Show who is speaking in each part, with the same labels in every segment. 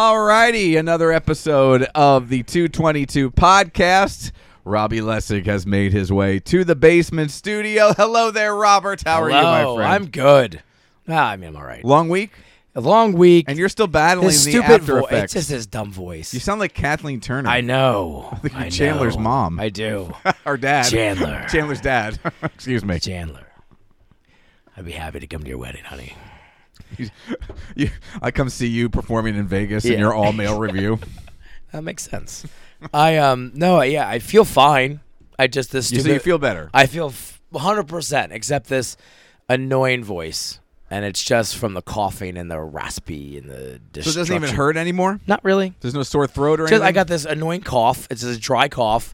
Speaker 1: Alrighty, another episode of the 222 podcast. Robbie Lessig has made his way to the basement studio. Hello there, Robert. How are you, my
Speaker 2: Hello,
Speaker 1: friend?
Speaker 2: I'm good. Ah, I mean, I'm all right.
Speaker 1: Long week,
Speaker 2: A long week.
Speaker 1: and you're still battling
Speaker 2: his
Speaker 1: the
Speaker 2: stupid
Speaker 1: after
Speaker 2: voice. It's
Speaker 1: effects.
Speaker 2: just his dumb voice.
Speaker 1: you sound like Kathleen Turner,
Speaker 2: I know.
Speaker 1: think you're
Speaker 2: I know.
Speaker 1: Chandler's mom.
Speaker 2: I do.
Speaker 1: our dad,
Speaker 2: Chandler.
Speaker 1: Chandler's dad. Excuse me.
Speaker 2: Chandler. I'd be happy to come to your wedding, honey.
Speaker 1: He's- you- I come see you performing in Vegas in
Speaker 2: Yeah.
Speaker 1: your all male review.
Speaker 2: That makes sense. I um no yeah I feel fine. I just this
Speaker 1: You
Speaker 2: stupid.
Speaker 1: so you feel better.
Speaker 2: I feel hundred percent except this annoying voice, and it's just from the coughing and the raspy and the.
Speaker 1: so it doesn't even
Speaker 2: destruction.
Speaker 1: hurt anymore.
Speaker 2: Not really.
Speaker 1: There's no sore throat or
Speaker 2: Just-
Speaker 1: anything.
Speaker 2: I got this annoying cough. It's just a dry cough,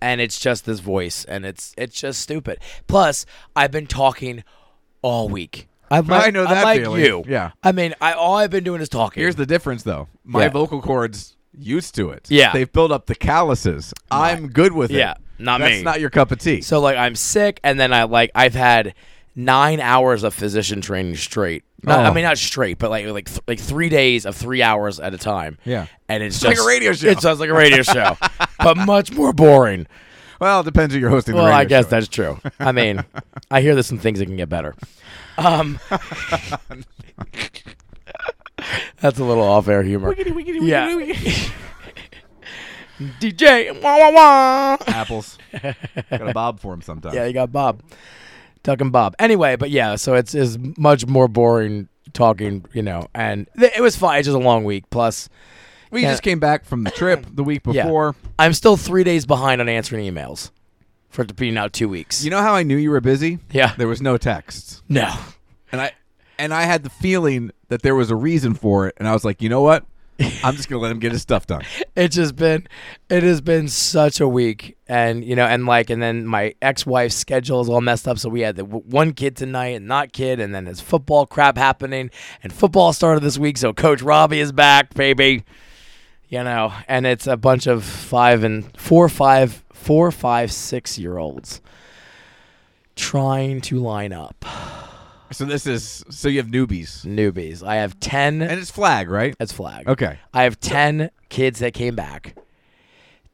Speaker 2: and it's just this voice, and it's it's just stupid. Plus, I've been talking all week. I'm like,
Speaker 1: I know
Speaker 2: I'm
Speaker 1: that
Speaker 2: like
Speaker 1: feeling.
Speaker 2: you.
Speaker 1: Yeah.
Speaker 2: I mean, I all I've been doing is talking.
Speaker 1: Here's the difference, though. My
Speaker 2: Yeah.
Speaker 1: vocal cords used to it.
Speaker 2: Yeah.
Speaker 1: they've built up the calluses. I'm good with it.
Speaker 2: Yeah, not
Speaker 1: That's
Speaker 2: me.
Speaker 1: not your cup of tea.
Speaker 2: so like I'm sick, and then I like I've had nine hours of physician training straight. Not,
Speaker 1: Oh.
Speaker 2: I mean, not straight, but like like th- like three days of three hours at a time.
Speaker 1: Yeah.
Speaker 2: and it's,
Speaker 1: like
Speaker 2: just
Speaker 1: a radio show.
Speaker 2: It sounds like a radio show, but much more boring.
Speaker 1: well, it depends who you're hosting. the
Speaker 2: Well,
Speaker 1: radio
Speaker 2: I guess
Speaker 1: show.
Speaker 2: that's true. I mean, I hear there's some things that can get better. Um, that's a little off-air humor. Yeah. DJ, wah wah wah.
Speaker 1: apples. got a bob for him sometimes.
Speaker 2: Yeah, you got Bob, Duck and Bob. Anyway, but yeah, so it's is much more boring talking, you know. And th- it was fine. It's just a long week. Plus,
Speaker 1: we
Speaker 2: yeah.
Speaker 1: just came back from the trip the week
Speaker 2: Yeah.
Speaker 1: before.
Speaker 2: I'm still three days behind on answering emails for it to be now two weeks.
Speaker 1: You know how I knew you were busy?
Speaker 2: Yeah.
Speaker 1: there was no texts,
Speaker 2: no.
Speaker 1: and I and I had the feeling that there was a reason for it, and I was like, you know what? I'm just gonna let him get his stuff done.
Speaker 2: it's just been it has been such a week and you know and like and then my ex-wife's schedule is all messed up so we had the w- one kid tonight and not kid and then there's football crap happening and football started this week so coach robbie is back baby you know and it's a bunch of five and four five four five six year olds trying to line up
Speaker 1: So this is so you have newbies,
Speaker 2: newbies i have 10
Speaker 1: and it's flag, right?
Speaker 2: that's flag
Speaker 1: Okay.
Speaker 2: i have 10 kids that came back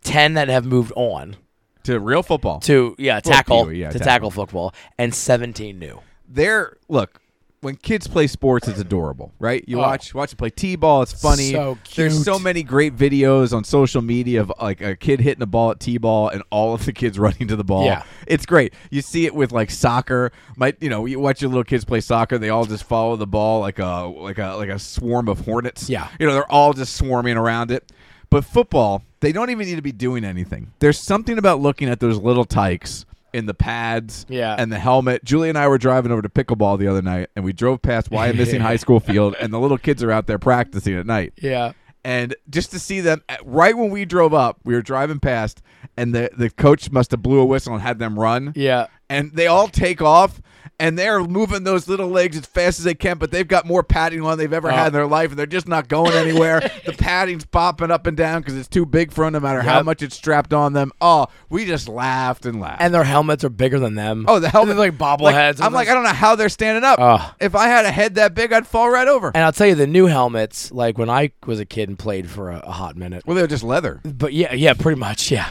Speaker 2: 10 that have moved on
Speaker 1: To real football.
Speaker 2: to yeah
Speaker 1: Well,
Speaker 2: tackle
Speaker 1: Pee Wee, yeah,
Speaker 2: to
Speaker 1: tackle.
Speaker 2: tackle. football and 17 new.
Speaker 1: they're look when kids play sports it's adorable right you
Speaker 2: Oh.
Speaker 1: watch watch them play t-ball it's funny
Speaker 2: So
Speaker 1: there's
Speaker 2: cute.
Speaker 1: so many great videos on social media of like a kid hitting a ball at t-ball and all of the kids running to the ball
Speaker 2: Yeah.
Speaker 1: it's great you see it with like soccer my you know you watch your little kids play soccer they all just follow the ball like a like a like a swarm of hornets
Speaker 2: Yeah.
Speaker 1: you know they're all just swarming around it but football they don't even need to be doing anything there's something about looking at those little tykes in the pads
Speaker 2: Yeah.
Speaker 1: and the helmet. Julie and I were driving over to pickleball the other night, and we drove past Why I'm Missing High School field, and the little kids are out there practicing at night.
Speaker 2: Yeah.
Speaker 1: And just to see them, at- right when we drove up, we were driving past, and the the coach must have blew a whistle and had them run.
Speaker 2: Yeah.
Speaker 1: And they all take off, and they're moving those little legs as fast as they can, but they've got more padding on they've
Speaker 2: Oh.
Speaker 1: ever had in their life, and they're just not going anywhere. the padding's popping up and down because it's too big for them, no matter how
Speaker 2: Yep.
Speaker 1: much it's strapped on them. Oh, we just laughed and laughed.
Speaker 2: And their helmets are bigger than them.
Speaker 1: Oh, the helmet!
Speaker 2: They're like
Speaker 1: Like,
Speaker 2: bobbleheads.
Speaker 1: I'm like, I don't know how they're standing up.
Speaker 2: Ugh.
Speaker 1: if I had a head that big, I'd fall right over.
Speaker 2: and I'll tell you the new helmets like when I was a kid and played for a, a hot minute.
Speaker 1: well, they were just leather.
Speaker 2: But yeah, yeah, pretty much, yeah.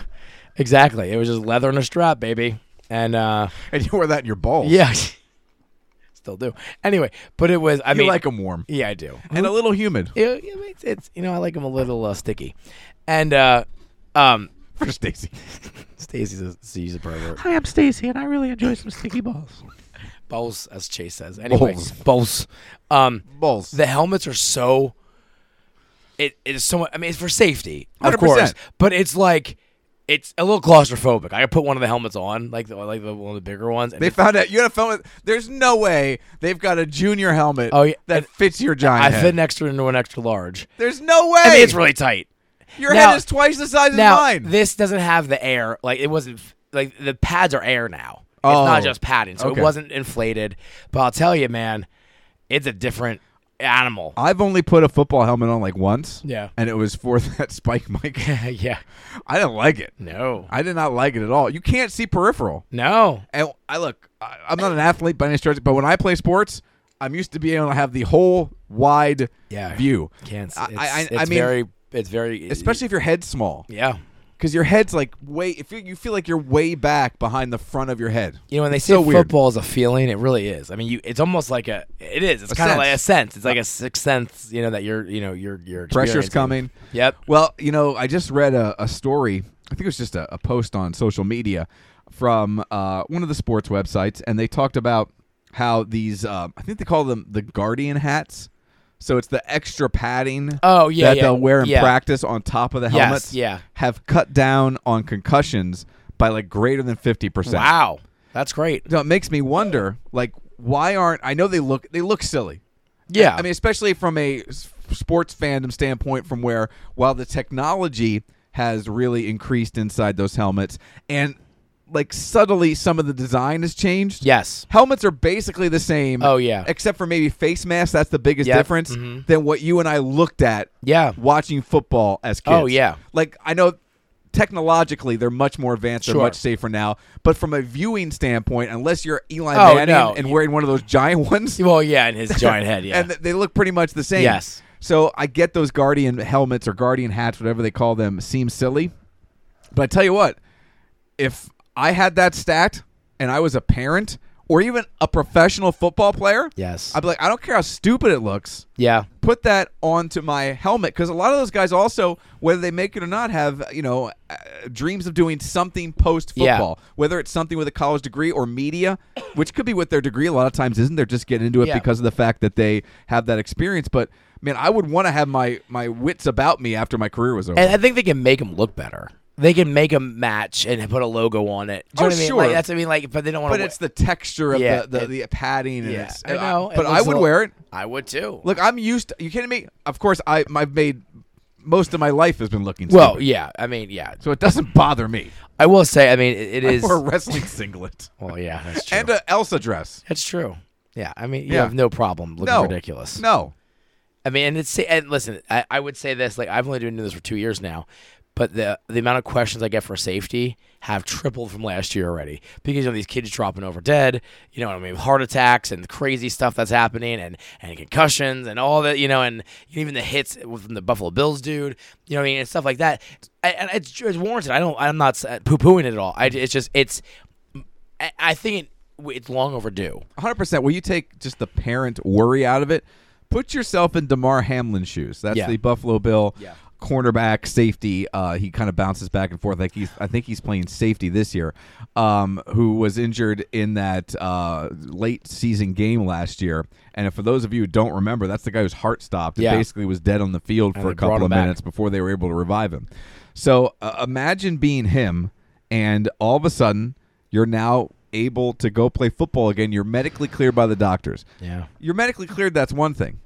Speaker 2: Exactly. It was just leather and a strap, baby. And uh
Speaker 1: And you wear that in your balls.
Speaker 2: yeah. Still do. Anyway, but it was I
Speaker 1: You
Speaker 2: mean
Speaker 1: like them warm
Speaker 2: Yeah, I do.
Speaker 1: and a little humid
Speaker 2: Yeah, yeah, it's, it's you know, I like them a little uh, sticky. And uh um
Speaker 1: for Stacy.
Speaker 2: Stacey's a, she's a pervert.
Speaker 3: Hi, I'm Stacy, and I really enjoy some sticky balls.
Speaker 2: Bowls, as Chase says. Anyway,
Speaker 1: Bowls.
Speaker 2: bowls. Um,
Speaker 1: Balls.
Speaker 2: the helmets are so. It, it is so much. I mean, it's for safety, of
Speaker 1: 100%.
Speaker 2: course, but it's like it's a little claustrophobic. I put one of the helmets on, like the, like the, one of the bigger ones. And
Speaker 1: they
Speaker 2: it-
Speaker 1: found out you had a phone. There's no way they've got a junior helmet
Speaker 2: Oh, yeah,
Speaker 1: that
Speaker 2: and
Speaker 1: fits your giant
Speaker 2: I
Speaker 1: head.
Speaker 2: fit an extra into an extra large.
Speaker 1: There's no way.
Speaker 2: I mean, it's really tight.
Speaker 1: your
Speaker 2: now-
Speaker 1: head is twice the size
Speaker 2: now
Speaker 1: of mine.
Speaker 2: this doesn't have the air. Like it wasn't like the pads are air now. It's
Speaker 1: Oh.
Speaker 2: not just padding, so
Speaker 1: Okay.
Speaker 2: it wasn't inflated. But I'll tell you, man, it's a different animal.
Speaker 1: I've only put a football helmet on like once.
Speaker 2: Yeah.
Speaker 1: And it was for that spike mic.
Speaker 2: yeah.
Speaker 1: I didn't like it.
Speaker 2: No.
Speaker 1: I did not like it at all. You can't see peripheral.
Speaker 2: No.
Speaker 1: And I look, I, I'm not an athlete by any stretch, but when I play sports, I'm used to being able to have the whole wide
Speaker 2: Yeah.
Speaker 1: view.
Speaker 2: Can't. s-
Speaker 1: I-
Speaker 2: It's,
Speaker 1: I- I-
Speaker 2: it's
Speaker 1: I mean-
Speaker 2: very. It's very.
Speaker 1: Especially if your head's small,
Speaker 2: Yeah.
Speaker 1: because your head's like way. If you, you feel like you're way back behind the front of your head,
Speaker 2: You know, when they
Speaker 1: It's
Speaker 2: say
Speaker 1: so weird.
Speaker 2: football is a feeling, it really is. I mean, you it's almost like a it is. It's
Speaker 1: A
Speaker 2: kind of
Speaker 1: sense.
Speaker 2: like a sense. It's like a sixth sense. You know that you're you know you're you're
Speaker 1: pressure's
Speaker 2: experiencing.
Speaker 1: coming.
Speaker 2: Yep.
Speaker 1: Well, you know, I just read a, a story. I think it was just a, a post on social media from uh, one of the sports websites, and they talked about how these. Um, I think they call them the guardian hats. So it's the extra padding.
Speaker 2: Oh yeah.
Speaker 1: that
Speaker 2: yeah,
Speaker 1: they'll wear in
Speaker 2: yeah.
Speaker 1: practice on top of the
Speaker 2: Yes,
Speaker 1: helmets.
Speaker 2: yeah.
Speaker 1: Have cut down on concussions by like greater than fifty percent.
Speaker 2: Wow, that's great.
Speaker 1: So it makes me wonder, like, why aren't I know they look they look silly.
Speaker 2: Yeah.
Speaker 1: I mean, especially from a s- sports fandom standpoint, from where while the technology has really increased inside those helmets, and like subtly some of the design has changed.
Speaker 2: yes.
Speaker 1: Helmets are basically the same.
Speaker 2: Oh, yeah.
Speaker 1: Except for maybe face masks. That's the biggest
Speaker 2: Yep. Mm-hmm.
Speaker 1: difference than what you and I looked at
Speaker 2: Yeah.
Speaker 1: watching football as kids.
Speaker 2: Oh, yeah.
Speaker 1: Like I know technologically they're much more advanced,
Speaker 2: Sure.
Speaker 1: they're much safer now. But from a viewing standpoint, unless you're Eli
Speaker 2: Oh,
Speaker 1: Manning
Speaker 2: no.
Speaker 1: and wearing one of those giant ones,
Speaker 2: Well, yeah, and his giant head. Yeah.
Speaker 1: and th- they look pretty much the same.
Speaker 2: Yes.
Speaker 1: So I get those guardian helmets or guardian hats, whatever they call them, seem silly. But I tell you what, if I had that stat and I was a parent or even a professional football player,
Speaker 2: yes.
Speaker 1: I'd be like, I don't care how stupid it looks
Speaker 2: yeah.
Speaker 1: put that onto my helmet because a lot of those guys also, whether they make it or not, have you know uh, dreams of doing something post football. Whether it's something with a college degree or media, which could be with their degree. A lot of times, isn't they're just getting into it
Speaker 2: Yeah.
Speaker 1: because of the fact that they have that experience. But man, I would want to have my my wits about me after my career was over.
Speaker 2: And I think they can make them look better. They can make them match and put a logo on it. Do you
Speaker 1: Oh,
Speaker 2: know what I mean?
Speaker 1: sure.
Speaker 2: Like, that's what I mean. Like, but they don't want
Speaker 1: but
Speaker 2: to.
Speaker 1: it's the texture of
Speaker 2: Yeah,
Speaker 1: the, the,
Speaker 2: it-
Speaker 1: the padding. And
Speaker 2: yeah,
Speaker 1: it's, uh,
Speaker 2: I know. It
Speaker 1: but I
Speaker 2: looks
Speaker 1: would
Speaker 2: a little-
Speaker 1: wear it.
Speaker 2: I would too.
Speaker 1: Look, I'm used. To, you kidding me? Of course, I I've made most of my life has been looking.
Speaker 2: well,
Speaker 1: stupid.
Speaker 2: yeah. I mean, yeah.
Speaker 1: so it doesn't bother me.
Speaker 2: I will say. I mean, it, it is.
Speaker 1: or a wrestling singlet
Speaker 2: Well, yeah, that's true.
Speaker 1: and a Elsa dress.
Speaker 2: That's true. Yeah, I mean, you
Speaker 1: Yeah.
Speaker 2: have no problem looking
Speaker 1: No,
Speaker 2: ridiculous.
Speaker 1: No,
Speaker 2: I mean, and it's and listen, I, I would say this like I've only been doing this for two years now, but the the amount of questions I get for safety have tripled from last year already because you know these kids dropping over dead, you know what I mean, heart attacks and crazy stuff that's happening and and concussions and all that, you know, and even the hits from the Buffalo Bills dude, you know what I mean, and stuff like that. I, and it's, it's warranted. I don't. I'm not poo pooing it at all. I, it's just it's. I, I think it, it's long overdue.
Speaker 1: hundred percent. Will you take just the parent worry out of it? Put yourself in Demar Hamlin's shoes. That's
Speaker 2: Yeah.
Speaker 1: the Buffalo Bill
Speaker 2: Yeah.
Speaker 1: cornerback safety. Uh, he kind of bounces back and forth. Like he's, I think he's playing safety this year. Um, who was injured in that uh, late season game last year. And for those of you who don't remember, that's the guy whose heart stopped.
Speaker 2: Yeah.
Speaker 1: It basically was dead on the field for
Speaker 2: they
Speaker 1: a
Speaker 2: brought
Speaker 1: couple
Speaker 2: him
Speaker 1: of
Speaker 2: back.
Speaker 1: minutes. minutes before they were able to revive him. So uh, imagine being him, and all of a sudden, you're now able to go play football again. You're medically cleared by the doctors.
Speaker 2: Yeah.
Speaker 1: You're medically cleared, that's one thing.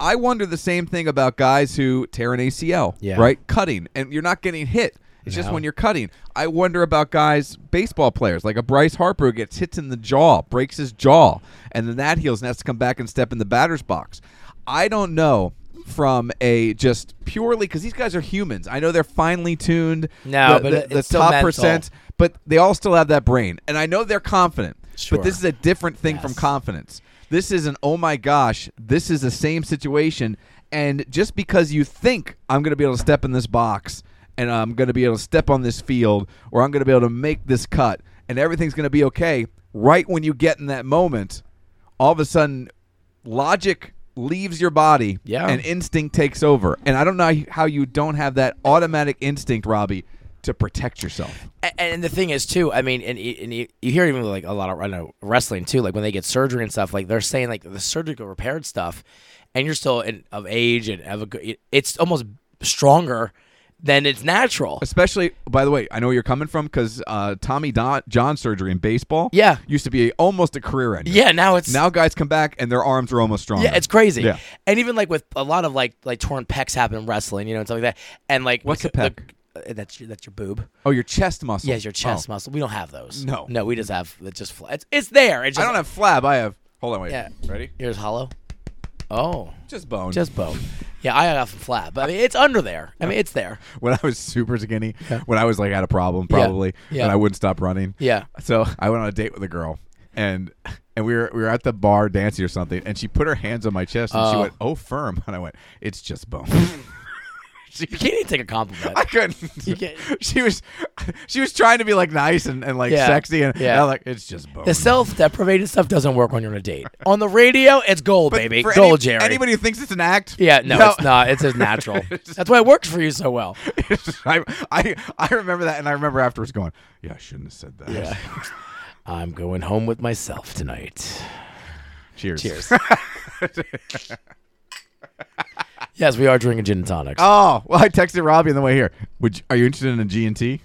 Speaker 1: I wonder the same thing about guys who tear an ACL,
Speaker 2: Yeah.
Speaker 1: right? Cutting, and you're not getting hit. It's just
Speaker 2: No.
Speaker 1: when you're cutting. I wonder about guys, baseball players, like a Bryce Harper who gets hits in the jaw, breaks his jaw, and then that heals and has to come back and step in the batter's box. I don't know from a just purely because these guys are humans. I know they're finely tuned.
Speaker 2: No,
Speaker 1: the,
Speaker 2: but
Speaker 1: the,
Speaker 2: it-
Speaker 1: the
Speaker 2: it's still
Speaker 1: top
Speaker 2: mental.
Speaker 1: percent, but they all still have that brain, and I know they're confident.
Speaker 2: Sure.
Speaker 1: But this is a different thing from
Speaker 2: Yes.
Speaker 1: confidence. This is an oh my gosh, this is the same situation. And just because you think I'm going to be able to step in this box and I'm going to be able to step on this field or I'm going to be able to make this cut and everything's going to be okay, right when you get in that moment, all of a sudden logic leaves your body
Speaker 2: Yeah.
Speaker 1: and instinct takes over. And I don't know how you don't have that automatic instinct, Robbie, to protect yourself.
Speaker 2: A- and the thing is too i mean and, y- and you, you hear even like a lot of I know, wrestling too like when they get surgery and stuff like they're saying like the surgical repaired stuff and you're still in, of age and have a good it- it's almost stronger than it's natural
Speaker 1: Especially, by the way, I know where you're coming from because uh, Tommy Don- John surgery in baseball,
Speaker 2: Yeah.
Speaker 1: used to be almost a career ender.
Speaker 2: yeah now it's
Speaker 1: Now guys come back and their arms are almost stronger.
Speaker 2: yeah it's crazy
Speaker 1: Yeah.
Speaker 2: and even like with a lot of like like torn pecs happen in wrestling you know and stuff like that and like
Speaker 1: What's
Speaker 2: the-
Speaker 1: a pec?
Speaker 2: the- uh, that's your that's your boob
Speaker 1: Oh, your chest muscle.
Speaker 2: yeah it's your chest
Speaker 1: Oh.
Speaker 2: muscle we don't have those
Speaker 1: No.
Speaker 2: no we just have it just fla- it's, it's there it's
Speaker 1: Oh. I
Speaker 2: just,
Speaker 1: don't have flab. I have. Hold on, wait.
Speaker 2: Yeah.
Speaker 1: Ready?
Speaker 2: here's hollow oh
Speaker 1: Just bone.
Speaker 2: Just bone. Yeah, I got some flat, but I mean, it's under there. I mean, it's there.
Speaker 1: when I was super skinny, when I was like had a problem probably,
Speaker 2: Yeah.
Speaker 1: and I wouldn't stop running.
Speaker 2: Yeah.
Speaker 1: So I went on a date with a girl, and and we were we were at the bar dancing or something, and she put her hands on my chest and she
Speaker 2: Oh.
Speaker 1: went, "Oh, firm," and I went, "It's just bone."
Speaker 2: You can't even take a compliment.
Speaker 1: I couldn't.
Speaker 2: You can't-
Speaker 1: She was she was trying to be like nice and, and like
Speaker 2: Yeah.
Speaker 1: sexy, and,
Speaker 2: Yeah.
Speaker 1: and I'm like, "It's just bone."
Speaker 2: the self-deprecating stuff doesn't work when you're on a date. On the radio, it's gold,
Speaker 1: But
Speaker 2: baby.
Speaker 1: for any-
Speaker 2: Gold, Jerry.
Speaker 1: Anybody who thinks it's an act,
Speaker 2: yeah, no, it's not. It's just natural. That's why it works for you so well.
Speaker 1: I, I I remember that, and I remember afterwards going, "Yeah, I shouldn't have said that."
Speaker 2: Yeah. I'm going home with myself tonight.
Speaker 1: Cheers.
Speaker 2: Cheers. yes, we are drinking gin and tonics.
Speaker 1: Oh well, I texted Robbie on the way here. Would you, are you interested in a G and T?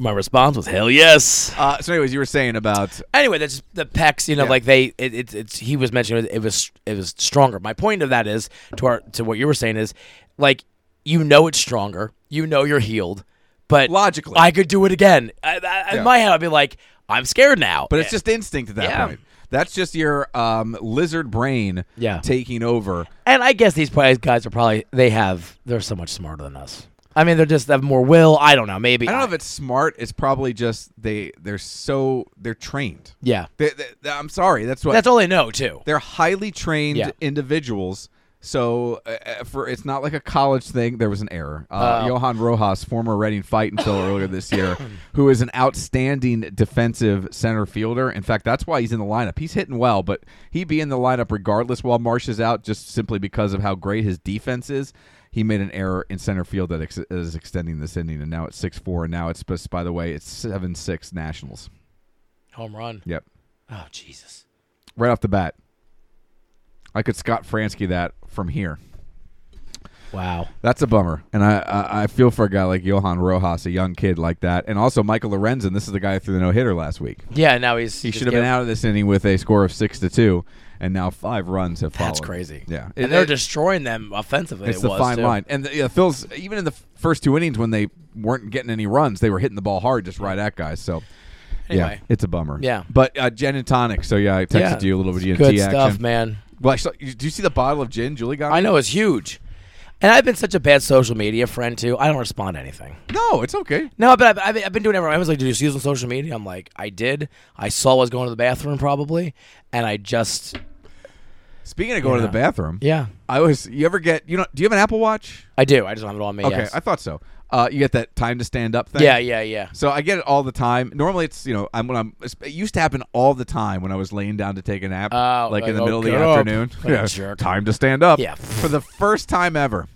Speaker 2: My response was hell yes.
Speaker 1: Uh, so, anyways, you were saying about
Speaker 2: Anyway, that's the pecs. You know,
Speaker 1: Yeah.
Speaker 2: like they, it, it, it's he was mentioning it was it was stronger. My point of that is to our to what you were saying is like you know it's stronger. You know you're healed, but
Speaker 1: Logically.
Speaker 2: I could do it again. I, I,
Speaker 1: Yeah.
Speaker 2: In my head, I'd be like, I'm scared now.
Speaker 1: But it's just instinct at that
Speaker 2: Yeah.
Speaker 1: point. That's just your um, lizard brain
Speaker 2: Yeah.
Speaker 1: taking over.
Speaker 2: And I guess these probably- guys are probably they have they're so much smarter than us. I mean, they're just they have more will. I don't know. Maybe
Speaker 1: I don't know if it's smart. It's probably just they they're so they're trained.
Speaker 2: yeah.
Speaker 1: They, they, I'm sorry. That's what
Speaker 2: That's all they know too.
Speaker 1: they're highly trained
Speaker 2: Yeah.
Speaker 1: individuals. So uh, uh, for it's not like a college thing. There was an error. Uh, Johan Rojas, former Reading fight until earlier this year, who is an outstanding defensive center fielder. In fact, that's why he's in the lineup. He's hitting well, but he'd be in the lineup regardless while Marsh is out, just simply because of how great his defense is. He made an error in center field that ex- is extending this inning, and now it's six four, and now it's just by the way, it's seven six Nationals.
Speaker 2: Home run.
Speaker 1: Yep,
Speaker 2: Oh Jesus.
Speaker 1: right off the bat, I could Scott Fransky that from here.
Speaker 2: Wow.
Speaker 1: That's a bummer, and I, I I feel for a guy like Johan Rojas, a young kid like that, and also Michael Lorenzen. This is the guy who threw the no hitter last week.
Speaker 2: Yeah. Now he's
Speaker 1: He should have been out of this inning with a score of six to two, and now five runs have followed.
Speaker 2: That's crazy.
Speaker 1: Yeah,
Speaker 2: And
Speaker 1: It-
Speaker 2: they're
Speaker 1: it-
Speaker 2: destroying them offensively.
Speaker 1: it's
Speaker 2: it
Speaker 1: the
Speaker 2: was,
Speaker 1: fine
Speaker 2: too.
Speaker 1: line. And the, yeah, Phil's even in the f- first two innings when they weren't getting any runs, they were hitting the ball hard just right at guys. So.
Speaker 2: Anyway.
Speaker 1: Yeah, it's a bummer.
Speaker 2: Yeah.
Speaker 1: but uh, gin and tonic. So yeah, I texted
Speaker 2: Yeah.
Speaker 1: you a little bit of
Speaker 2: Good
Speaker 1: G&T
Speaker 2: stuff,
Speaker 1: action.
Speaker 2: man.
Speaker 1: Well, I saw- you- do you see the bottle of gin Julie got?
Speaker 2: I know it's huge. And I've been such a bad social media friend too. I don't respond to anything.
Speaker 1: No, it's okay.
Speaker 2: No, but I've, I've, I've been doing everything. I was like, "Did you see this on social media?" I'm like, "I did. I saw I was going to the bathroom probably, and I just
Speaker 1: Speaking of going to
Speaker 2: Yeah.
Speaker 1: the bathroom,
Speaker 2: yeah,
Speaker 1: I was. You ever get? You know? Do you have an Apple Watch?
Speaker 2: I do. I just don't have it on me.
Speaker 1: Okay,
Speaker 2: yes.
Speaker 1: I thought so. Uh, you get that time to stand up thing.
Speaker 2: yeah, yeah, yeah.
Speaker 1: So I get it all the time. Normally, it's you know, I'm when I'm. It used to happen all the time when I was laying down to take a nap,
Speaker 2: Oh,
Speaker 1: like
Speaker 2: like,
Speaker 1: in the
Speaker 2: oh,
Speaker 1: middle of the
Speaker 2: get up.
Speaker 1: afternoon.
Speaker 2: What a jerk.
Speaker 1: time to stand up.
Speaker 2: Yeah.
Speaker 1: for the first time ever,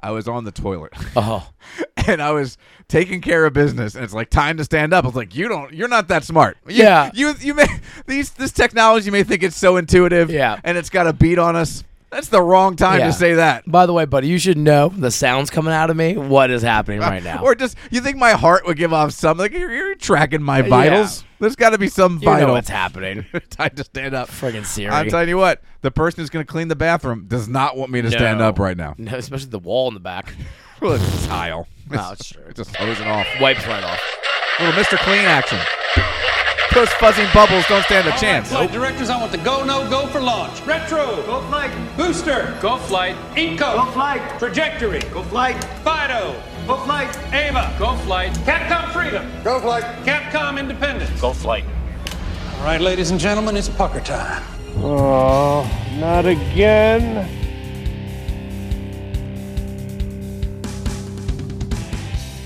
Speaker 1: I was on the toilet.
Speaker 2: Oh,
Speaker 1: and I was taking care of business, and it's like time to stand up. I was like, "You don't, you're not that smart." You-
Speaker 2: Yeah.
Speaker 1: you, you may these this technology may think it's so intuitive,
Speaker 2: Yeah.
Speaker 1: and it's got a beat on us. That's the wrong time
Speaker 2: Yeah.
Speaker 1: to say that.
Speaker 2: by the way, buddy, you should know the sounds coming out of me. What is happening right now?
Speaker 1: Or just you think my heart would give off some like you're, you're tracking my vitals. There's got to be some
Speaker 2: you know
Speaker 1: vital
Speaker 2: what's happening.
Speaker 1: time to stand up.
Speaker 2: Friggin' Siri.
Speaker 1: I'm telling you what, the person who's going to clean the bathroom does not want me to stand
Speaker 2: No.
Speaker 1: up right now.
Speaker 2: No, especially the wall in the back.
Speaker 1: Well, it's just tile.
Speaker 2: Oh, it's true.
Speaker 1: just hosing off.
Speaker 2: Wipes right off.
Speaker 1: Little Mr. Clean action. Those fuzzing bubbles don't stand a chance.
Speaker 4: Flight directors, I want the go, no, go for launch. Retro. Go flight. Booster. Go flight. Inco. Go flight. Trajectory. Go flight. Fido. Go flight. Ava. Go flight. Capcom Freedom. Go flight. Capcom Independence. Go flight. All right, ladies and gentlemen, it's pucker time.
Speaker 5: Not again.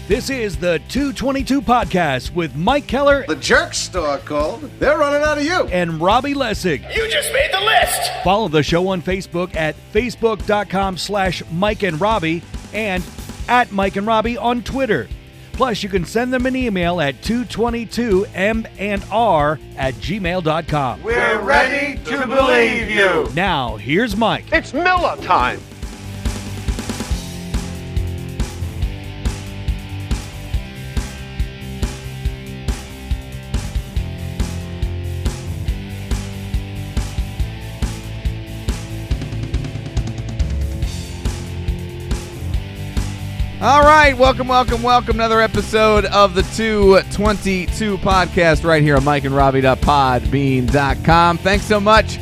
Speaker 6: This is the 222 Podcast with Mike Keller
Speaker 7: The jerk store called. They're running out of you.
Speaker 6: and Robbie Lessig. You just made the list! Follow the show on Facebook at facebook.com slash Mike and Robbie and at Mike and Robbie on Twitter. Plus, you can send them an email at 222m&r at gmail.com.
Speaker 7: We're ready to believe you.
Speaker 6: Now, here's Mike.
Speaker 5: It's Miller time.
Speaker 1: All right, welcome, welcome, welcome. Another episode of the 222 podcast right here on Mike and Robbie.podbean.com. Thanks so much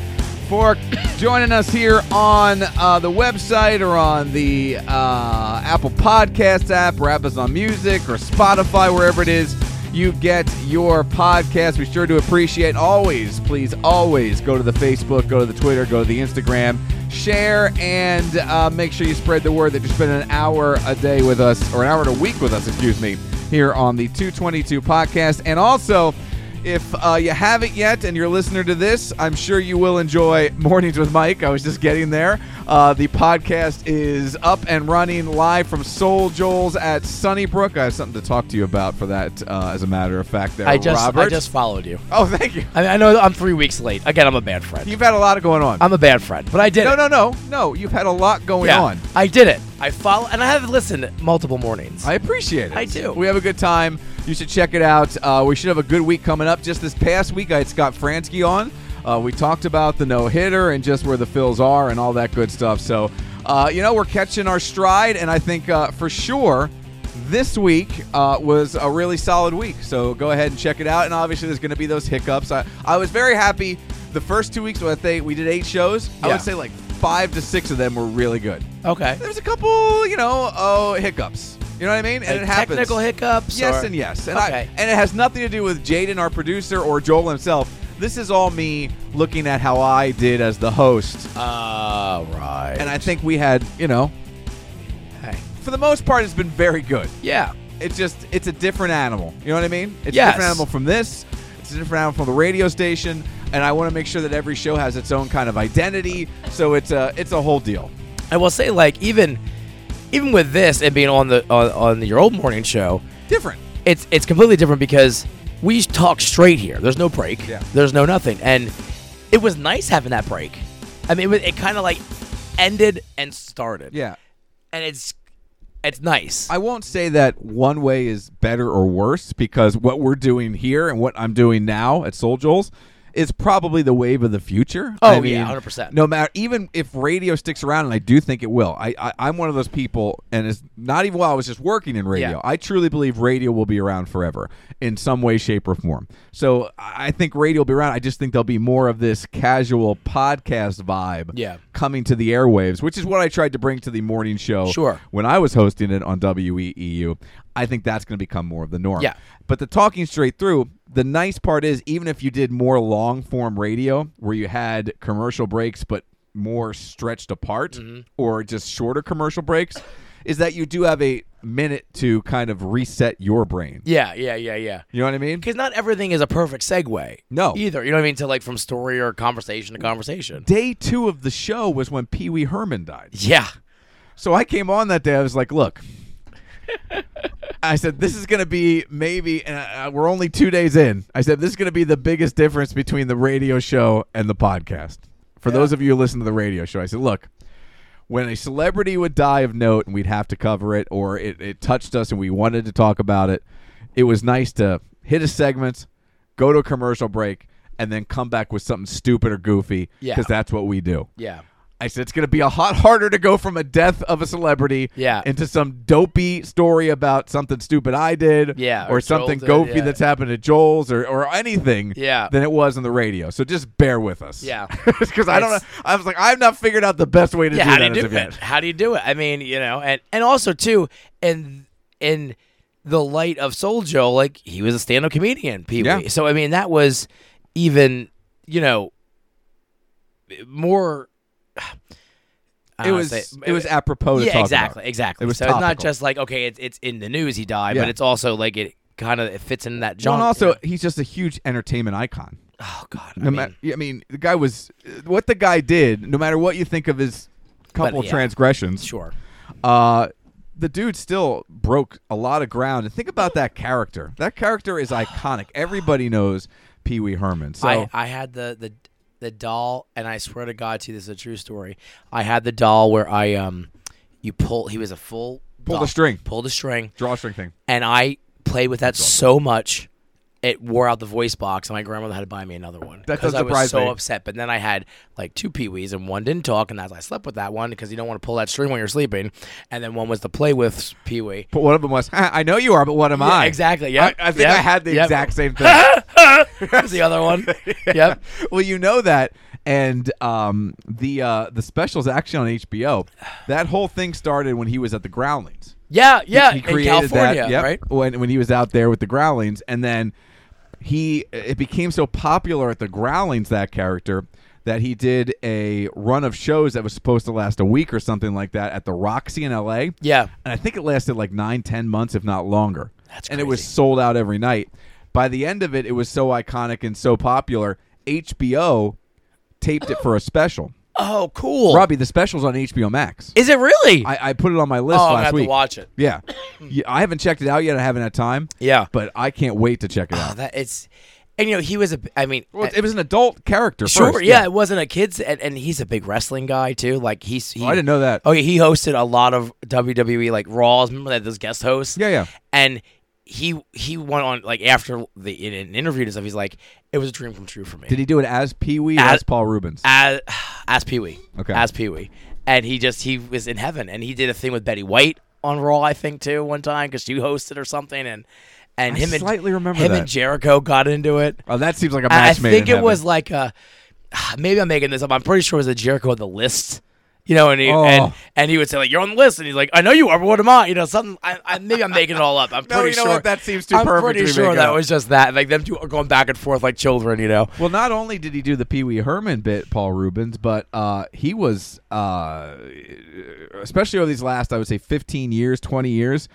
Speaker 1: for joining us here on uh, the website or on the uh, Apple Podcast app or Amazon Music or Spotify, wherever it is you get your podcast. We sure do appreciate. Always, please, always go to the Facebook, go to the Twitter, go to the Instagram, share, and uh, make sure you spread the word that you spend an hour a day with us, or an hour a week with us, excuse me, here on the 222 podcast. And also, if uh, you haven't yet and you're a listener to this, I'm sure you will enjoy Mornings with Mike. I was just getting there. Uh, the podcast is up and running live from Soul Joel's at Sunnybrook. I have something to talk to you about for that, uh, as a matter of fact. There,
Speaker 2: I just
Speaker 1: Robert.
Speaker 2: I just followed you.
Speaker 1: Oh, thank you.
Speaker 2: I, I know I'm three weeks late. Again, I'm a bad friend.
Speaker 1: You've had a lot going on.
Speaker 2: I'm a bad friend, but I did
Speaker 1: no,
Speaker 2: it.
Speaker 1: no, no, no. You've had a lot going
Speaker 2: yeah,
Speaker 1: on.
Speaker 2: I did it. I follow, and I have listened multiple mornings.
Speaker 1: I appreciate it.
Speaker 2: I do.
Speaker 1: We have a good time. You should check it out. Uh, we should have a good week coming up. Just this past week, I had Scott Fransky on. Uh, we talked about the no hitter and just where the fills are and all that good stuff. So, uh, you know, we're catching our stride, and I think uh, for sure this week uh, was a really solid week. So go ahead and check it out. And obviously, there's going to be those hiccups. I, I was very happy the first two weeks. I think we did eight shows. I
Speaker 2: Yeah.
Speaker 1: would say like five to six of them were really good
Speaker 2: okay.
Speaker 1: there's a couple, you know, oh, hiccups. You know what I mean? And
Speaker 2: Like
Speaker 1: it happens.
Speaker 2: Technical hiccups.
Speaker 1: Yes
Speaker 2: or-
Speaker 1: and yes. And I
Speaker 2: Okay.
Speaker 1: and it has nothing to do with Jaden, our producer, or Joel himself. This is all me looking at how I did as the host.
Speaker 2: Uh, right.
Speaker 1: And I think we had, you know,
Speaker 2: Hey.
Speaker 1: for the most part, it's been very good.
Speaker 2: Yeah.
Speaker 1: It's just it's a different animal. You know what I mean? It's
Speaker 2: Yes.
Speaker 1: a different animal from this. It's a different animal from the radio station. And I want to make sure that every show has its own kind of identity. So it's a it's a whole deal.
Speaker 2: I will say, like, even even with this and being on the on, on your old morning show,
Speaker 1: Different.
Speaker 2: it's it's completely different because we talk straight here. There's no break.
Speaker 1: Yeah.
Speaker 2: There's no nothing, and it was nice having that break. I mean, it, was- it kind of like ended and started.
Speaker 1: Yeah.
Speaker 2: and it's it's nice.
Speaker 1: I won't say that one way is better or worse because what we're doing here and what I'm doing now at Soul Joel's is probably the wave of the future.
Speaker 2: Oh,
Speaker 1: I
Speaker 2: yeah,
Speaker 1: mean,
Speaker 2: 100%.
Speaker 1: No matter, even if radio sticks around, and I do think it will. I, I I'm one of those people, and it's not even while I was just working in radio.
Speaker 2: Yeah.
Speaker 1: I truly believe radio will be around forever in some way, shape, or form. So I I think radio will be around. I just think there'll be more of this casual podcast vibe
Speaker 2: Yeah.
Speaker 1: coming to the airwaves, which is what I tried to bring to the morning show.
Speaker 2: Sure.
Speaker 1: When I was hosting it on WEEU, I think that's going to become more of the norm.
Speaker 2: Yeah.
Speaker 1: But the talking straight through, the nice part is even if you did more long form radio where you had commercial breaks but more stretched apart
Speaker 2: Mm-hmm.
Speaker 1: or just shorter commercial breaks, is that you do have a minute to kind of reset your brain.
Speaker 2: yeah, yeah, yeah, yeah.
Speaker 1: You know what I mean?
Speaker 2: Because not everything is a perfect segue.
Speaker 1: No.
Speaker 2: Either. You know what I mean? To like from story or conversation to conversation.
Speaker 1: Day two of the show was when Pee Wee Herman died.
Speaker 2: Yeah.
Speaker 1: So I came on that day. I was like, look, I said, this is going to be maybe, and uh, we're only two days in. I said, this is going to be the biggest difference between the radio show and the podcast. For those of you who listen to the radio show, I said, look, when a celebrity would die of note and we'd have to cover it, or it, it touched us and we wanted to talk about it, it was nice to hit a segment, go to a commercial break, and then come back with something stupid or goofy
Speaker 2: Yeah.
Speaker 1: because that's what we do.
Speaker 2: Yeah.
Speaker 1: I said it's going to be a lot harder to go from a death of a celebrity
Speaker 2: Yeah.
Speaker 1: into some dopey story about something stupid I did
Speaker 2: Yeah,
Speaker 1: or,
Speaker 2: or Joel
Speaker 1: something
Speaker 2: did,
Speaker 1: goofy
Speaker 2: yeah.
Speaker 1: that's happened to Joel's or, or anything
Speaker 2: Yeah.
Speaker 1: than it was on the radio. So just bear with us.
Speaker 2: Yeah.
Speaker 1: Because I don't know.
Speaker 2: It's-
Speaker 1: I was like, I've not figured out the best way to
Speaker 2: yeah,
Speaker 1: do
Speaker 2: how do
Speaker 1: that
Speaker 2: you
Speaker 1: as
Speaker 2: do
Speaker 1: of
Speaker 2: it?
Speaker 1: yet.
Speaker 2: How do you do it? I mean, you know, and and also too, in in the light of Soul Joe, like he was a stand-up comedian, Pee Wee.
Speaker 1: Yeah.
Speaker 2: So I mean, that was even, you know, more. I
Speaker 1: It
Speaker 2: don't
Speaker 1: was,
Speaker 2: wanna say-
Speaker 1: it was apropos to
Speaker 2: yeah,
Speaker 1: talk
Speaker 2: exactly,
Speaker 1: about.
Speaker 2: exactly.
Speaker 1: It was
Speaker 2: so it's
Speaker 1: topical.
Speaker 2: not just like okay, it's it's in the news he died,
Speaker 1: Yeah.
Speaker 2: but it's also like it kind of it fits in that
Speaker 1: Well,
Speaker 2: genre.
Speaker 1: and also, he's just a huge entertainment icon.
Speaker 2: oh god, I
Speaker 1: No
Speaker 2: mean,
Speaker 1: ma- yeah, I, mean, the guy was what the guy did. No matter what you think of his couple
Speaker 2: yeah.
Speaker 1: transgressions,
Speaker 2: sure,
Speaker 1: Uh, the dude still broke a lot of ground. And think about that character. That character is iconic. Everybody knows Pee Wee Herman. So
Speaker 2: I I had the the the doll, and I swear to God, to this is a true story. I had the doll where I um, you pull. He was a full
Speaker 1: Pull the
Speaker 2: doll.
Speaker 1: string.
Speaker 2: pulled a string,
Speaker 1: drawstring thing.
Speaker 2: and I played with that so much. It wore out the voice box, and my grandmother had to buy me another one
Speaker 1: That
Speaker 2: because
Speaker 1: does
Speaker 2: I was
Speaker 1: surprise
Speaker 2: so
Speaker 1: me.
Speaker 2: upset. But then I had like two peewees, and one didn't talk, and that's I slept with that one because you don't want to pull that string when you're sleeping. And then one was to play with peewee.
Speaker 1: But one of them was, "Huh, I know you are, but what am I?
Speaker 2: exactly.
Speaker 1: I-
Speaker 2: Yep.
Speaker 1: I, think I
Speaker 2: yep,
Speaker 1: had the
Speaker 2: yep.
Speaker 1: exact same thing.
Speaker 2: That's the other one. Yep.
Speaker 1: well, you know that, and um, the uh, the special's actually on HBO. That whole thing started when he was at the Groundlings.
Speaker 2: Yeah, yeah,
Speaker 1: he
Speaker 2: in
Speaker 1: created
Speaker 2: California,
Speaker 1: that, yep,
Speaker 2: right?
Speaker 1: When when he was out there with the Growlings, and then he it became so popular at the Growlings that character that he did a run of shows that was supposed to last a week or something like that at the Roxy in L.A.
Speaker 2: Yeah.
Speaker 1: and I think it lasted like nine, ten months, if not longer.
Speaker 2: That's
Speaker 1: and it was
Speaker 2: crazy.
Speaker 1: sold out every night. By the end of it, it was so iconic and so popular. HBO taped it for a special.
Speaker 2: Oh, cool.
Speaker 1: Robbie, the special's on HBO Max.
Speaker 2: Is it really?
Speaker 1: I, I put it on my list
Speaker 2: oh, I
Speaker 1: last
Speaker 2: have
Speaker 1: week.
Speaker 2: to watch it.
Speaker 1: Yeah. yeah, I haven't checked it out yet. I haven't had time.
Speaker 2: Yeah.
Speaker 1: but I can't wait to check it
Speaker 2: Oh,
Speaker 1: out.
Speaker 2: that it's, and you know he was a. I mean, uh,
Speaker 1: Well, it was an adult character.
Speaker 2: Sure,
Speaker 1: first,
Speaker 2: yeah, it wasn't a kids, and, and he's a big wrestling guy too. Like he's, he,
Speaker 1: I didn't know that.
Speaker 2: Oh yeah, he hosted a lot of WWE like Raws. Remember that those guest hosts?
Speaker 1: Yeah, yeah.
Speaker 2: And he he went on like after the in an interview and stuff. He's like, it was a dream come true for me.
Speaker 1: Did he do it as Pee Wee?
Speaker 2: As-
Speaker 1: As Paul Rubens?
Speaker 2: as as Pee Wee?
Speaker 1: Okay.
Speaker 2: as Pee Wee, and he just he was in heaven, and he did a thing with Betty White on Raw, I think too, one time because she hosted or something, and and
Speaker 1: I
Speaker 2: him and
Speaker 1: slightly remember
Speaker 2: him
Speaker 1: that.
Speaker 2: and Jericho got into it.
Speaker 1: oh, that seems like a
Speaker 2: I, I
Speaker 1: match made.
Speaker 2: think
Speaker 1: in
Speaker 2: it was
Speaker 1: heaven.
Speaker 2: like a. ah, Maybe I'm making this up. I'm pretty sure it was a Jericho on the list. You know, and he
Speaker 1: Oh.
Speaker 2: and, and he would say like, "You're on the list," and he's like, "I know you are, but what am I?" You know, something. I, I maybe I'm making it all up. I'm
Speaker 1: No,
Speaker 2: pretty
Speaker 1: you know
Speaker 2: sure
Speaker 1: what? That seems too
Speaker 2: I'm
Speaker 1: perfect to
Speaker 2: pretty
Speaker 1: be
Speaker 2: sure
Speaker 1: making
Speaker 2: that
Speaker 1: up.
Speaker 2: was just that. Like them two are going back and forth like children. You know.
Speaker 1: Well, not only did he do the Pee Wee Herman bit, Paul Rubens, but uh, he was, uh, especially over these last, I would say, 15 years, 20 years,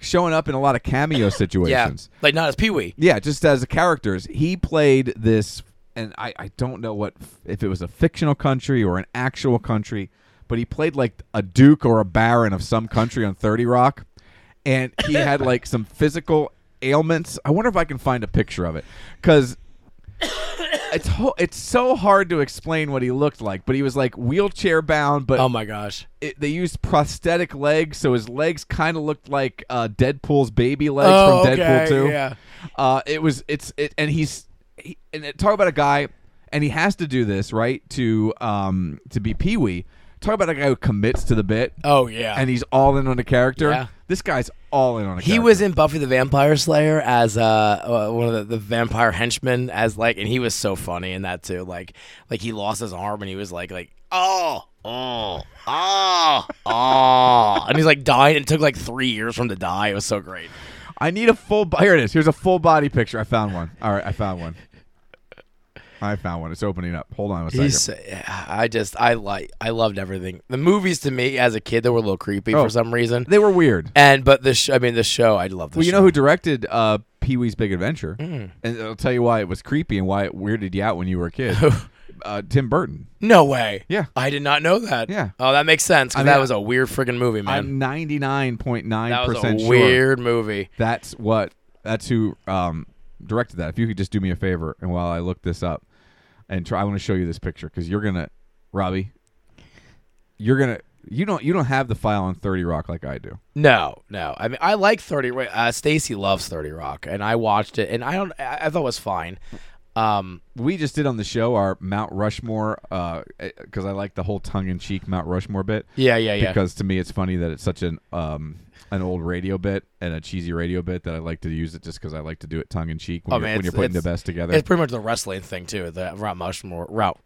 Speaker 1: showing up in a lot of cameo
Speaker 2: Yeah.
Speaker 1: situations.
Speaker 2: Like not as Pee Wee.
Speaker 1: Yeah, just as the characters. He played this, and I, I don't know what if it was a fictional country or an actual country, but he played like a duke or a baron of some country on 30 Rock, and he had like some physical ailments. I wonder if I can find a picture of it because. It's ho- it's so hard to explain what he looked like, but he was like wheelchair bound, but
Speaker 2: Oh my gosh.
Speaker 1: it, they used prosthetic legs, so his legs kind of looked like uh, Deadpool's baby legs
Speaker 2: Oh,
Speaker 1: from Deadpool
Speaker 2: okay,
Speaker 1: 2.
Speaker 2: yeah.
Speaker 1: Uh, it was it's it, and he's he, and it- talk about a guy and he has to do this right to um to be Pee Wee. Talk about a guy who commits to the bit.
Speaker 2: Oh yeah.
Speaker 1: and he's all in on a character.
Speaker 2: Yeah.
Speaker 1: This guy's all in on a
Speaker 2: He
Speaker 1: character.
Speaker 2: was in Buffy the Vampire Slayer as uh, uh one of the, the vampire henchmen as like, and he was so funny in that too. Like, like he lost his arm and he was like, like oh, oh, oh, oh, and he's like dying. It took like three years for him to die. It was so great.
Speaker 1: I need a full. bo- Here it is. Here's a full body picture. I found one. All right, I found one. I found one. It's opening up. Hold on a second.
Speaker 2: He's, I just, I like, I loved everything. The movies to me as a kid they were a little creepy
Speaker 1: Oh.
Speaker 2: for some reason,
Speaker 1: they were weird.
Speaker 2: and but the, sh- I mean, the show, I love. The
Speaker 1: Well, you
Speaker 2: show.
Speaker 1: know who directed uh, Pee Wee's Big Adventure,
Speaker 2: Mm.
Speaker 1: and I'll tell you why it was creepy and why it weirded you out when you were a kid. uh, Tim Burton.
Speaker 2: No way.
Speaker 1: Yeah.
Speaker 2: I did not know that.
Speaker 1: Yeah.
Speaker 2: Oh, that makes sense. 'cause
Speaker 1: I mean,
Speaker 2: that
Speaker 1: I-
Speaker 2: was a weird friggin' movie, man.
Speaker 1: I'm 99.9
Speaker 2: That was a
Speaker 1: percent sure
Speaker 2: weird movie.
Speaker 1: that's what that's who um, directed that. If you could just do me a favor, and while I look this up, and try, I want to show you this picture because you're gonna, Robbie, you're gonna. You don't you don't have the file on Thirty Rock like I do.
Speaker 2: No, no. I mean, I like Thirty. Rock. Uh, Stacy loves Thirty Rock, and I watched it, and I don't. I, I thought it was fine. Um,
Speaker 1: We just did on the show our Mount Rushmore because I like the whole tongue in cheek Mount Rushmore bit.
Speaker 2: yeah, yeah, yeah.
Speaker 1: because to me it's funny that it's such an um an old radio bit and a cheesy radio bit that I like to use it just because I like to do it tongue in cheek when,
Speaker 2: Oh,
Speaker 1: you're,
Speaker 2: man,
Speaker 1: when you're
Speaker 2: it's-
Speaker 1: putting the
Speaker 2: it's-
Speaker 1: best together.
Speaker 2: it's pretty much the wrestling thing too. The Mount Rushmore route.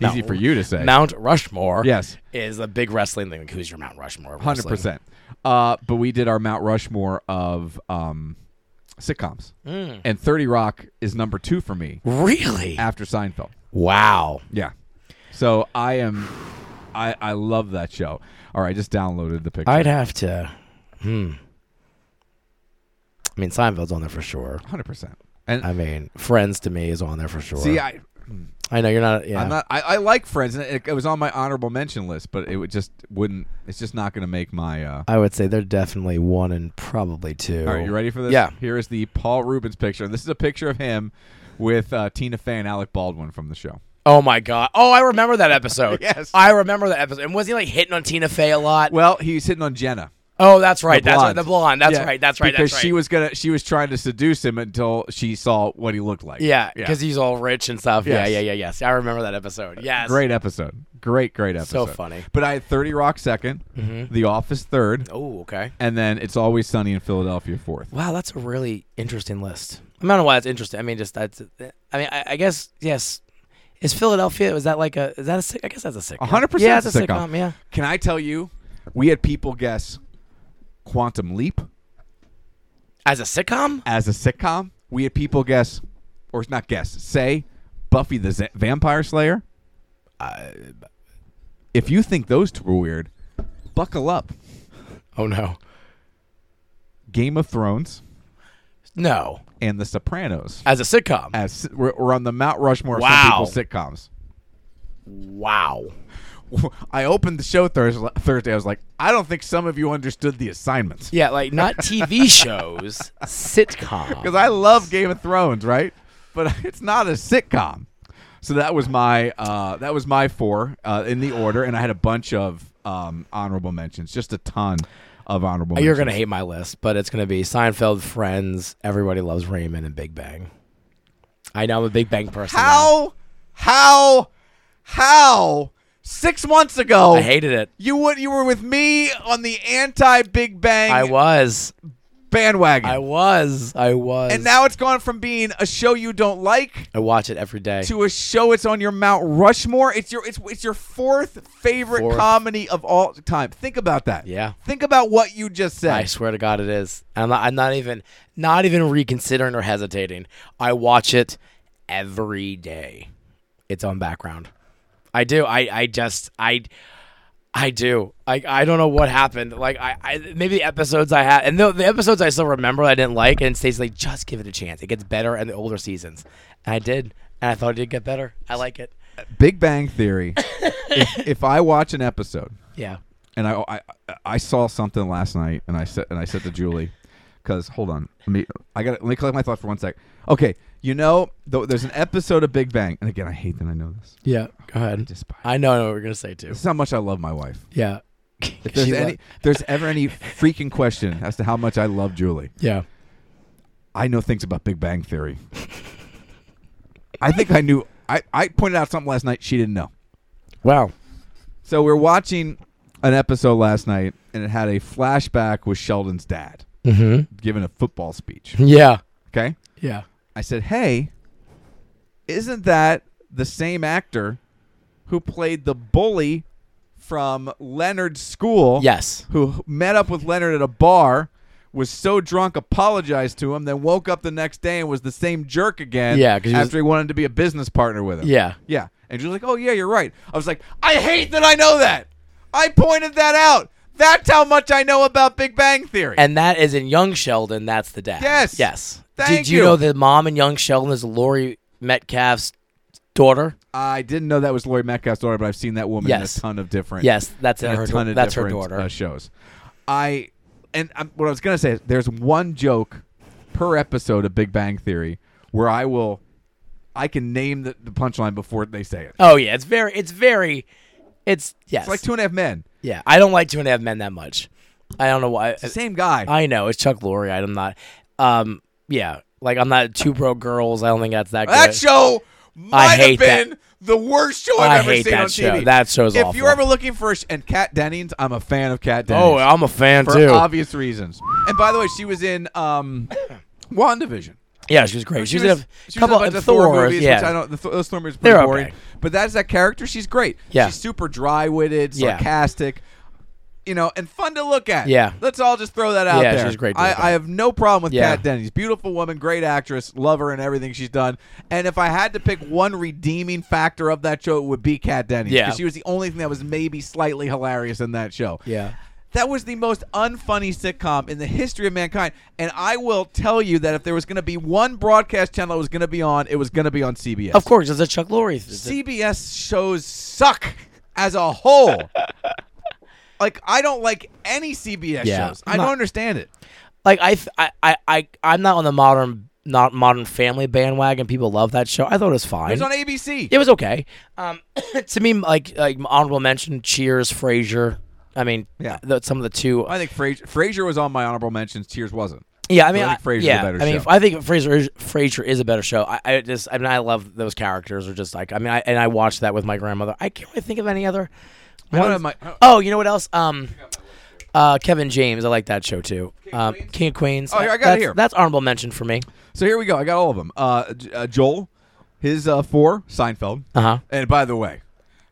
Speaker 1: Easy for you to say.
Speaker 2: Mount Rushmore.
Speaker 1: Yes.
Speaker 2: is a big wrestling thing. Like, Who's your Mount Rushmore? of
Speaker 1: Hundred
Speaker 2: wrestling?
Speaker 1: percent. Uh, but we did our Mount Rushmore of um, sitcoms,
Speaker 2: Mm.
Speaker 1: and Thirty Rock is number two for me
Speaker 2: Really?
Speaker 1: after Seinfeld.
Speaker 2: Wow.
Speaker 1: Yeah. So I am, I I love that show. All right, I just downloaded the picture.
Speaker 2: I'd have to. Hmm. I mean, Seinfeld's on there for sure.
Speaker 1: Hundred percent. And
Speaker 2: I mean, Friends to me is on there for sure.
Speaker 1: see, I
Speaker 2: I know you're not. Yeah.
Speaker 1: I'm not. I, I like Friends, and it, it was on my honorable mention list, but it would just wouldn't. It's just not going to make my. Uh,
Speaker 2: I would say they're definitely one and probably two.
Speaker 1: all right, you ready for this?
Speaker 2: Yeah.
Speaker 1: Here is the Paul Rubens picture. This is a picture of him with uh, Tina Fey and Alec Baldwin from the show.
Speaker 2: Oh my god. Oh, I remember that episode.
Speaker 1: Yes.
Speaker 2: I remember that episode. And was he like hitting on Tina Fey a lot?
Speaker 1: Well, he's hitting on Jenna.
Speaker 2: oh, that's right.
Speaker 1: the
Speaker 2: That's right.
Speaker 1: blonde.
Speaker 2: The blonde. That's
Speaker 1: Yeah,
Speaker 2: right. That's right.
Speaker 1: Because
Speaker 2: that's right.
Speaker 1: she was gonna, she was trying to seduce him until she saw what he looked like.
Speaker 2: Yeah, because he's all rich and stuff.
Speaker 1: Yes. Uh,
Speaker 2: Yeah, yeah, yeah, yes. I remember that episode. Yes.
Speaker 1: great episode, great, great
Speaker 2: So
Speaker 1: episode.
Speaker 2: funny.
Speaker 1: But I had Thirty Rock 2nd The Office third,
Speaker 2: Oh, okay.
Speaker 1: and then It's Always Sunny in Philadelphia fourth.
Speaker 2: Wow, that's a really interesting list. I don't know why it's interesting. I mean, just that's. I mean, I, I guess yes. Is Philadelphia? Was that like a? Is that a sick? I guess that's a sitcom.
Speaker 1: 100%
Speaker 2: Yeah,
Speaker 1: it's
Speaker 2: it's
Speaker 1: a
Speaker 2: a
Speaker 1: sitcom.
Speaker 2: sitcom. Yeah.
Speaker 1: Can I tell you, we had people guess Quantum Leap
Speaker 2: As a sitcom?
Speaker 1: as a sitcom. We had people guess, or not guess, say Buffy the Z- Vampire Slayer. Uh, if you think those two were weird, buckle up.
Speaker 2: Oh no.
Speaker 1: Game of Thrones
Speaker 2: No.
Speaker 1: and The Sopranos.
Speaker 2: As a sitcom.
Speaker 1: As we're, we're on the Mount Rushmore of
Speaker 2: Wow.
Speaker 1: some people's
Speaker 2: wow.
Speaker 1: sitcoms. I opened the show Thursday. Thursday, I was like, I don't think some of you understood the assignments.
Speaker 2: Yeah, like not TV shows, sitcom.
Speaker 1: because I love Game of Thrones, right? But it's not a sitcom. So that was my uh, that was my four uh, in the order, and I had a bunch of um, honorable mentions, just a ton of honorable.
Speaker 2: You're
Speaker 1: mentions.
Speaker 2: gonna hate my list, but it's gonna be Seinfeld, Friends, Everybody Loves Raymond, and Big Bang. I know I'm a Big Bang person. now.
Speaker 1: how how how six months ago
Speaker 2: I hated it.
Speaker 1: you would you were with me on the anti Big Bang
Speaker 2: I was.
Speaker 1: bandwagon,
Speaker 2: I was. I was.
Speaker 1: and now it's gone from being a show you don't like
Speaker 2: I watch it every day.
Speaker 1: to a show it's on your Mount Rushmore. It's your it's it's your fourth favorite
Speaker 2: Fourth.
Speaker 1: comedy of all time. Think about that.
Speaker 2: Yeah.
Speaker 1: Think about what you just said.
Speaker 2: I swear to God, it is. I'm not, I'm not even, not even reconsidering or hesitating. I watch it every day. It's on background. I do. I, I just, I, I do. I, I don't know what happened. Like I, I maybe the episodes I had, and the, the episodes I still remember I didn't like, and Stacy's like, just give it a chance. It gets better in the older seasons, and I did, and I thought it did get better. I like it.
Speaker 1: Big Bang Theory. if, if I watch an episode
Speaker 2: Yeah.
Speaker 1: and I, I I saw something last night and I said and I said to Julie, because hold on, let me I got let me collect my thoughts for one sec. Okay, you know th- there's an episode of Big Bang, and again I hate that I know this.
Speaker 2: Yeah. Go ahead.
Speaker 1: Despise.
Speaker 2: I know, I know what we're gonna say too.
Speaker 1: This is how much I love my wife.
Speaker 2: Yeah.
Speaker 1: If there's
Speaker 2: She lo-
Speaker 1: any, if there's ever any freaking question as to how much I love Julie.
Speaker 2: yeah.
Speaker 1: I know things about Big Bang Theory. I think I knew. I, I pointed out something last night she didn't know.
Speaker 2: Wow.
Speaker 1: So we are watching an episode last night, and it had a flashback with Sheldon's dad giving a football speech.
Speaker 2: Yeah.
Speaker 1: Okay.
Speaker 2: Yeah.
Speaker 1: I said, Hey, isn't that the same actor who played the bully from Leonard's school?
Speaker 2: Yes.
Speaker 1: Who met up with Leonard at a bar, was so drunk, apologized to him, then woke up the next day and was the same jerk again
Speaker 2: Yeah, 'cause
Speaker 1: after
Speaker 2: he was-
Speaker 1: he wanted to be a business partner with him.
Speaker 2: Yeah.
Speaker 1: Yeah. And she was like, oh, yeah, you're right. I was like, I hate that I know that. I pointed that out. That's how much I know about Big Bang Theory.
Speaker 2: And that is in Young Sheldon. That's the dad.
Speaker 1: Yes.
Speaker 2: Yes.
Speaker 1: Thank
Speaker 2: Did you,
Speaker 1: you.
Speaker 2: know that mom in Young Sheldon is Lori Metcalf's daughter?
Speaker 1: I didn't know that was Lori Metcalf's daughter, but I've seen that woman
Speaker 2: Yes.
Speaker 1: in a ton of different
Speaker 2: Yes, that's
Speaker 1: in
Speaker 2: her
Speaker 1: a ton
Speaker 2: dau-
Speaker 1: of
Speaker 2: that's her
Speaker 1: different,
Speaker 2: daughter.
Speaker 1: uh, shows. I and i what I was gonna say is there's one joke per episode of Big Bang Theory where I will I can name the, the punchline before they say it.
Speaker 2: Oh yeah, it's very, it's very, it's yes.
Speaker 1: It's like Two and a Half Men,
Speaker 2: yeah, I don't like Two and a Half Men that much. I don't know why.
Speaker 1: the same guy.
Speaker 2: Uh, I know it's Chuck Lorre. I'm not. Um. Yeah. Like I'm not two bro girls. I don't think that's that.
Speaker 1: that
Speaker 2: good.
Speaker 1: show
Speaker 2: I
Speaker 1: might have
Speaker 2: hate
Speaker 1: been
Speaker 2: that.
Speaker 1: the worst show I've
Speaker 2: I
Speaker 1: ever
Speaker 2: hate
Speaker 1: seen
Speaker 2: that
Speaker 1: on
Speaker 2: show.
Speaker 1: TV.
Speaker 2: That show's
Speaker 1: if
Speaker 2: awful.
Speaker 1: you're ever looking for a sh- and Kat Dennings, I'm a fan of Kat Dennings.
Speaker 2: Oh, I'm a fan
Speaker 1: for
Speaker 2: too.
Speaker 1: obvious reasons. And by the way, she was in um, WandaVision.
Speaker 2: yeah, she was great. She, was in a
Speaker 1: she
Speaker 2: couple
Speaker 1: was in a bunch
Speaker 2: of
Speaker 1: of Thor,
Speaker 2: Thor.
Speaker 1: movies,
Speaker 2: yeah.
Speaker 1: which I don't. The, Thor- those Thor movies are pretty
Speaker 2: They're
Speaker 1: boring.
Speaker 2: okay.
Speaker 1: But that's that character. She's great.
Speaker 2: Yeah.
Speaker 1: she's super dry-witted,
Speaker 2: Yeah.
Speaker 1: sarcastic. You know, and fun to look at.
Speaker 2: Yeah.
Speaker 1: let's all just throw that out
Speaker 2: Yeah,
Speaker 1: there.
Speaker 2: she's great to look at.
Speaker 1: I, I have no problem with
Speaker 2: Yeah.
Speaker 1: Kat Dennings. Beautiful woman, great actress, love her and everything she's done. And if I had to pick one redeeming factor of that show, it would be Kat Dennings.
Speaker 2: Yeah.
Speaker 1: 'cause she was the only thing that was maybe slightly hilarious in that show.
Speaker 2: Yeah.
Speaker 1: That was the most unfunny sitcom in the history of mankind. And I will tell you that if there was going to be one broadcast channel it was going to be on, it was going to be on CBS.
Speaker 2: Of course, it's a Chuck Lorre. it's a-
Speaker 1: CBS shows suck as a whole. like, I don't like any CBS
Speaker 2: Yeah.
Speaker 1: shows. I
Speaker 2: Not-
Speaker 1: don't understand it.
Speaker 2: like I, th- I, I, I, I'm not on the modern, not modern family bandwagon. People love that show. I thought it was fine.
Speaker 1: It was on ABC.
Speaker 2: It was okay. Um, to me, like, like honorable mention, Cheers, Frasier. I mean,
Speaker 1: Yeah.
Speaker 2: the, some of the two.
Speaker 1: I think Frasier, Frasier was on my honorable mentions. Cheers wasn't.
Speaker 2: yeah, I mean,
Speaker 1: I think
Speaker 2: I-
Speaker 1: Frasier's a
Speaker 2: yeah,
Speaker 1: better
Speaker 2: I mean,
Speaker 1: show.
Speaker 2: I think Frasier is, Frasier is a better show. I, I just, I mean, I love those characters. Are just like, I mean, I, and I watched that with my grandmother. I can't really think of any other.
Speaker 1: One
Speaker 2: ones.
Speaker 1: of my-
Speaker 2: oh, you know what else? Um, uh, Kevin James. I like that show too. Um, King of Queens.
Speaker 1: Oh, here, I got it
Speaker 2: that's,
Speaker 1: here.
Speaker 2: That's honorable mention for me.
Speaker 1: So here we go. I got all of them. Uh, J- uh, Joel, his uh, four, Seinfeld.
Speaker 2: Uh huh.
Speaker 1: And by the way,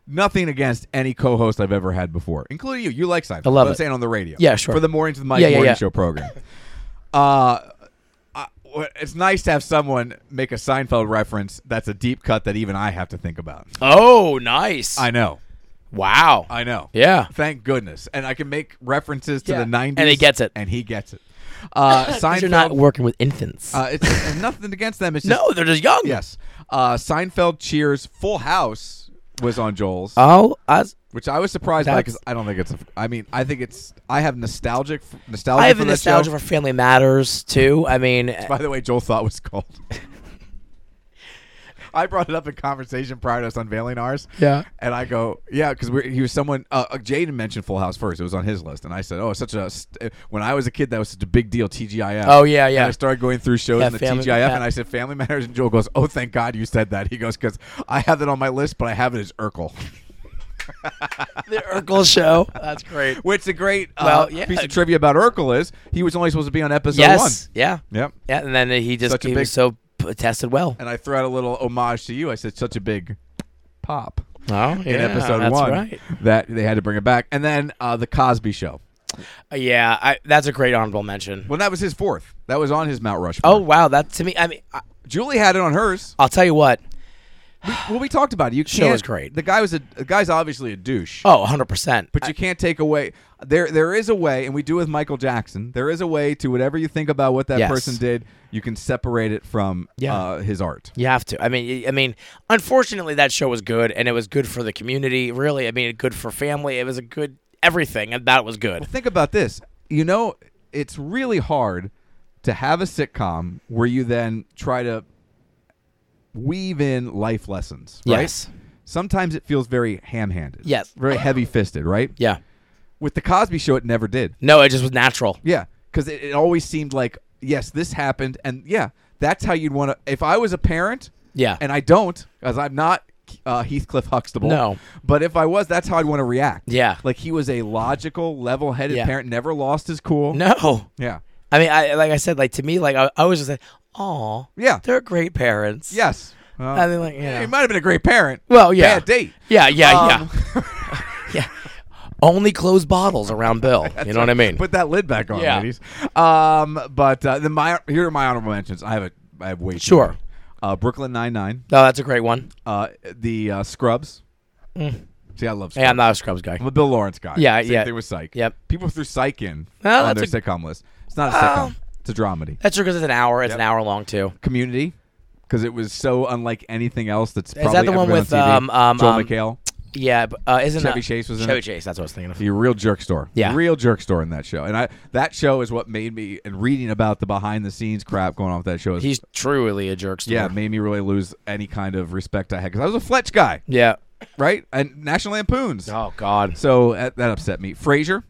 Speaker 1: Nothing against any co-host I've ever had before, including you. You like Seinfeld.
Speaker 2: I
Speaker 1: but
Speaker 2: love
Speaker 1: I'm
Speaker 2: it.
Speaker 1: saying on the radio.
Speaker 2: Yeah, sure.
Speaker 1: For the mornings with Mike
Speaker 2: Yeah, yeah,
Speaker 1: morning
Speaker 2: yeah.
Speaker 1: show program. uh, I- well, it's nice to have someone make a Seinfeld reference. That's a deep cut that even I have to think about.
Speaker 2: Oh, nice.
Speaker 1: I know.
Speaker 2: wow.
Speaker 1: I know.
Speaker 2: yeah.
Speaker 1: Thank goodness. And I can make references to
Speaker 2: Yeah.
Speaker 1: the 90s.
Speaker 2: And he gets it.
Speaker 1: And he gets it. Uh,
Speaker 2: 'Cause
Speaker 1: Seinfeld.
Speaker 2: You're not working with infants.
Speaker 1: uh, it's and nothing against them. It's just,
Speaker 2: no, they're just young.
Speaker 1: Yes. Uh, Seinfeld, Cheers, Full House was on Joel's,
Speaker 2: Oh, I,
Speaker 1: which I was surprised by
Speaker 2: that's-
Speaker 1: because I don't think it's. A, I mean, I think it's. I have nostalgic nostalgia.
Speaker 2: I have
Speaker 1: for
Speaker 2: a
Speaker 1: that
Speaker 2: nostalgia
Speaker 1: show.
Speaker 2: for Family Matters too. I mean,
Speaker 1: By the way, Joel thought was called. I brought it up in conversation prior to us unveiling ours.
Speaker 2: Yeah.
Speaker 1: And I go, yeah, because he was someone. Uh, uh, Jaden mentioned Full House first. It was on his list, and I said, oh, it's such a. St- when I was a kid, that was such a big deal. TGIF.
Speaker 2: Oh, yeah, yeah.
Speaker 1: And I started going through shows
Speaker 2: Yeah,
Speaker 1: in the
Speaker 2: Family-
Speaker 1: TGIF,
Speaker 2: yeah.
Speaker 1: and I said Family Matters, and Joel goes, oh, thank God you said that. He goes, because I have that on my list, but I have it as Urkel,
Speaker 2: the Urkel show. That's great.
Speaker 1: which a great uh,
Speaker 2: Well, yeah.
Speaker 1: piece of trivia about Urkel is he was only supposed to be on episode
Speaker 2: Yes. Yeah.
Speaker 1: one. Yep.
Speaker 2: Yeah. And then he just
Speaker 1: Such a
Speaker 2: he
Speaker 1: big-
Speaker 2: was so p- tested well.
Speaker 1: And I threw out a little homage to you. I said, such a big pop.
Speaker 2: Oh,
Speaker 1: in episode
Speaker 2: that's
Speaker 1: one
Speaker 2: Right.
Speaker 1: that they had to bring it back. And then uh, the Cosby Show.
Speaker 2: Uh, Yeah, I, that's a great honorable mention.
Speaker 1: Well, that was his fourth. That was on his Mount Rushmore.
Speaker 2: Oh wow, that to me. I mean, I,
Speaker 1: Julie had it on hers.
Speaker 2: I'll tell you what.
Speaker 1: Well, we talked about it. You
Speaker 2: Show
Speaker 1: can't-
Speaker 2: is great.
Speaker 1: The guy was a the guy's obviously a douche.
Speaker 2: Oh, 100 percent.
Speaker 1: But you can't take away there. There is a way, and we do with Michael Jackson. There is a way to whatever you think about what that
Speaker 2: Yes.
Speaker 1: person did. You can separate it from
Speaker 2: Yeah.
Speaker 1: uh, his art.
Speaker 2: You have to. I mean, y- I mean, unfortunately, that show was good, and it was good for the community. Really, I mean, good for family. It was a good everything, and that was good.
Speaker 1: Think about this. You know, it's really hard to have a sitcom where you then try to weave in life lessons. Right?
Speaker 2: Yes.
Speaker 1: Sometimes it feels very ham-handed.
Speaker 2: Yes.
Speaker 1: Very heavy-fisted. Right.
Speaker 2: Yeah.
Speaker 1: With the Cosby Show, it never did.
Speaker 2: No, it just was natural.
Speaker 1: Yeah, because it, it always seemed like yes, this happened, and yeah, that's how you'd want to. If I was a parent,
Speaker 2: Yeah.
Speaker 1: and I don't, because I'm not uh, Heathcliff Huxtable.
Speaker 2: No.
Speaker 1: but if I was, that's how I'd want to react.
Speaker 2: Yeah.
Speaker 1: like he was a logical, level-headed
Speaker 2: Yeah.
Speaker 1: parent, never lost his cool.
Speaker 2: No.
Speaker 1: Yeah.
Speaker 2: I mean, I like I said, like to me, like I, I was just like, oh,
Speaker 1: Yeah.
Speaker 2: they're great parents.
Speaker 1: Yes.
Speaker 2: I
Speaker 1: Well,
Speaker 2: mean, like, yeah.
Speaker 1: he might have been a great parent.
Speaker 2: Well, yeah.
Speaker 1: Bad date.
Speaker 2: Yeah, yeah,
Speaker 1: Um,
Speaker 2: yeah, yeah. Only closed bottles around Bill. you know what I mean?
Speaker 1: Put that lid back on,
Speaker 2: Yeah.
Speaker 1: ladies. Um, but uh, the my here are my honorable mentions. I have a I have way too
Speaker 2: Sure.
Speaker 1: many. Uh, Brooklyn Nine Nine.
Speaker 2: no, that's a great one.
Speaker 1: Uh, the uh, Scrubs.
Speaker 2: Mm.
Speaker 1: See, I love. Scrubs.
Speaker 2: Hey, I'm not a Scrubs guy.
Speaker 1: I'm a Bill Lawrence guy.
Speaker 2: Yeah,
Speaker 1: Same
Speaker 2: yeah.
Speaker 1: Thing with Psych.
Speaker 2: Yep.
Speaker 1: People threw Psych in
Speaker 2: Well,
Speaker 1: on
Speaker 2: that's
Speaker 1: their
Speaker 2: a-
Speaker 1: sitcom list. It's not a
Speaker 2: Well-
Speaker 1: sitcom. It's a dramedy.
Speaker 2: That's true because it's an hour. It's an hour long too.
Speaker 1: Community, because it was so unlike anything else that's
Speaker 2: that
Speaker 1: probably
Speaker 2: the
Speaker 1: ever
Speaker 2: one
Speaker 1: been on
Speaker 2: with,
Speaker 1: TV.
Speaker 2: um, um,
Speaker 1: Joel
Speaker 2: um,
Speaker 1: McHale?
Speaker 2: Yeah, but, uh, isn't
Speaker 1: Chevy
Speaker 2: that-
Speaker 1: Chase was in
Speaker 2: Chevy
Speaker 1: it?
Speaker 2: Chase? That's what I was thinking of.
Speaker 1: The real jerk store.
Speaker 2: Yeah.
Speaker 1: Real jerk store in that show. And I that show is what made me and reading about the behind the scenes crap going on with that show is
Speaker 2: He's truly a jerk.
Speaker 1: yeah, made me really lose any kind of respect I had because I was a Fletch guy,
Speaker 2: yeah.
Speaker 1: right? And National Lampoons.
Speaker 2: Oh God.
Speaker 1: So uh, that upset me. Frasier,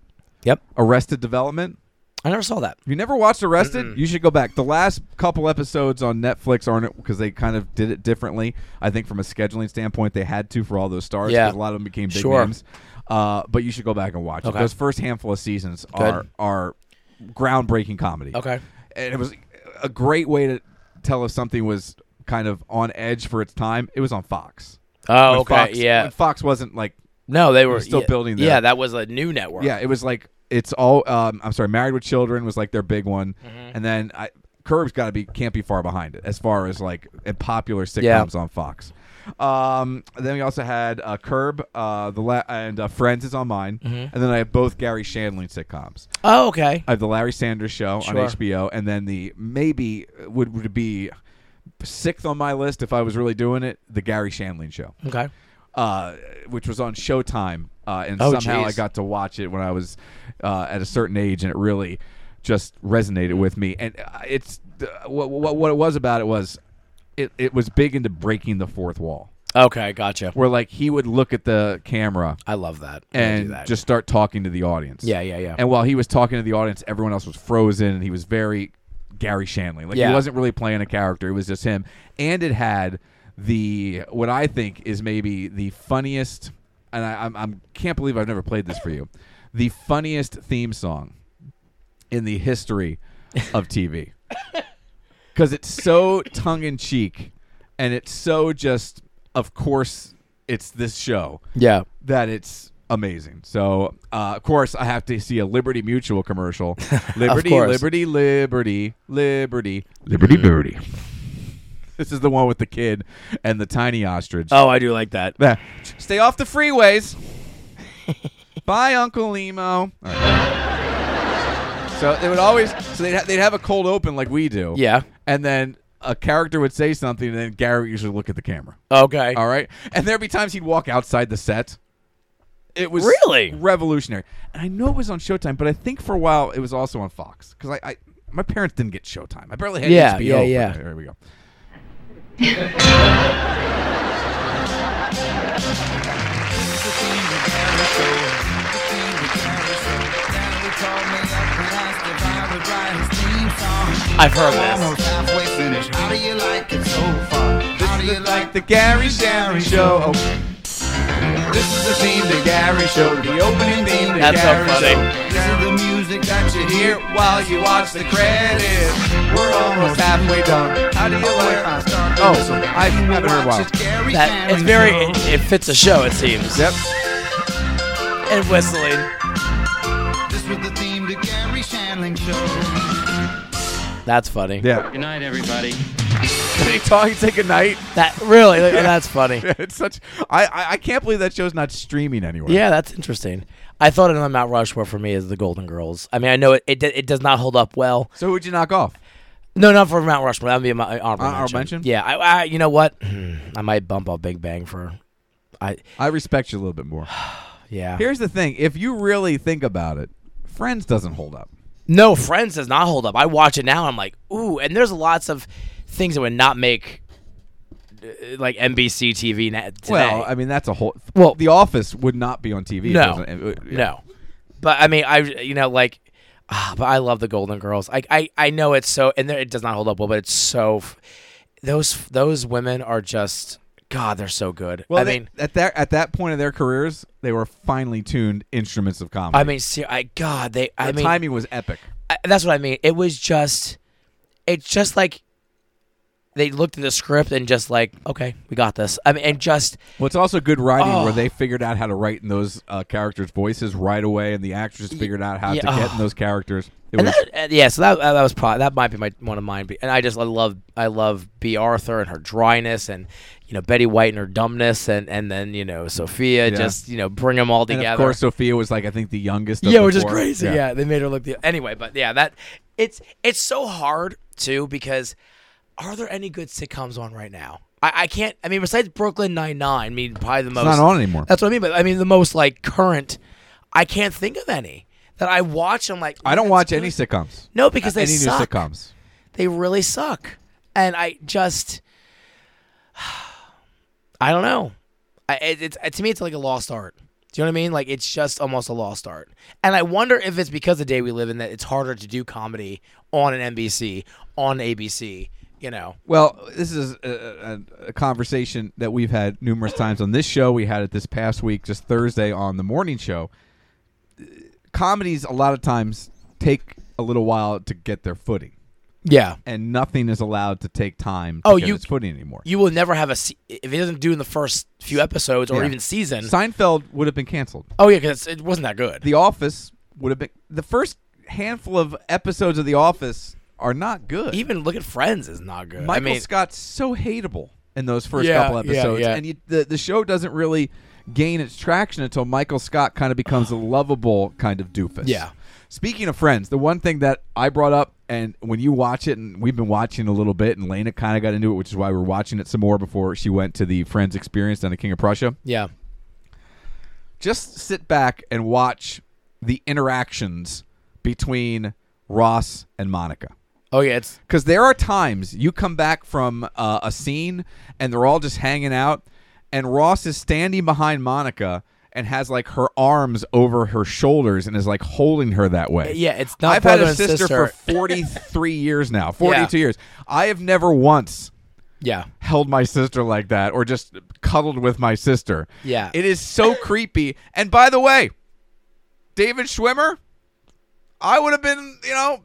Speaker 2: Yep.
Speaker 1: Arrested Development.
Speaker 2: I never saw that.
Speaker 1: If you never watched Arrested, you should go back. The last couple episodes on Netflix aren't because they kind of did it differently. I think from a scheduling standpoint, they had to for all those stars.
Speaker 2: Yeah.
Speaker 1: 'cause a lot of them became big
Speaker 2: Sure.
Speaker 1: names. Uh, but you should go back and watch it.
Speaker 2: Okay.
Speaker 1: Those first handful of seasons are are groundbreaking comedy.
Speaker 2: Okay.
Speaker 1: and it was a great way to tell if something was kind of on edge for its time. It was on Fox.
Speaker 2: Oh,
Speaker 1: When
Speaker 2: okay.
Speaker 1: Fox-
Speaker 2: yeah.
Speaker 1: when Fox wasn't like
Speaker 2: no, they were
Speaker 1: still
Speaker 2: yeah,
Speaker 1: building their-
Speaker 2: Yeah, that was a new network.
Speaker 1: yeah, it was like it's all. Um, I'm sorry, Married with Children was like their big one, and then I, Curb's got to be can't be far behind it as far as like in popular sitcoms on Fox. Um, then we also had uh, Curb, uh, the la- and uh, Friends is on mine, and then I have both Gary Shandling sitcoms.
Speaker 2: Oh, okay.
Speaker 1: I have the Larry Sanders Show
Speaker 2: Sure.
Speaker 1: on HBO, and then the maybe would would be sixth on my list if I was really doing it, the Gary Shandling Show
Speaker 2: Okay.
Speaker 1: uh, which was on Showtime, uh, and
Speaker 2: Oh,
Speaker 1: somehow
Speaker 2: jeez.
Speaker 1: I got to watch it when I was uh, at a certain age, and it really just resonated with me. And uh, it's uh, what, what what it was about it was it it was big into breaking the fourth wall,
Speaker 2: Okay. Gotcha.
Speaker 1: where like he would look at the camera
Speaker 2: I love that. I do
Speaker 1: and
Speaker 2: that.
Speaker 1: just start talking to the audience.
Speaker 2: Yeah, yeah, yeah.
Speaker 1: And while he was talking to the audience, everyone else was frozen, and he was very Gary Shanley. Like
Speaker 2: Yeah.
Speaker 1: he wasn't really playing a character; it was just him. And it had the what I think is maybe the funniest, and I I'm, I'm can't believe I've never played this for you, the funniest theme song in the history of TV because it's so tongue in cheek and it's so just, of course, it's this show
Speaker 2: Yeah.
Speaker 1: that it's amazing. So, uh, of course, I have to see a Liberty Mutual commercial. Liberty,
Speaker 2: course.
Speaker 1: Liberty, Liberty, Liberty, Liberty, Liberty. This is the one with the kid and the tiny ostrich.
Speaker 2: Oh, I do like that.
Speaker 1: There. Stay off the freeways. Bye, Uncle Nemo. All right. So they would always, so they'd, ha- they'd have a cold open like we do.
Speaker 2: Yeah.
Speaker 1: And then a character would say something, and then Gary would usually look at the camera.
Speaker 2: Okay.
Speaker 1: All right. And there'd be times he'd walk outside the set. It was
Speaker 2: Really?
Speaker 1: revolutionary. And I know it was on Showtime, but I think for a while it was also on Fox because I, I my parents didn't get Showtime. I barely had
Speaker 2: Yeah,
Speaker 1: HBO.
Speaker 2: yeah,
Speaker 1: for-
Speaker 2: yeah.
Speaker 1: There we go.
Speaker 2: I've heard this.
Speaker 7: halfway finished. How do you like it so far? How do you like
Speaker 1: The Gary Sherry Show. Oh,
Speaker 7: This is the theme to Gary Show. The opening theme to
Speaker 2: That's so
Speaker 7: Gary
Speaker 2: funny.
Speaker 7: Show. This is the music that you hear while you watch the credits. We're almost halfway done. How do you like I start?
Speaker 1: oh, I haven't heard a while.
Speaker 2: That it's very it, it fits a show it seems.
Speaker 1: Yep.
Speaker 2: And whistling.
Speaker 7: This was the theme to Gary Shandling Show.
Speaker 2: That's funny.
Speaker 1: Yeah.
Speaker 8: Good night, everybody.
Speaker 1: They talk. He'd say goodnight.
Speaker 2: That really like, that's funny.
Speaker 1: It's such. I, I I can't believe that show's not streaming anywhere.
Speaker 2: Yeah, that's interesting. I thought another Mount Rushmore for me is the Golden Girls. I mean, I know it it, it does not hold up well.
Speaker 1: So who'd you knock off?
Speaker 2: No, not for Mount Rushmore. That would be my uh, honorable,
Speaker 1: Uh, Honorable mention?
Speaker 2: Yeah, I, I you know what? I might bump up Big Bang for I
Speaker 1: I respect you a little bit more.
Speaker 2: yeah.
Speaker 1: Here's the thing: if you really think about it, Friends doesn't hold up.
Speaker 2: No, Friends does not hold up. I watch it now. And I'm like, ooh, and there's lots of things that would not make uh, like NBC TV na- today.
Speaker 1: Well, I mean that's a whole.
Speaker 2: Well-
Speaker 1: Well, The Office would not be on TV. if
Speaker 2: no,
Speaker 1: it wasn't- yeah.
Speaker 2: no, but I mean, I you know like, ah, but I love the Golden Girls. I I, I know it's so, and there, it does not hold up well, but it's so. f- Those those women are just God. They're so good.
Speaker 1: Well,
Speaker 2: I
Speaker 1: they-
Speaker 2: mean,
Speaker 1: at that at that point of their careers, they were finely tuned instruments of comedy.
Speaker 2: I mean, ser- I God, they. I
Speaker 1: the
Speaker 2: mean,
Speaker 1: timing was epic.
Speaker 2: I, that's what I mean. It was just, it's just like they looked at the script and just like, okay, we got this. I mean, and just
Speaker 1: Well, it's also good writing
Speaker 2: Oh.
Speaker 1: where they figured out how to write in those uh, characters' voices right away, and the actors figured out how
Speaker 2: yeah,
Speaker 1: to get
Speaker 2: oh.
Speaker 1: in those characters. It
Speaker 2: and
Speaker 1: was
Speaker 2: that, uh, yeah. So that that was probably that might be my one of mine. And I just I love I love B. Arthur and her dryness and. You know Betty White and her dumbness, and and then you know Sophia
Speaker 1: Yeah.
Speaker 2: just you know bring them all
Speaker 1: and
Speaker 2: together.
Speaker 1: of course Sophia was like I think the youngest. Of
Speaker 2: yeah,
Speaker 1: the
Speaker 2: which is
Speaker 1: four.
Speaker 2: crazy. Yeah. they made her look the anyway. But yeah, that it's it's so hard too because are there any good sitcoms on right now? I, I can't. I mean, besides Brooklyn Nine Nine, I mean, probably the most
Speaker 1: not on anymore.
Speaker 2: That's what I mean. But I mean, the most like current. I can't think of any that I watch. I'm like,
Speaker 1: I don't
Speaker 2: "That's
Speaker 1: watch
Speaker 2: good."
Speaker 1: any sitcoms.
Speaker 2: No, because they
Speaker 1: any
Speaker 2: suck.
Speaker 1: new sitcoms.
Speaker 2: They really suck, and I just I don't know. I, it, it's to me, it's like a lost art. Do you know what I mean? Like it's just almost a lost art. And I wonder if it's because the day we live in that it's harder to do comedy on an NBC, on ABC. You know?
Speaker 1: Well, this is a, a, a conversation that we've had numerous times on this show. We had it this past week, just Thursday on the morning show. Uh, Comedies, a lot of times, take a little while to get their footing,
Speaker 2: Yeah.
Speaker 1: and nothing is allowed to take time to
Speaker 2: Oh,
Speaker 1: get
Speaker 2: you-
Speaker 1: its footing anymore.
Speaker 2: You will never have a se- if it doesn't do in the first few episodes or
Speaker 1: Yeah.
Speaker 2: even season.
Speaker 1: Seinfeld would have been canceled.
Speaker 2: oh yeah, because it wasn't that good.
Speaker 1: The Office would have been. The first handful of episodes of The Office are not good.
Speaker 2: even look at Friends is not good.
Speaker 1: Michael
Speaker 2: I mean,
Speaker 1: Scott's so hateable in those first
Speaker 2: Yeah,
Speaker 1: couple
Speaker 2: yeah,
Speaker 1: episodes,
Speaker 2: yeah.
Speaker 1: and you, the the show doesn't really gain its traction until Michael Scott kind of becomes a lovable kind of doofus.
Speaker 2: Yeah.
Speaker 1: Speaking of Friends, the one thing that I brought up, and when you watch it, and we've been watching a little bit, and Lena kind of got into it, which is why we're watching it some more before she went to the Friends experience down the King of Prussia.
Speaker 2: yeah,
Speaker 1: Just sit back and watch the interactions between Ross and Monica.
Speaker 2: oh yeah, it's
Speaker 1: Because there are times you come back from uh, a scene and they're all just hanging out, and Ross is standing behind Monica and has like her arms over her shoulders and is like holding her that way.
Speaker 2: Yeah, it's not
Speaker 1: I've had
Speaker 2: brother
Speaker 1: a
Speaker 2: and
Speaker 1: sister,
Speaker 2: sister.
Speaker 1: for 43 years now, 42 years. I have never once
Speaker 2: yeah.
Speaker 1: held my sister like that or just cuddled with my sister.
Speaker 2: Yeah.
Speaker 1: It is so creepy. And by the way, David Schwimmer, I would have been, you know,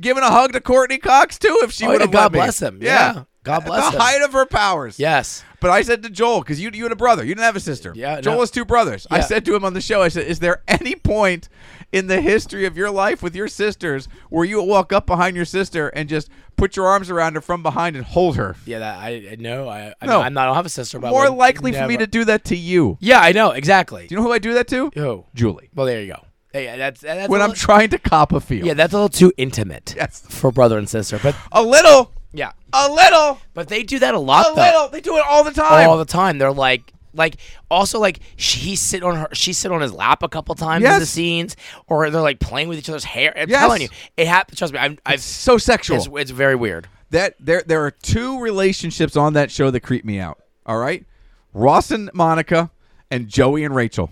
Speaker 1: giving a hug to Courtney Cox too if she
Speaker 2: Oh,
Speaker 1: would
Speaker 2: yeah,
Speaker 1: have
Speaker 2: God
Speaker 1: let me.
Speaker 2: bless him. Yeah. God bless
Speaker 1: the
Speaker 2: him.
Speaker 1: height of her powers.
Speaker 2: Yes.
Speaker 1: But I said to Joel, because you you had a brother, you didn't have a sister.
Speaker 2: Yeah,
Speaker 1: Joel
Speaker 2: no.
Speaker 1: has two brothers. I
Speaker 2: Yeah.
Speaker 1: said to him on the show, I said, "Is there any point in the history of your life with your sisters where you would walk up behind your sister and just put your arms around her from behind and hold her?"
Speaker 2: Yeah, that, I I know. I, I
Speaker 1: No.
Speaker 2: I'm not. I don't have a sister, but I
Speaker 1: More
Speaker 2: would
Speaker 1: likely for me
Speaker 2: never-
Speaker 1: to do that to you.
Speaker 2: Yeah, I know exactly.
Speaker 1: Do you know who I do that to?
Speaker 2: Who?
Speaker 1: Julie.
Speaker 2: Well, there you go. Hey, yeah, that's, that's a
Speaker 1: When I'm
Speaker 2: little-
Speaker 1: trying to cop a field.
Speaker 2: yeah, that's a little too intimate.
Speaker 1: Yes.
Speaker 2: For brother and sister, but
Speaker 1: A little.
Speaker 2: yeah,
Speaker 1: A little.
Speaker 2: but they do that a lot
Speaker 1: A
Speaker 2: though.
Speaker 1: little. They do it all the time.
Speaker 2: all the time. They're like, like also like she he sit on her, she sit on his lap a couple times in the
Speaker 1: Yes.
Speaker 2: scenes, or they're like playing with each other's hair. I'm
Speaker 1: Yes.
Speaker 2: telling you, it happens. Trust me, I'm, I've
Speaker 1: so sexual.
Speaker 2: It's, it's very weird.
Speaker 1: that there there are two relationships on that show that creep me out. All right, Ross and Monica, and Joey and Rachel.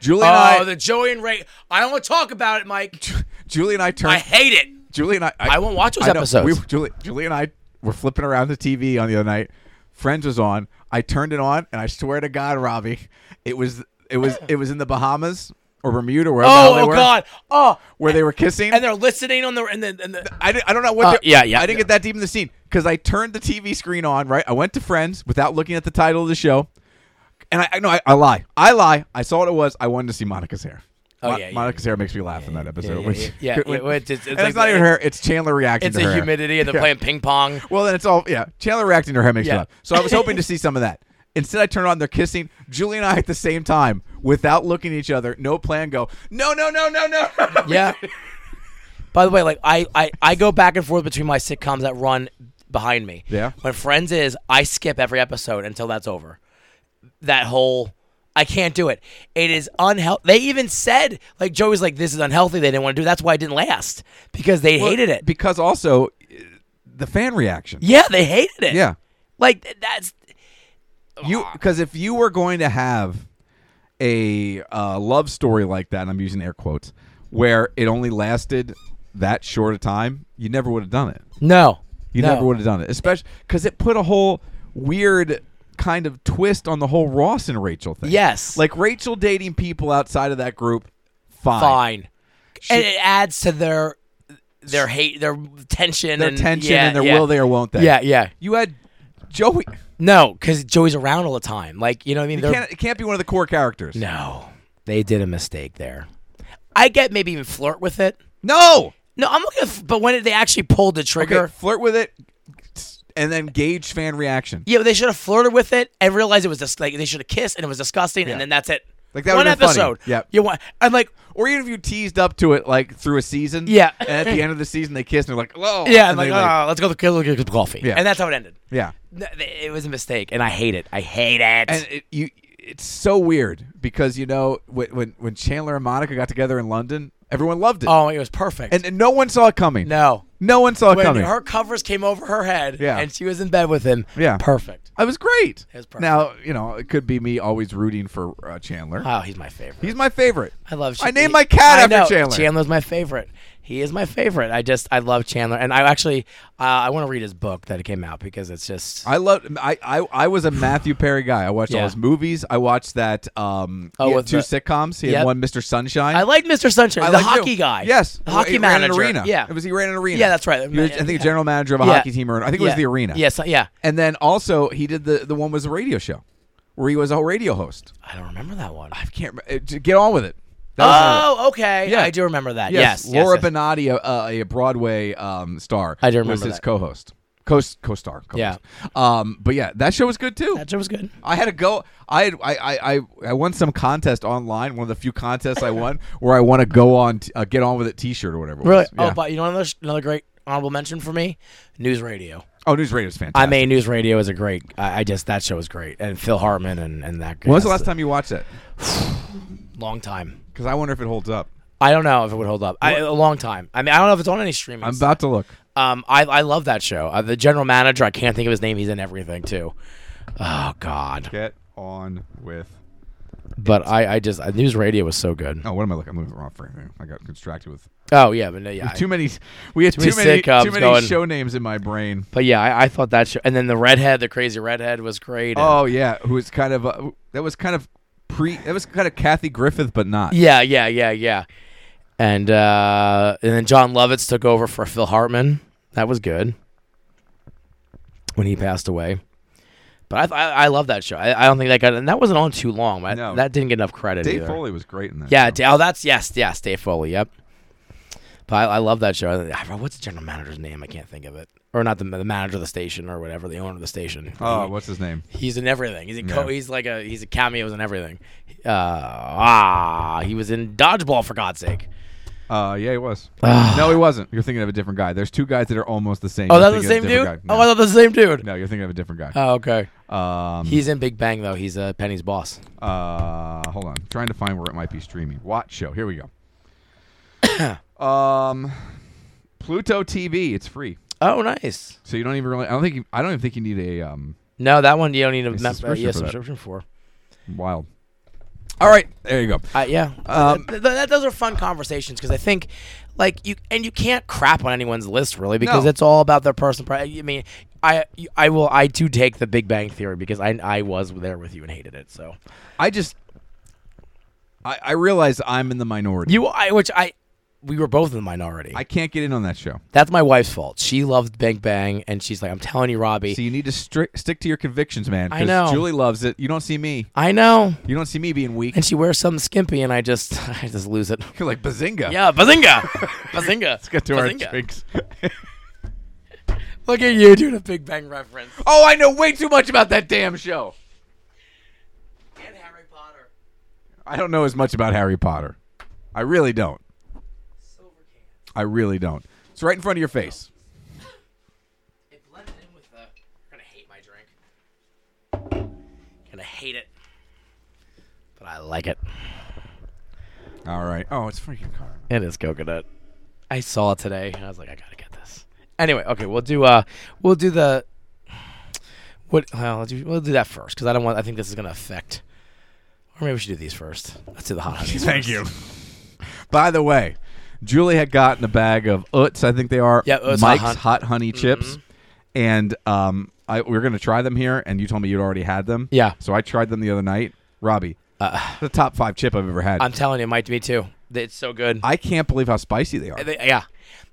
Speaker 1: Julie
Speaker 2: Oh,
Speaker 1: and I,
Speaker 2: the Joey and Ray. I don't want to talk about it, Mike.
Speaker 1: Julie and I
Speaker 2: I
Speaker 1: turned.
Speaker 2: hate it.
Speaker 1: Julie and I,
Speaker 2: I won't watch those
Speaker 1: I know.
Speaker 2: episodes.
Speaker 1: We, Julie, Julie and I were flipping around the TV on the other night. Friends was on. I turned it on, and I swear to God, Robbie, it was it was it was in the Bahamas or Bermuda, wherever the hell
Speaker 2: Oh,
Speaker 1: they
Speaker 2: oh
Speaker 1: were,
Speaker 2: God. Oh,
Speaker 1: where they were kissing.
Speaker 2: and they're listening on the and then and the.
Speaker 1: I, di- I don't know what.
Speaker 2: Uh,
Speaker 1: the-
Speaker 2: yeah, yeah,
Speaker 1: I didn't
Speaker 2: yeah.
Speaker 1: get that deep in the scene because I turned the TV screen on. Right, I went to Friends without looking at the title of the show, and I I- no, I, I lie, I lie. I saw what it was. I wanted to see Monica's hair.
Speaker 2: Oh,
Speaker 1: Mo-
Speaker 2: yeah, yeah,
Speaker 1: Monica's hair makes me laugh in that episode.
Speaker 2: yeah,
Speaker 1: when
Speaker 2: yeah,
Speaker 1: she-
Speaker 2: yeah, yeah,
Speaker 1: when-
Speaker 2: well, it's- it's-
Speaker 1: and
Speaker 2: it's like
Speaker 1: not
Speaker 2: the-
Speaker 1: even her. It's Chandler reacting.
Speaker 2: It's
Speaker 1: to
Speaker 2: the
Speaker 1: her.
Speaker 2: humidity and they're
Speaker 1: Yeah.
Speaker 2: playing ping pong.
Speaker 1: Well, then it's all yeah. Chandler reacting to her makes me
Speaker 2: Yeah.
Speaker 1: laugh. So I was hoping to see some of that. Instead, I turn on. They're kissing. Julie and I at the same time, without looking at each other. No plan. Go. No, no, no, no, no.
Speaker 2: Yeah. By the way, like I, I, I go back and forth between my sitcoms that run behind me.
Speaker 1: Yeah.
Speaker 2: When Friends is, I skip every episode until that's over. That whole I can't do it. It is unhealthy. They even said like Joey was like, "This is unhealthy." They didn't want to do. it. That's why it didn't last because they hated it.
Speaker 1: because also uh, the fan reaction.
Speaker 2: yeah, they hated it.
Speaker 1: Yeah.
Speaker 2: Like th- that's
Speaker 1: You because if you were going to have a uh, love story like that, and I'm using air quotes, where it only lasted that short a time, you never would have done it.
Speaker 2: no.
Speaker 1: You
Speaker 2: No.
Speaker 1: never would have done it, especially because it put a whole weird kind of twist on the whole Ross and Rachel thing.
Speaker 2: Yes.
Speaker 1: like Rachel dating people outside of that group. Fine,
Speaker 2: fine. and it adds to their their hate, their tension,
Speaker 1: Their
Speaker 2: and,
Speaker 1: tension
Speaker 2: yeah,
Speaker 1: and their
Speaker 2: yeah.
Speaker 1: will, they or won't they?
Speaker 2: Yeah, yeah.
Speaker 1: You had Joey.
Speaker 2: No, because Joey's around all the time. Like you know, what I mean,
Speaker 1: It
Speaker 2: They're-
Speaker 1: can't, it can't be one of the core characters.
Speaker 2: no, they did a mistake there. I get maybe even flirt with it.
Speaker 1: no.
Speaker 2: No, I'm looking, f- but when did they actually pull the
Speaker 1: Okay,
Speaker 2: trigger?
Speaker 1: flirt with it, and then gauge fan reaction.
Speaker 2: Yeah, they should have flirted with it and realized it was just like they should have kissed and it was disgusting, and then that's it.
Speaker 1: Like, that
Speaker 2: one
Speaker 1: would've been funny.
Speaker 2: episode.
Speaker 1: Yep.
Speaker 2: you want uh, and like
Speaker 1: Or even if you teased up to it like through a season.
Speaker 2: Yeah.
Speaker 1: And at the end of the season they kiss and they're like, oh
Speaker 2: yeah,
Speaker 1: and
Speaker 2: like
Speaker 1: they leave.
Speaker 2: oh, let's go to let's go get coffee.
Speaker 1: Yeah.
Speaker 2: and that's how it ended.
Speaker 1: Yeah.
Speaker 2: No, th- It was a mistake, and I hate it. I hate it.
Speaker 1: And it, you it's so weird because you know when when, when Chandler and Monica got together in London, everyone loved it.
Speaker 2: oh, it was perfect.
Speaker 1: And, and no one saw it coming.
Speaker 2: no,
Speaker 1: No one saw it
Speaker 2: when
Speaker 1: coming.
Speaker 2: her covers came over her head,
Speaker 1: Yeah.
Speaker 2: and she was in bed with him.
Speaker 1: Yeah.
Speaker 2: perfect.
Speaker 1: I was great.
Speaker 2: was perfect.
Speaker 1: Now, you know, it could be me always rooting for uh, Chandler.
Speaker 2: Oh, he's my favorite.
Speaker 1: He's my favorite.
Speaker 2: I love.
Speaker 1: I named my cat
Speaker 2: I
Speaker 1: after
Speaker 2: know.
Speaker 1: Chandler.
Speaker 2: Chandler's my favorite. He is my favorite. I just I love Chandler, and I actually uh, I want to read his book that it came out because it's just
Speaker 1: I love. I, I I was a Matthew Perry guy. I watched all
Speaker 2: Yeah.
Speaker 1: his movies. I watched that. Um,
Speaker 2: Oh,
Speaker 1: he had
Speaker 2: with
Speaker 1: two
Speaker 2: the-
Speaker 1: sitcoms. He had
Speaker 2: Yep.
Speaker 1: one, Mr. Sunshine.
Speaker 2: I like Mr. Sunshine,
Speaker 1: I
Speaker 2: the
Speaker 1: like you.
Speaker 2: hockey guy.
Speaker 1: Yes,
Speaker 2: the
Speaker 1: He
Speaker 2: hockey
Speaker 1: ran
Speaker 2: manager.
Speaker 1: An arena.
Speaker 2: Yeah,
Speaker 1: it was he ran an arena.
Speaker 2: Yeah, that's right.
Speaker 1: He was, I think
Speaker 2: Yeah.
Speaker 1: general manager of a
Speaker 2: Yeah.
Speaker 1: hockey team, or I think it was
Speaker 2: Yeah.
Speaker 1: the arena.
Speaker 2: Yes, uh, yeah.
Speaker 1: and then also he did the the one was a radio show, where he was a radio host.
Speaker 2: I don't remember that one.
Speaker 1: I can't remember. uh, j- Get on with it. That was
Speaker 2: Oh, okay.
Speaker 1: Yeah.
Speaker 2: I do remember that.
Speaker 1: it. yes,
Speaker 2: Yes,
Speaker 1: Laura
Speaker 2: yes, yes.
Speaker 1: Benatti, a, a a Broadway um, star.
Speaker 2: I do
Speaker 1: was
Speaker 2: remember
Speaker 1: his
Speaker 2: that.
Speaker 1: co-host, co co-star. co
Speaker 2: Yeah.
Speaker 1: um, but yeah, that show was good too.
Speaker 2: That show was good.
Speaker 1: I had to go. I had I, I I I won some contest online. One of the few contests I won where I won to go on t- uh, get on with it T-shirt or whatever. it
Speaker 2: Really?
Speaker 1: was. Yeah.
Speaker 2: Oh, but you know another another great honorable mention for me, News Radio.
Speaker 1: oh, News Radio is
Speaker 2: I
Speaker 1: fantastic.
Speaker 2: mean, News Radio is a great. I, I just that show is great, and Phil Hartman and and that.
Speaker 1: when was the last time you watched it?
Speaker 2: Long time.
Speaker 1: Because I wonder if it holds up.
Speaker 2: I don't know if it would hold up. I, a long time. I mean, I don't know if it's on any streaming.
Speaker 1: I'm about to look.
Speaker 2: um, I I love that show. Uh, the general manager, I can't think of his name. He's in everything too. Oh God!
Speaker 1: Get on with.
Speaker 2: But I I just uh, news radio was so good.
Speaker 1: Oh, what am I looking? I'm looking at the wrong frame. I got distracted with
Speaker 2: Oh yeah, but no, yeah. I-
Speaker 1: too many. We had
Speaker 2: Too
Speaker 1: too,
Speaker 2: many
Speaker 1: many too
Speaker 2: sitcoms
Speaker 1: many
Speaker 2: going.
Speaker 1: show names in my brain.
Speaker 2: but yeah, I, I thought that show. And then the redhead, the crazy redhead, was great. and-
Speaker 1: Oh yeah, who was kind of uh, that was kind of pre that was kind of Kathy Griffith, but not.
Speaker 2: Yeah, yeah, yeah, yeah. And uh, and then John Lovitz took over for Phil Hartman. That was good. when he passed away. But I I, I love that show. I, I don't think that got and that wasn't on too long. But
Speaker 1: No.
Speaker 2: that didn't get enough credit.
Speaker 1: Dave
Speaker 2: either.
Speaker 1: Foley was great in that.
Speaker 2: Yeah,
Speaker 1: show.
Speaker 2: Da- oh, that's yes, yes, Dave Foley. Yep. But I, I love that show. I, I- what's the general manager's name? I can't think of it. Or not the, the manager of the station or whatever, the owner of the station.
Speaker 1: Oh,
Speaker 2: He-
Speaker 1: what's his name?
Speaker 2: He's in everything. He's a co- he's like a he's a cameos in everything. Uh, ah, he was in Dodgeball for God's sake.
Speaker 1: Uh, yeah, he was. no, he wasn't. You're thinking of a different guy. There's two guys that are almost the same.
Speaker 2: Oh,
Speaker 1: You're
Speaker 2: that's the same
Speaker 1: thinking of a
Speaker 2: dude.
Speaker 1: different guy.
Speaker 2: Oh, I
Speaker 1: No.
Speaker 2: thought that's the same dude.
Speaker 1: no, you're thinking of a different guy.
Speaker 2: Oh, okay.
Speaker 1: Um,
Speaker 2: He's in Big Bang though. He's uh, Penny's boss.
Speaker 1: Uh, hold on. Trying to find where it might be streaming. Watch show. Here we go. um, Pluto TV. It's free,
Speaker 2: Oh, nice.
Speaker 1: so you don't even really. I don't think. You, I don't even think you need a um.
Speaker 2: No, that one you don't need a, mem- uh,
Speaker 1: subscription
Speaker 2: yeah,
Speaker 1: for that.
Speaker 2: subscription for.
Speaker 1: Wild. All right, there you go.
Speaker 2: Uh, yeah,
Speaker 1: Um,
Speaker 2: Th- th- those are fun conversations because I think, like you, and you can't crap on anyone's list really because
Speaker 1: No.
Speaker 2: it's all about their personal. Pri- I mean, I, you- I will, I do take the Big Bang Theory because I, I was there with you and hated it. So
Speaker 1: I just. I, I realize I'm in the minority.
Speaker 2: you, I, which I, we were both in the minority.
Speaker 1: I can't get in on that show.
Speaker 2: That's my wife's fault. She loves Big Bang, and she's like, I'm telling you, Robbie,
Speaker 1: So you need to stri- stick to your convictions, man.
Speaker 2: I
Speaker 1: 'cause
Speaker 2: know.
Speaker 1: Julie loves it. You don't see me.
Speaker 2: I know.
Speaker 1: You don't see me being weak.
Speaker 2: And she wears something skimpy, and I just, I just lose it.
Speaker 1: You're like bazinga.
Speaker 2: Yeah, bazinga, bazinga. Let's
Speaker 1: Get to our
Speaker 2: bazinga.
Speaker 1: drinks.
Speaker 2: Look at you doing a Big Bang reference.
Speaker 1: oh, I know way too much about that damn show.
Speaker 2: And Harry Potter.
Speaker 1: I don't know as much about Harry Potter. I really don't. I really don't. It's right in front of your face.
Speaker 2: It blended in with the. I'm gonna hate my drink. Gonna hate it. But I like it.
Speaker 1: All right. Oh, it's freaking car.
Speaker 2: It is coconut. I saw it today, and I was like, I gotta get this. Anyway, okay, we'll do. Uh, we'll do the. What? Well, let's do, we'll do that first because I don't want. I think this is gonna affect. Or maybe we should do these first. Let's do the hot honey.
Speaker 1: Thank you. By the way, Julie had gotten a bag of Utz, I think they are.
Speaker 2: Yeah, Utz Hot
Speaker 1: Mike's
Speaker 2: Hun- Mm-hmm.
Speaker 1: hot, honey chips, and um, I, we were gonna try them here, and you told me you'd already had them.
Speaker 2: Yeah. Uh,
Speaker 1: So I tried them the other night, Robbie. the top five chip I've ever had.
Speaker 2: I'm telling you, it might be too. It's so good.
Speaker 1: I can't believe how spicy they are.
Speaker 2: They- yeah.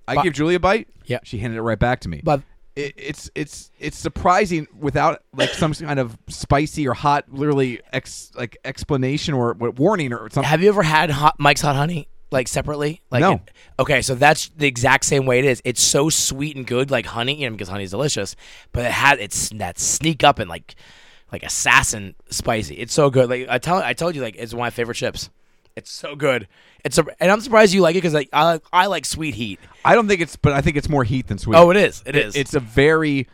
Speaker 1: I give Julie a bite.
Speaker 2: Yeah.
Speaker 1: she handed it right back to me.
Speaker 2: But-
Speaker 1: it, it's it's it's surprising without like some kind of spicy or hot, literally ex like explanation or what, warning or something.
Speaker 2: Have you ever had hot Mike's hot honey like separately? Like
Speaker 1: No.
Speaker 2: it- okay, so that's the exact same way it is. It's so sweet and good, like honey, you know, because honey's delicious. But it had it's that sneak up and like like assassin spicy. It's so good. Like I tell I told you, like it's one of my favorite chips. It's so good. It's sur- and I'm surprised you like it because like I like I like sweet heat.
Speaker 1: I don't think it's, but I think it's more heat than sweet.
Speaker 2: Oh, it is. It is.
Speaker 1: It's a very,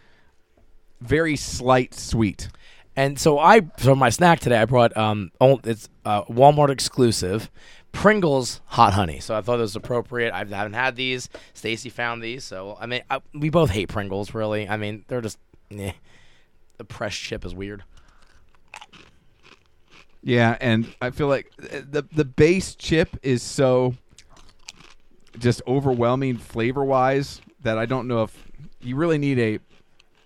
Speaker 1: very slight sweet.
Speaker 2: And so I for my snack today, I brought um on- it's uh, Walmart exclusive Pringles hot honey. So I thought it was appropriate. I haven't had these. Stacy found these. So I mean, I, we both hate Pringles, really. I mean, they're just eh. the pressed chip is weird.
Speaker 1: Yeah, and I feel like uh, the the base chip is so just overwhelming flavor wise that I don't know if you really need a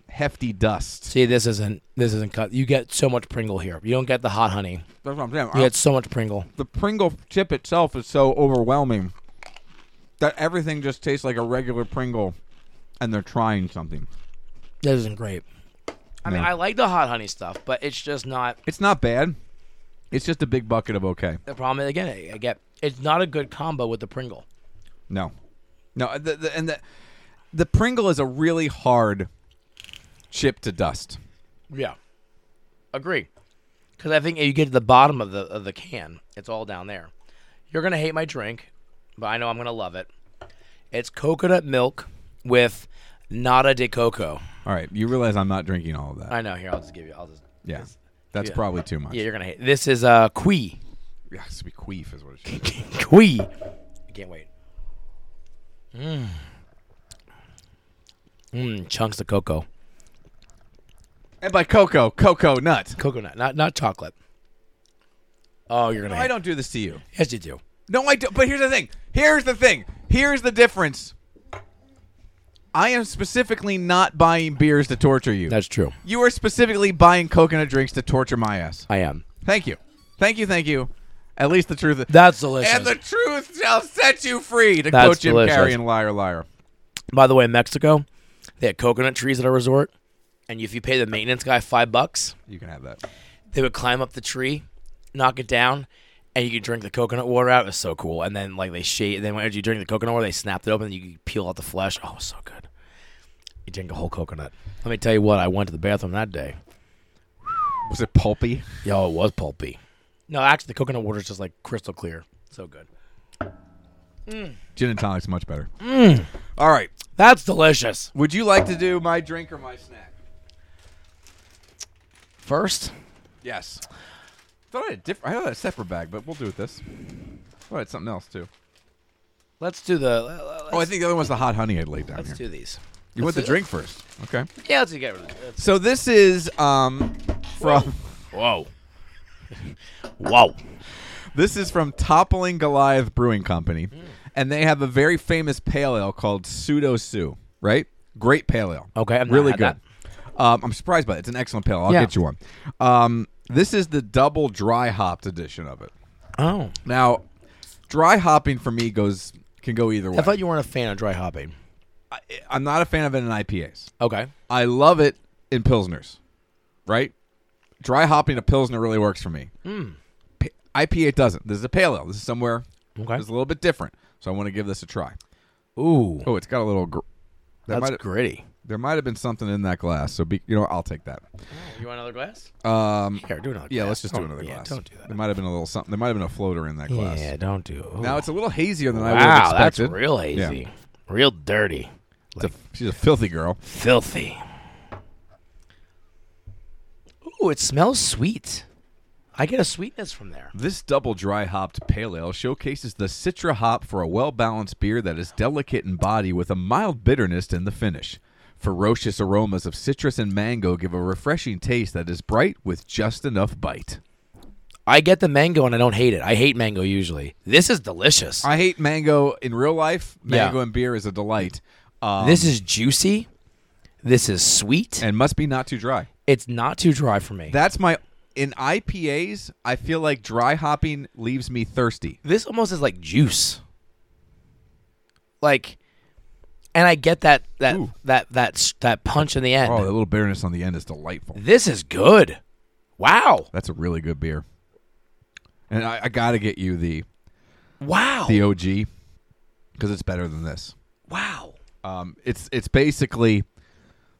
Speaker 1: hefty dust.
Speaker 2: See, this isn't this isn't cut. You get so much Pringle here. You don't get the hot honey.
Speaker 1: That's what I'm saying. Uh,
Speaker 2: You get so much Pringle.
Speaker 1: the Pringle chip itself is so overwhelming that everything just tastes like a regular Pringle, and they're trying something.
Speaker 2: That isn't great. I mean,
Speaker 1: No.
Speaker 2: I like the hot honey stuff, but it's just not
Speaker 1: It's not bad. It's just a big bucket of okay.
Speaker 2: the problem. Again, I- I get it's not a good combo with the Pringle.
Speaker 1: No, no, uh, the, the, and the the Pringle is a really hard chip to dust.
Speaker 2: Yeah, agree. Because I think if you get to the bottom of the of the can, it's all down there. You're gonna hate my drink, but I know I'm gonna love it. It's coconut milk with nata de coco.
Speaker 1: All right, you realize I'm not drinking all of that.
Speaker 2: I know. Here, I'll just give you. I'll just.
Speaker 1: yeah, that's
Speaker 2: yeah.
Speaker 1: probably too much.
Speaker 2: Yeah, you're gonna hate. This is uh qui
Speaker 1: Yeah, it's be queef is what it should be.
Speaker 2: qui. I can't wait. Mmm. Mmm. Chunks of cocoa.
Speaker 1: and by cocoa, cocoa nut.
Speaker 2: Coconut, not not chocolate. Oh, you're gonna.
Speaker 1: I
Speaker 2: hate.
Speaker 1: don't do this to you.
Speaker 2: Yes, you do.
Speaker 1: No, I don't. But here's the thing. Here's the thing. Here's the difference. I am specifically not buying beers to torture you.
Speaker 2: That's true.
Speaker 1: you are specifically buying coconut drinks to torture my ass.
Speaker 2: I am.
Speaker 1: Thank you. Thank you. Thank you. At least the truth.
Speaker 2: That's delicious.
Speaker 1: and the truth shall set you free, to
Speaker 2: That's
Speaker 1: quote Jim
Speaker 2: delicious.
Speaker 1: Carrey in Liar Liar.
Speaker 2: By the way, in Mexico, they had coconut trees at our resort. and if you pay the maintenance guy five bucks,
Speaker 1: You can have that.
Speaker 2: they would climb up the tree, knock it down, and you could drink the coconut water out. It was so cool. And then like they shake. Then when you drink the coconut water, they snapped it open. and You could peel out the flesh. Oh, it was so good. You drink a whole coconut. Let me tell you what. I went to the bathroom that day.
Speaker 1: Was it pulpy?
Speaker 2: Yo, it was pulpy. No, actually, the coconut water is just like crystal clear. So good.
Speaker 1: Gin and tonic's much better. All right.
Speaker 2: That's delicious.
Speaker 1: Would you like to do my drink or my snack?
Speaker 2: First,
Speaker 1: Yes. Thought I had a different. I had a separate bag, but we'll do it this. Thought I had something else too.
Speaker 2: let's do the.
Speaker 1: Oh, I think the other one's the hot honey I'd laid down here.
Speaker 2: Let's do these.
Speaker 1: You want the drink first, okay?
Speaker 2: Yeah, let's get rid of this.
Speaker 1: So this is um from
Speaker 2: Whoa. Whoa.
Speaker 1: this is from Toppling Goliath Brewing Company,
Speaker 2: Mm.
Speaker 1: and they have a very famous pale ale called Pseudo Sue. Right, great pale ale.
Speaker 2: Okay, I've not
Speaker 1: really
Speaker 2: had
Speaker 1: good. Um, I'm surprised by it. It's an excellent pale. ale. I'll
Speaker 2: Yeah.
Speaker 1: get you one. Um, this is the double dry hopped edition of it.
Speaker 2: Oh.
Speaker 1: Now, dry hopping for me goes can go either way.
Speaker 2: I thought you weren't a fan of dry hopping.
Speaker 1: I'm not a fan of it in IPAs.
Speaker 2: Okay.
Speaker 1: I love it in pilsners, right? Dry hopping a pilsner really works for me.
Speaker 2: Hmm.
Speaker 1: P- IPA doesn't. This is a pale ale. This is somewhere.
Speaker 2: Okay.
Speaker 1: It's a little bit different, so I want to give this a try.
Speaker 2: Ooh.
Speaker 1: Oh, it's got a little. Gr- there
Speaker 2: That's
Speaker 1: might
Speaker 2: gritty.
Speaker 1: there might have been something in that glass, so be, you know I'll take that.
Speaker 2: You want another glass?
Speaker 1: Um,
Speaker 2: Here, do another
Speaker 1: yeah,
Speaker 2: glass.
Speaker 1: let's just do
Speaker 2: Don't-
Speaker 1: another
Speaker 2: Oh, yeah,
Speaker 1: glass.
Speaker 2: don't do that.
Speaker 1: There might have been a little something. There might have been a floater in that glass.
Speaker 2: Yeah, don't do it.
Speaker 1: Now it's a little hazier than I would have
Speaker 2: wow, that's
Speaker 1: expected.
Speaker 2: real hazy.
Speaker 1: Yeah.
Speaker 2: Real dirty.
Speaker 1: It's a- she's a filthy girl.
Speaker 2: Filthy. Ooh, it smells sweet. I get a sweetness from there.
Speaker 1: This double dry hopped pale ale showcases the Citra hop for a well balanced beer that is delicate in body with a mild bitterness in the finish. Ferocious aromas of citrus and mango give a refreshing taste that is bright with just enough bite.
Speaker 2: I get the mango and I don't hate it. I hate mango usually. This is delicious.
Speaker 1: I hate mango in real life. Mango
Speaker 2: Yeah.
Speaker 1: and beer is a delight. Um,
Speaker 2: this is juicy. This is sweet.
Speaker 1: and must be not too dry.
Speaker 2: It's not too dry for me.
Speaker 1: That's my in IPAs. I feel like dry hopping leaves me thirsty.
Speaker 2: this almost is like juice. Like, and I get that that
Speaker 1: Ooh.
Speaker 2: that that s- that punch in the end.
Speaker 1: Oh, that little bitterness on the end is delightful.
Speaker 2: This is good. Wow.
Speaker 1: That's a really good beer. And I, I got to get you the
Speaker 2: Wow.
Speaker 1: the OG because it's better than this.
Speaker 2: wow.
Speaker 1: Um, it's it's basically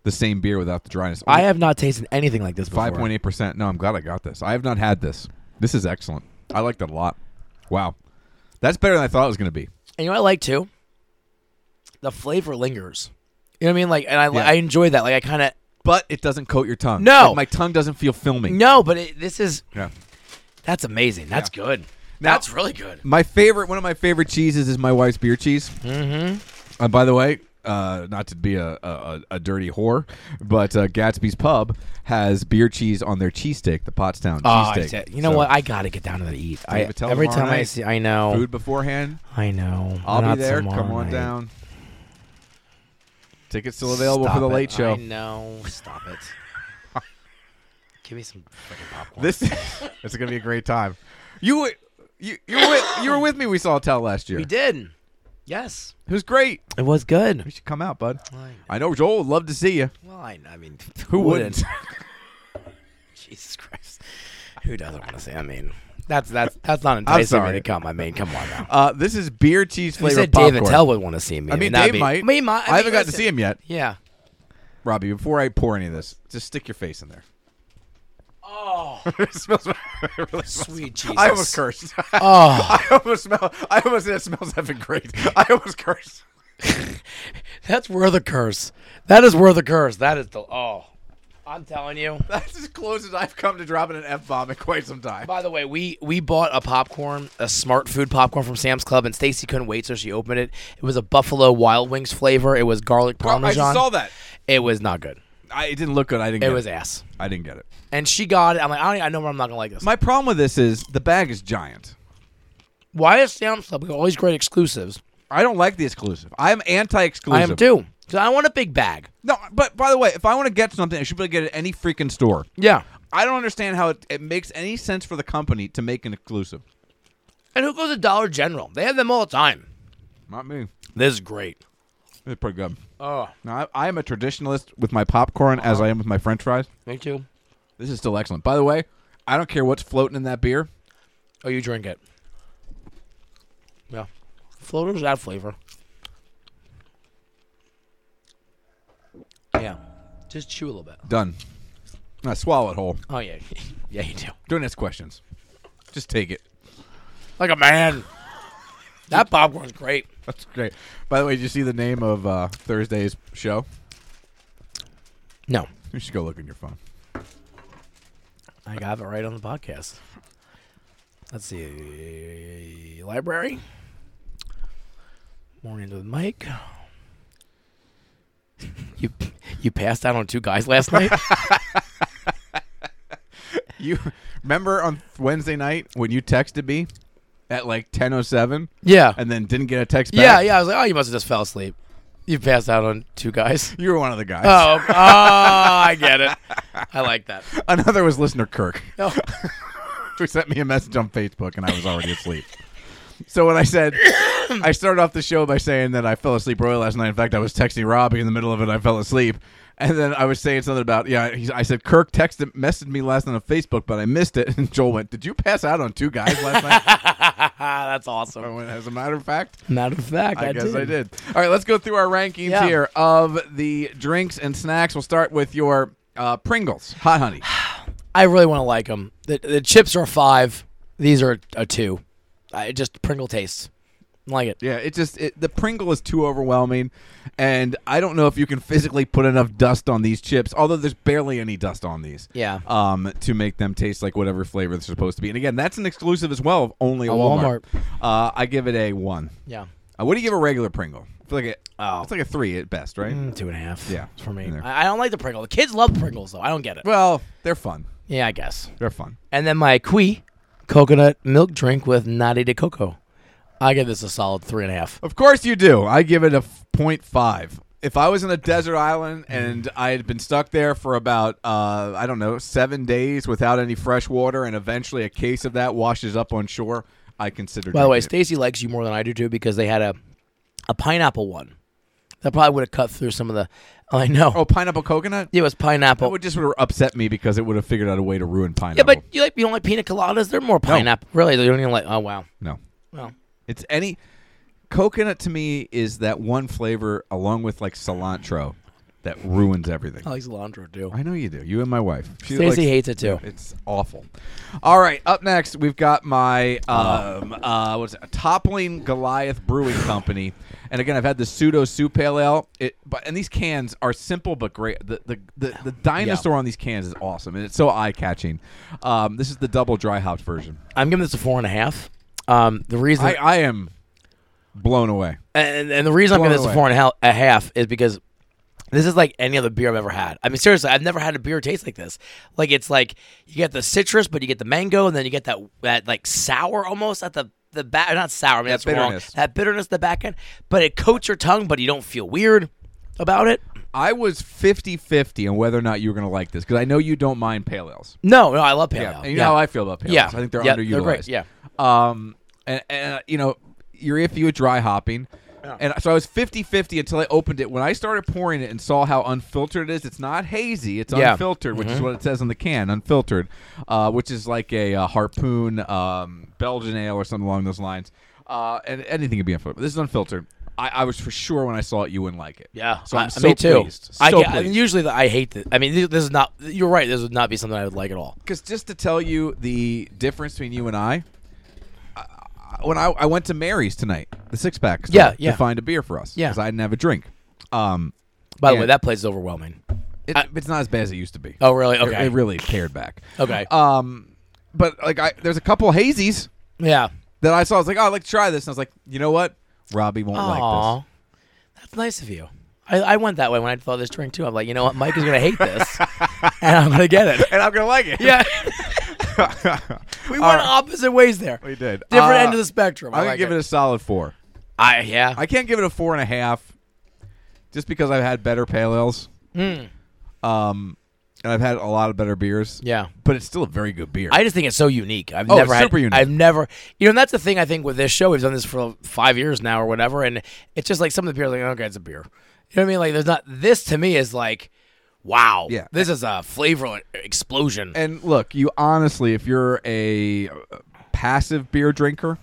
Speaker 1: the same beer without the dryness.
Speaker 2: I have not tasted anything like this before.
Speaker 1: five point eight percent. No, I'm glad I got this. I have not had this. This is excellent. I liked it a lot. Wow, that's better than I thought it was going to be.
Speaker 2: And you know what I like too? The flavor lingers. You know what I mean? Like, and I li-
Speaker 1: Yeah.
Speaker 2: I enjoy that. Like, I kind of
Speaker 1: But it doesn't coat your tongue.
Speaker 2: No.
Speaker 1: Like, my tongue doesn't feel filmy.
Speaker 2: no, but it, this is
Speaker 1: Yeah.
Speaker 2: that's amazing. That's good.
Speaker 1: Now-
Speaker 2: that's really good.
Speaker 1: My favorite, one of my favorite cheeses is my wife's beer cheese. Mm-hmm. Uh, by the way, uh, not to be a, a, a- a dirty whore, but uh, Gatsby's Pub has beer cheese on their cheesesteak, the Pottstown
Speaker 2: Oh, I
Speaker 1: cheesesteak.
Speaker 2: said- you know
Speaker 1: So-
Speaker 2: what? I gotta get down to the eat. I,
Speaker 1: David, tell
Speaker 2: every
Speaker 1: tomorrow
Speaker 2: time I
Speaker 1: night.
Speaker 2: see, I know.
Speaker 1: food beforehand.
Speaker 2: I know.
Speaker 1: I'll
Speaker 2: Oh. Not
Speaker 1: be there.
Speaker 2: tomorrow
Speaker 1: Come on
Speaker 2: night.
Speaker 1: down. Tickets still available
Speaker 2: Stop
Speaker 1: for the
Speaker 2: it.
Speaker 1: late show.
Speaker 2: I know. Stop it. Give me some freaking popcorn.
Speaker 1: This it's gonna be a great time. You were- you you were with, you were with me. We saw Tell last year.
Speaker 2: we did. Yes,
Speaker 1: It was great.
Speaker 2: it was
Speaker 1: You
Speaker 2: good.
Speaker 1: should come out, bud.
Speaker 2: I-
Speaker 1: I know Joel would love to see you.
Speaker 2: Well, I, I mean,
Speaker 1: Who wouldn't?
Speaker 2: Jesus Christ. Who doesn't want to say? I mean, that's that's that's not enticing me
Speaker 1: sorry.
Speaker 2: to come. I mean, come on now.
Speaker 1: Uh, this is beer cheese
Speaker 2: You
Speaker 1: flavored
Speaker 2: said
Speaker 1: popcorn.
Speaker 2: David Tell would want to see me.
Speaker 1: I mean,
Speaker 2: that'd
Speaker 1: Dave
Speaker 2: be-
Speaker 1: might.
Speaker 2: Me, might.
Speaker 1: I haven't got to
Speaker 2: listen.
Speaker 1: see him yet,
Speaker 2: Yeah.
Speaker 1: Robbie. Before I pour any of this, just stick your face in there.
Speaker 2: Oh,
Speaker 1: It smells. it really smells-
Speaker 2: sweet Jesus.
Speaker 1: I almost cursed.
Speaker 2: Oh,
Speaker 1: I almost smell. I almost said it smells effing great. I almost cursed.
Speaker 2: that's worth a curse. That is worth a curse. That is the. Oh, I'm telling you.
Speaker 1: That's as close as I've come to dropping an F bomb in quite some time.
Speaker 2: By the way, we we bought a popcorn, a smart food popcorn from Sam's Club, and Stacy couldn't wait, so she opened it. It was a buffalo Wild Wings flavor. It was garlic parmesan.
Speaker 1: I saw that.
Speaker 2: It was not good.
Speaker 1: I, it didn't look good. I didn't.
Speaker 2: It
Speaker 1: get
Speaker 2: was ass.
Speaker 1: I didn't get it.
Speaker 2: And she got it. I'm like, I, don't, I know I'm not gonna like this.
Speaker 1: My problem with this is the bag is giant.
Speaker 2: Why is Sam's Club got all these great exclusives?
Speaker 1: I don't like the exclusive. I am anti-exclusive.
Speaker 2: I am too. Cause I want a big bag.
Speaker 1: No, but by the way, if I want to get something, I should be able to get it at any freaking store.
Speaker 2: Yeah.
Speaker 1: I don't understand how it, it makes any sense for the company to make an exclusive.
Speaker 2: And who goes to Dollar General? They have them all the time.
Speaker 1: Not me.
Speaker 2: This is great.
Speaker 1: It's pretty good.
Speaker 2: Oh,
Speaker 1: Now, I, I am a traditionalist with my popcorn
Speaker 2: Uh-huh.
Speaker 1: as I am with my french fries.
Speaker 2: thank you.
Speaker 1: This is still excellent. By the way, I don't care what's floating in that beer.
Speaker 2: Oh, you drink it. Yeah. Floaters add flavor. Yeah. Just chew a little bit.
Speaker 1: Done. I swallow it whole.
Speaker 2: Oh, yeah. yeah, you do.
Speaker 1: Don't ask questions. Just take it.
Speaker 2: Like a man. That popcorn's great.
Speaker 1: That's great. By the way, did you see the name of uh, Thursday's show?
Speaker 2: No.
Speaker 1: You should go look in your phone.
Speaker 2: I got it right on the podcast. Let's see. Library. Morning with Mike. You you passed out on two guys last night?
Speaker 1: You remember on Wednesday night when you texted me at like 10:07
Speaker 2: yeah.
Speaker 1: and then didn't get a text back?
Speaker 2: Yeah, yeah. I was like, oh, you must have just fell asleep. You passed out on two guys.
Speaker 1: You were one of the guys.
Speaker 2: Oh, oh I get it. I like that.
Speaker 1: Another was listener Kirk,
Speaker 2: Oh,
Speaker 1: who sent me a message on Facebook, and I was already asleep. So when I said, I started off the show by saying that I fell asleep early last night. In fact, I was texting Robbie in the middle of it. I fell asleep, and then I was saying something about yeah. He's, I said Kirk texted messaged me last night on Facebook, but I missed it. And Joel went, "Did you pass out on two guys last night?"
Speaker 2: ah, that's
Speaker 1: I
Speaker 2: awesome.
Speaker 1: went, As a matter of fact,
Speaker 2: Matter of fact,
Speaker 1: I,
Speaker 2: I,
Speaker 1: guess I did. All right, let's go through our rankings
Speaker 2: Yeah.
Speaker 1: here of the drinks and snacks. We'll start with your uh, Pringles, hot honey.
Speaker 2: I really want to like them. The, the chips are five. These are a two. I just Pringle taste. I like it.
Speaker 1: Yeah, it just it, the Pringle is too overwhelming, and I don't know if you can physically put enough dust on these chips. Although there's barely any dust on these.
Speaker 2: Yeah.
Speaker 1: Um, to make them taste like whatever flavor they're supposed to be. And again, that's an exclusive as well, of only at
Speaker 2: A
Speaker 1: Walmart. Uh, I give it a one.
Speaker 2: Yeah.
Speaker 1: Uh, what do you give a regular Pringle? I feel like it,
Speaker 2: Oh.
Speaker 1: it's like a three at best, right?
Speaker 2: Mm, Two and a half.
Speaker 1: Yeah,
Speaker 2: For me.
Speaker 1: in there.
Speaker 2: I, I don't like the Pringle. The kids love Pringles, though. I don't get it.
Speaker 1: Well, they're fun.
Speaker 2: Yeah, I guess.
Speaker 1: They're fun.
Speaker 2: And then my Kui coconut milk drink with Natty de Coco. I give this a solid three and a half.
Speaker 1: Of course you do. I give it a f- 0.5. If I was in a desert island
Speaker 2: Mm.
Speaker 1: and I had been stuck there for about, uh, I don't know, seven days without any fresh water and eventually a case of that washes up on shore, I consider
Speaker 2: By the way,
Speaker 1: drinking
Speaker 2: Stacy likes you more than I do too because they had a a pineapple one. That probably would have cut through some of the. I know.
Speaker 1: it. Oh, pineapple coconut?
Speaker 2: It was
Speaker 1: That
Speaker 2: pineapple.
Speaker 1: would just would have upset me because it would have figured out a way to ruin
Speaker 2: yeah,
Speaker 1: pineapple.
Speaker 2: but you like you don't like pina coladas. They're more pineapple. Really, they don't even like. Oh wow.
Speaker 1: No.
Speaker 2: Well,
Speaker 1: It's any. Coconut to me is that one flavor along with like cilantro that ruins everything.
Speaker 2: I like cilantro too.
Speaker 1: I know you do. You and my wife. She
Speaker 2: Oh. Stacey
Speaker 1: likes-
Speaker 2: hates it too.
Speaker 1: It's awful. All right, up next we've got my um uh what's it, Toppling Goliath Brewing Company, and again I've had the pseudo soup pale ale. It but and these cans are simple but great. The the the, the dinosaur on these cans is awesome and it's so eye catching. Um, this is the double dry hopped version.
Speaker 2: I'm giving this a four and a half. Um, the reason
Speaker 1: I, I am blown away.
Speaker 2: and, and the reason I'm
Speaker 1: Blown
Speaker 2: giving this a
Speaker 1: away.
Speaker 2: four and a hal- a half is because this is like any other beer I've ever had. I mean, seriously, I've never had a beer taste like this. Like it's like you get the citrus, but you get the mango, and then you get that that like sour almost at the the back. Not sour. I mean, that's
Speaker 1: bitterness.
Speaker 2: wrong. That bitterness at the back end, but it coats your tongue, but you don't feel weird about it.
Speaker 1: I was 50-50 on whether or not you were going to like this because I know you don't mind pale ales.
Speaker 2: No, no, I love pale
Speaker 1: Yeah,
Speaker 2: ale.
Speaker 1: and you know how I feel about pale
Speaker 2: Yeah.
Speaker 1: ales. I think they're
Speaker 2: Yeah,
Speaker 1: underutilized.
Speaker 2: they're great, yeah.
Speaker 1: Um, and, and uh, you know, you're iffy with dry hopping. And so I was 50-50 until I opened it. When I started pouring it and saw how unfiltered it is, it's not hazy. It's
Speaker 2: Yeah. Mm-hmm.
Speaker 1: unfiltered, which is what it says on the can, unfiltered, uh, which is like a, uh harpoon um, Belgian ale or something along those lines. Uh, and anything could be unfiltered. This is unfiltered. I, I was for sure when I saw it, you wouldn't like it.
Speaker 2: Yeah,
Speaker 1: so
Speaker 2: I-
Speaker 1: I'm
Speaker 2: I-
Speaker 1: so
Speaker 2: me too.
Speaker 1: pleased.
Speaker 2: I,
Speaker 1: So
Speaker 2: get- I mean,
Speaker 1: pleased.
Speaker 2: usually the, I hate this. I mean, th- this is not. You're right. This would not be something I would like at all.
Speaker 1: because just to tell you the difference between you and I, I when I, I went to Mary's tonight, the six pack, store,
Speaker 2: Yeah, yeah.
Speaker 1: to find a beer for us,
Speaker 2: Yeah.
Speaker 1: because I didn't have a drink. Um,
Speaker 2: By the
Speaker 1: Yeah.
Speaker 2: way, that place is overwhelming.
Speaker 1: it, it's not as bad as it used to be.
Speaker 2: Oh, really?
Speaker 1: It-
Speaker 2: Okay.
Speaker 1: it really cared back.
Speaker 2: Okay.
Speaker 1: um, but like I, there's a couple hazies
Speaker 2: yeah.
Speaker 1: that I saw. I was like, oh, I'd like to try this, and I was like, you know what, Robbie won't like this.
Speaker 2: Aw. That's nice of you. I, I went that way when I thought this drink too. I'm like, you know what, Mike is gonna hate this, and I'm gonna get it.
Speaker 1: And I'm gonna like it.
Speaker 2: Yeah, we went opposite ways there.
Speaker 1: we did.
Speaker 2: Different
Speaker 1: Uh,
Speaker 2: end of the spectrum. I
Speaker 1: I'm gonna
Speaker 2: like
Speaker 1: give it. a solid four.
Speaker 2: I yeah.
Speaker 1: I can't give it a four
Speaker 2: Hmm.
Speaker 1: and a half, just because I've had better pale ales. Um, and I've had a lot of better beers.
Speaker 2: Yeah.
Speaker 1: but it's still a very good beer.
Speaker 2: I just think it's so unique. I've
Speaker 1: Oh,
Speaker 2: never
Speaker 1: it's
Speaker 2: had,
Speaker 1: super unique.
Speaker 2: I've never, you know, and that's the thing I think with this show. We've done this for five years now or whatever, and it's just like some of the beers are like, okay, it's a beer. You know what I mean? Like, there's not this to me is like, wow,
Speaker 1: Yeah.
Speaker 2: this is a flavor explosion.
Speaker 1: and look, you honestly, if you're a uh, passive beer drinker,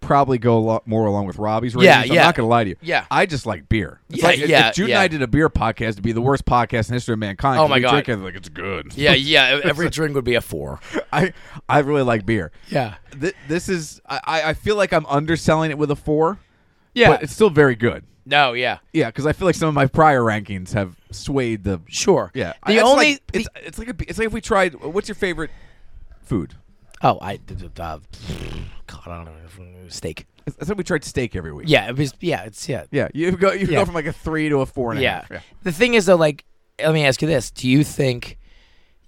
Speaker 1: probably go a lot more along with Robbie's. Ratings.
Speaker 2: Yeah,
Speaker 1: I'm
Speaker 2: yeah.
Speaker 1: not gonna lie to you.
Speaker 2: Yeah.
Speaker 1: I just like beer. It's
Speaker 2: Yeah,
Speaker 1: like, if-
Speaker 2: yeah,
Speaker 1: If Jude and
Speaker 2: yeah.
Speaker 1: I did a beer podcast, it'd be the worst podcast in history of mankind.
Speaker 2: Oh
Speaker 1: 'cause
Speaker 2: my
Speaker 1: we
Speaker 2: God.
Speaker 1: drink it, like it's good.
Speaker 2: yeah, yeah. e-, Every drink would be a four.
Speaker 1: I I really like beer.
Speaker 2: Yeah.
Speaker 1: Th- this is I- I I feel like I'm underselling it with a four.
Speaker 2: Yeah.
Speaker 1: but it's still very good.
Speaker 2: no, yeah.
Speaker 1: Yeah, because I feel like some of my prior rankings have swayed the.
Speaker 2: Sure.
Speaker 1: Yeah, I-
Speaker 2: The
Speaker 1: it's
Speaker 2: only.
Speaker 1: like, it's, it's like a, it's like if we tried. What's your favorite food?
Speaker 2: oh, I. Uh, God, I don't know. Steak.
Speaker 1: It's, it's like we tried steak every week.
Speaker 2: Yeah, it was. Yeah, it's yeah.
Speaker 1: yeah. You go you
Speaker 2: Yeah.
Speaker 1: go from like a three to a four and a
Speaker 2: Yeah.
Speaker 1: half.
Speaker 2: The thing is, though, like, let me ask you this: Do you think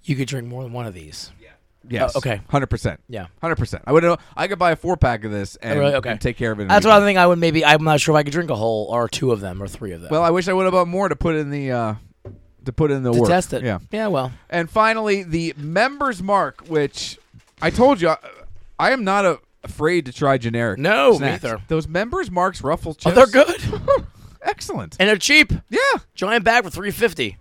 Speaker 2: you could drink more than one of these?
Speaker 1: Yeah. Yes.
Speaker 2: Oh, okay.
Speaker 1: Hundred percent.
Speaker 2: Yeah.
Speaker 1: Hundred percent. I would. know- I could buy a four pack of this and,
Speaker 2: Really? Okay.
Speaker 1: and take care of it. in a
Speaker 2: That's what I
Speaker 1: weekend.
Speaker 2: think. I would maybe. I'm not sure if I could drink a whole or two of them or three of them.
Speaker 1: Well, I wish I would have bought more to put in the. uh to put in the
Speaker 2: to
Speaker 1: work.
Speaker 2: test it.
Speaker 1: Yeah.
Speaker 2: Yeah. Well.
Speaker 1: And finally, the members mark, which I told you, I, I am not a, afraid to try generic.
Speaker 2: No, me
Speaker 1: snacks.
Speaker 2: neither.
Speaker 1: Those members marks ruffle
Speaker 2: Oh,
Speaker 1: chips.
Speaker 2: they're good
Speaker 1: Excellent.
Speaker 2: and they're cheap.
Speaker 1: yeah,
Speaker 2: Giant bag for three fifty.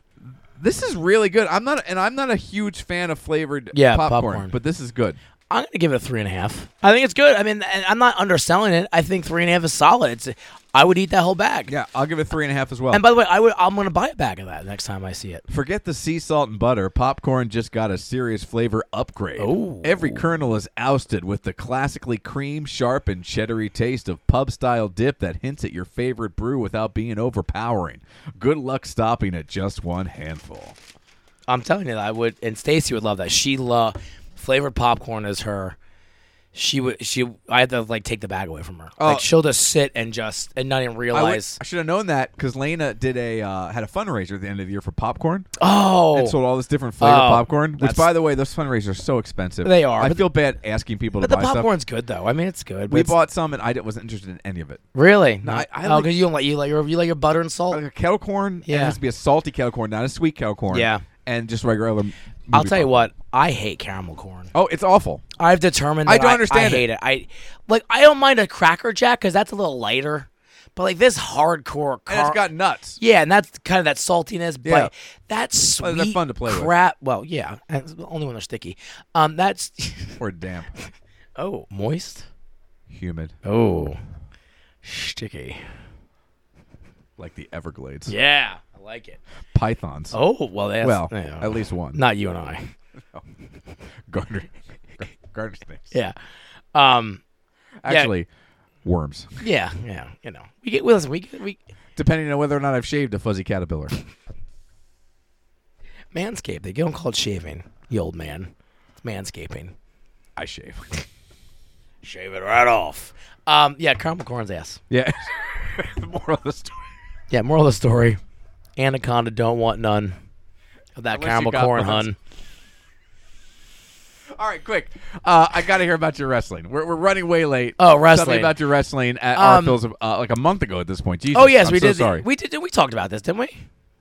Speaker 1: this is really good. I'm not, and I'm not a huge fan of flavored
Speaker 2: Yeah,
Speaker 1: popcorn,
Speaker 2: popcorn.
Speaker 1: but this is good.
Speaker 2: I'm gonna give it a three and a half. I think it's good. I mean, and I'm not underselling it. I think three and a half is solid. It's. I would eat that whole bag.
Speaker 1: Yeah, I'll give it three and a half as well.
Speaker 2: And by the way, I would. I'm gonna buy a bag of that next time I see it.
Speaker 1: Forget the sea salt and butter. Popcorn just got a serious flavor upgrade.
Speaker 2: Ooh.
Speaker 1: Every kernel is ousted with the classically cream, sharp, and cheddary taste of pub style dip that hints at your favorite brew without being overpowering. Good luck stopping at just one handful.
Speaker 2: I'm telling you, I would, and Stacy would love that. She love flavored popcorn is her. She would. She. I had to like take the bag away from her.
Speaker 1: Oh.
Speaker 2: Like she'll just sit and just and not even
Speaker 1: I, would-
Speaker 2: realize.
Speaker 1: I should have known that because Lena did a uh, had a fundraiser at the end of the year for popcorn
Speaker 2: oh,
Speaker 1: and sold all this different flavored
Speaker 2: Oh,
Speaker 1: popcorn. Which,
Speaker 2: that's-
Speaker 1: by the way, those fundraisers are so expensive.
Speaker 2: They are,
Speaker 1: I
Speaker 2: but-
Speaker 1: feel bad asking people
Speaker 2: but
Speaker 1: to
Speaker 2: the
Speaker 1: buy stuff.
Speaker 2: popcorn's good though. I mean, it's good. but
Speaker 1: We
Speaker 2: it's-
Speaker 1: bought some and I di- wasn't interested in any of it.
Speaker 2: really. No,
Speaker 1: I- I
Speaker 2: oh,
Speaker 1: like-
Speaker 2: because you don't like you like your you like your butter and salt.
Speaker 1: like a kettle corn. Yeah, it
Speaker 2: Yeah.
Speaker 1: has to be a salty kettle corn, not a sweet kettle corn.
Speaker 2: Yeah.
Speaker 1: and just regular. movie
Speaker 2: I'll tell you
Speaker 1: popcorn.
Speaker 2: what. I hate caramel corn.
Speaker 1: Oh, it's awful.
Speaker 2: I've determined.
Speaker 1: I
Speaker 2: that
Speaker 1: don't understand
Speaker 2: I hate it. I like. I don't mind a cracker jack because that's a little lighter. But like this hardcore,
Speaker 1: And it's
Speaker 2: car-
Speaker 1: got nuts.
Speaker 2: Yeah, and that's kind of that saltiness,
Speaker 1: Yeah.
Speaker 2: but that sweet
Speaker 1: they're fun to play with.
Speaker 2: crap. Well, yeah, and it's only when they're sticky. Um, that's
Speaker 1: Or damp,
Speaker 2: oh moist.
Speaker 1: humid,
Speaker 2: Oh, sticky.
Speaker 1: like the Everglades.
Speaker 2: Yeah, I like it.
Speaker 1: Pythons.
Speaker 2: Oh well, that's
Speaker 1: well,
Speaker 2: yeah.
Speaker 1: at least one.
Speaker 2: not you and I.
Speaker 1: garter, garter snakes.
Speaker 2: Yeah, um,
Speaker 1: Actually, worms.
Speaker 2: yeah, yeah. You know, we get. Well, listen, we get, we
Speaker 1: Depending on whether or not I've shaved a fuzzy caterpillar.
Speaker 2: manscape. They don't call it shaving. You old man, it's manscaping.
Speaker 1: I shave.
Speaker 2: Shave it right off. Um, yeah, caramel corn's ass.
Speaker 1: Yeah. the moral of the story.
Speaker 2: Yeah, moral of the story: Anaconda don't want none of that
Speaker 1: Unless you
Speaker 2: caramel
Speaker 1: got
Speaker 2: corn,
Speaker 1: buns.
Speaker 2: hun.
Speaker 1: All right, quick. Uh, I got to hear about your wrestling. We're, we're running way late.
Speaker 2: Oh,
Speaker 1: Tell me
Speaker 2: wrestling.
Speaker 1: about your wrestling at our
Speaker 2: Um,
Speaker 1: Phil's, uh, like a month ago at this point. Jesus,
Speaker 2: Oh yes,
Speaker 1: I'm
Speaker 2: we
Speaker 1: so
Speaker 2: did.
Speaker 1: Sorry.
Speaker 2: We did. We talked about this, didn't we?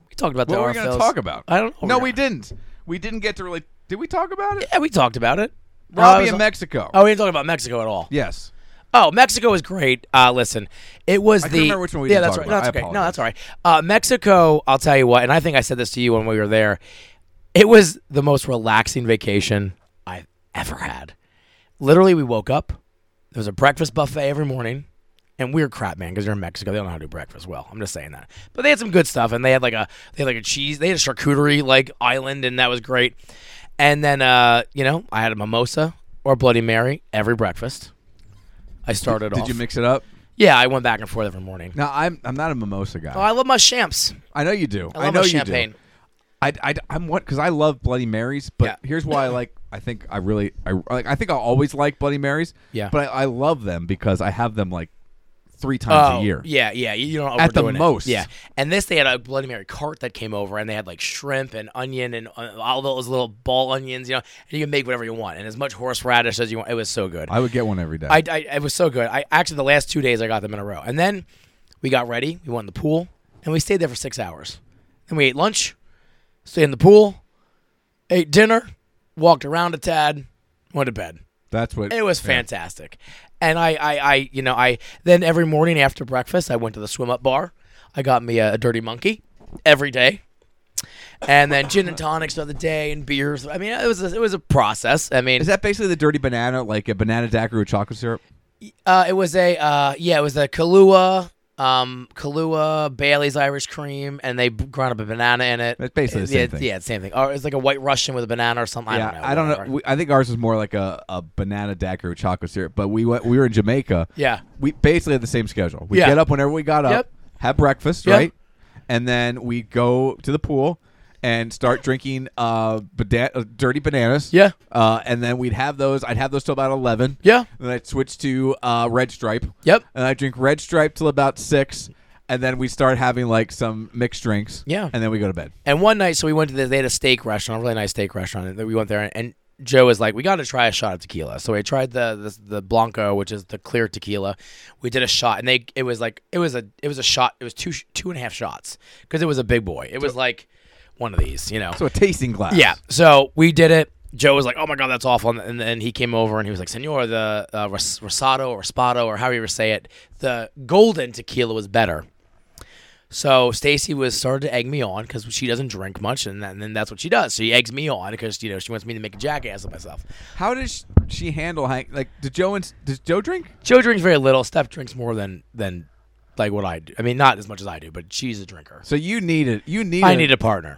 Speaker 2: We talked about
Speaker 1: What
Speaker 2: the
Speaker 1: were we going
Speaker 2: RFLs.
Speaker 1: to talk about?
Speaker 2: I don't. know.
Speaker 1: No, we didn't. We didn't get to really. Did we talk about it?
Speaker 2: Yeah, we talked about it. No, I
Speaker 1: Robbie
Speaker 2: was-
Speaker 1: in Mexico.
Speaker 2: Oh, we didn't talk about Mexico at all.
Speaker 1: yes.
Speaker 2: Oh, Mexico was great. Uh, listen, it was
Speaker 1: I
Speaker 2: the
Speaker 1: couldn't remember which one we
Speaker 2: yeah.
Speaker 1: didn't
Speaker 2: That's
Speaker 1: talk
Speaker 2: right.
Speaker 1: about. I
Speaker 2: No, that's okay. No,
Speaker 1: apologize.
Speaker 2: that's all right. Uh, Mexico. I'll tell you what, and I think I said this to you when we were there. It was the most relaxing vacation I've ever had. Literally, we woke up. There was a breakfast buffet every morning. And weird crap, man, because you're in Mexico. They don't know how to do breakfast well. I'm just saying that. But they had some good stuff, and they had like a they had like a cheese. They had a charcuterie like island, and that was great. And then uh, you know, I had a mimosa or Bloody Mary every breakfast. I started
Speaker 1: Did
Speaker 2: off.
Speaker 1: you mix it up?
Speaker 2: Yeah, I went back and forth every morning.
Speaker 1: No, I'm I'm not a mimosa guy.
Speaker 2: Oh, I love my champs.
Speaker 1: I know you do.
Speaker 2: I love
Speaker 1: know
Speaker 2: my
Speaker 1: you
Speaker 2: champagne.
Speaker 1: do. I I I'm what because I love Bloody Marys, but
Speaker 2: Yeah.
Speaker 1: here's why I like. I think I really I like. I think I'll always like Bloody Marys.
Speaker 2: Yeah.
Speaker 1: But I, I love them because I have them like three times a year.
Speaker 2: Oh, Yeah, yeah. You you don't overdo
Speaker 1: At the
Speaker 2: it.
Speaker 1: most.
Speaker 2: Yeah. And this, they had a Bloody Mary cart that came over, and they had like shrimp and onion and uh, all those little ball onions, you know, and you can make whatever you want, and as much horseradish as you want. It was so good.
Speaker 1: I would get one every day.
Speaker 2: I, I it was so good. I actually the last two days I got them in a row, and then we got ready. We went in the pool, and we stayed there for six hours. Then we ate lunch, stayed in the pool, ate dinner, walked around a tad, went to bed.
Speaker 1: That's what
Speaker 2: It was fantastic. And I, I, I, you know, I then every morning after breakfast, I went to the swim up bar. I got me a, a dirty monkey every day, and then gin and tonics for the day and beers. I mean, it was a, it was a process. I mean,
Speaker 1: Is that basically the dirty banana, like a banana daiquiri with chocolate syrup?
Speaker 2: uh, it was a uh, yeah, it was a Kahlua, um, Kahlua Bailey's Irish cream, and they b- ground up a banana in it.
Speaker 1: That's basically the
Speaker 2: yeah,
Speaker 1: same thing.
Speaker 2: Yeah, same thing. Or it's like a White Russian with a banana or something. I don't know.
Speaker 1: I don't
Speaker 2: whatever.
Speaker 1: know. We, I think ours was more like a, a banana daiquiri with chocolate syrup. But we went. We were in Jamaica.
Speaker 2: Yeah.
Speaker 1: We basically had the same schedule. We
Speaker 2: Yeah.
Speaker 1: get up whenever we got up,
Speaker 2: Yep.
Speaker 1: have breakfast,
Speaker 2: Yep.
Speaker 1: right, and then we go to the pool and start drinking uh, bada- uh, dirty bananas.
Speaker 2: Yeah.
Speaker 1: Uh, and then we'd have those. I'd have those till about eleven.
Speaker 2: Yeah.
Speaker 1: And I'd switch to uh, red stripe.
Speaker 2: Yep.
Speaker 1: And I drink red stripe till about six. And then we start having like some mixed drinks.
Speaker 2: Yeah.
Speaker 1: And then we go to bed.
Speaker 2: And one night, so we went to this. They had a steak restaurant, a really nice steak restaurant. And we went there, and, and Joe was like, "We got to try a shot of tequila." So we tried the, the the blanco, which is the clear tequila. We did a shot, and they it was like it was a it was a shot. It was two sh- two and a half shots because it was a big boy. It was like one of these, you know.
Speaker 1: So a tasting glass.
Speaker 2: Yeah. So we did it. Joe was like, "Oh my god, that's awful," and- and then he came over and he was like, "Senor, the uh, ros- rosado or spado or however you say it, the golden tequila was better." So Stacy was started to egg me on because she doesn't drink much, and, then- and then that's what she does. She eggs me on because you know she wants me to make a jackass of myself.
Speaker 1: How does she handle Hank? Like, did Joe and does Joe drink?
Speaker 2: Joe drinks very little. Steph drinks more than than like what I do. I mean, not as much as I do, but she's a drinker.
Speaker 1: So you need it. You need.
Speaker 2: I
Speaker 1: it.
Speaker 2: need a partner.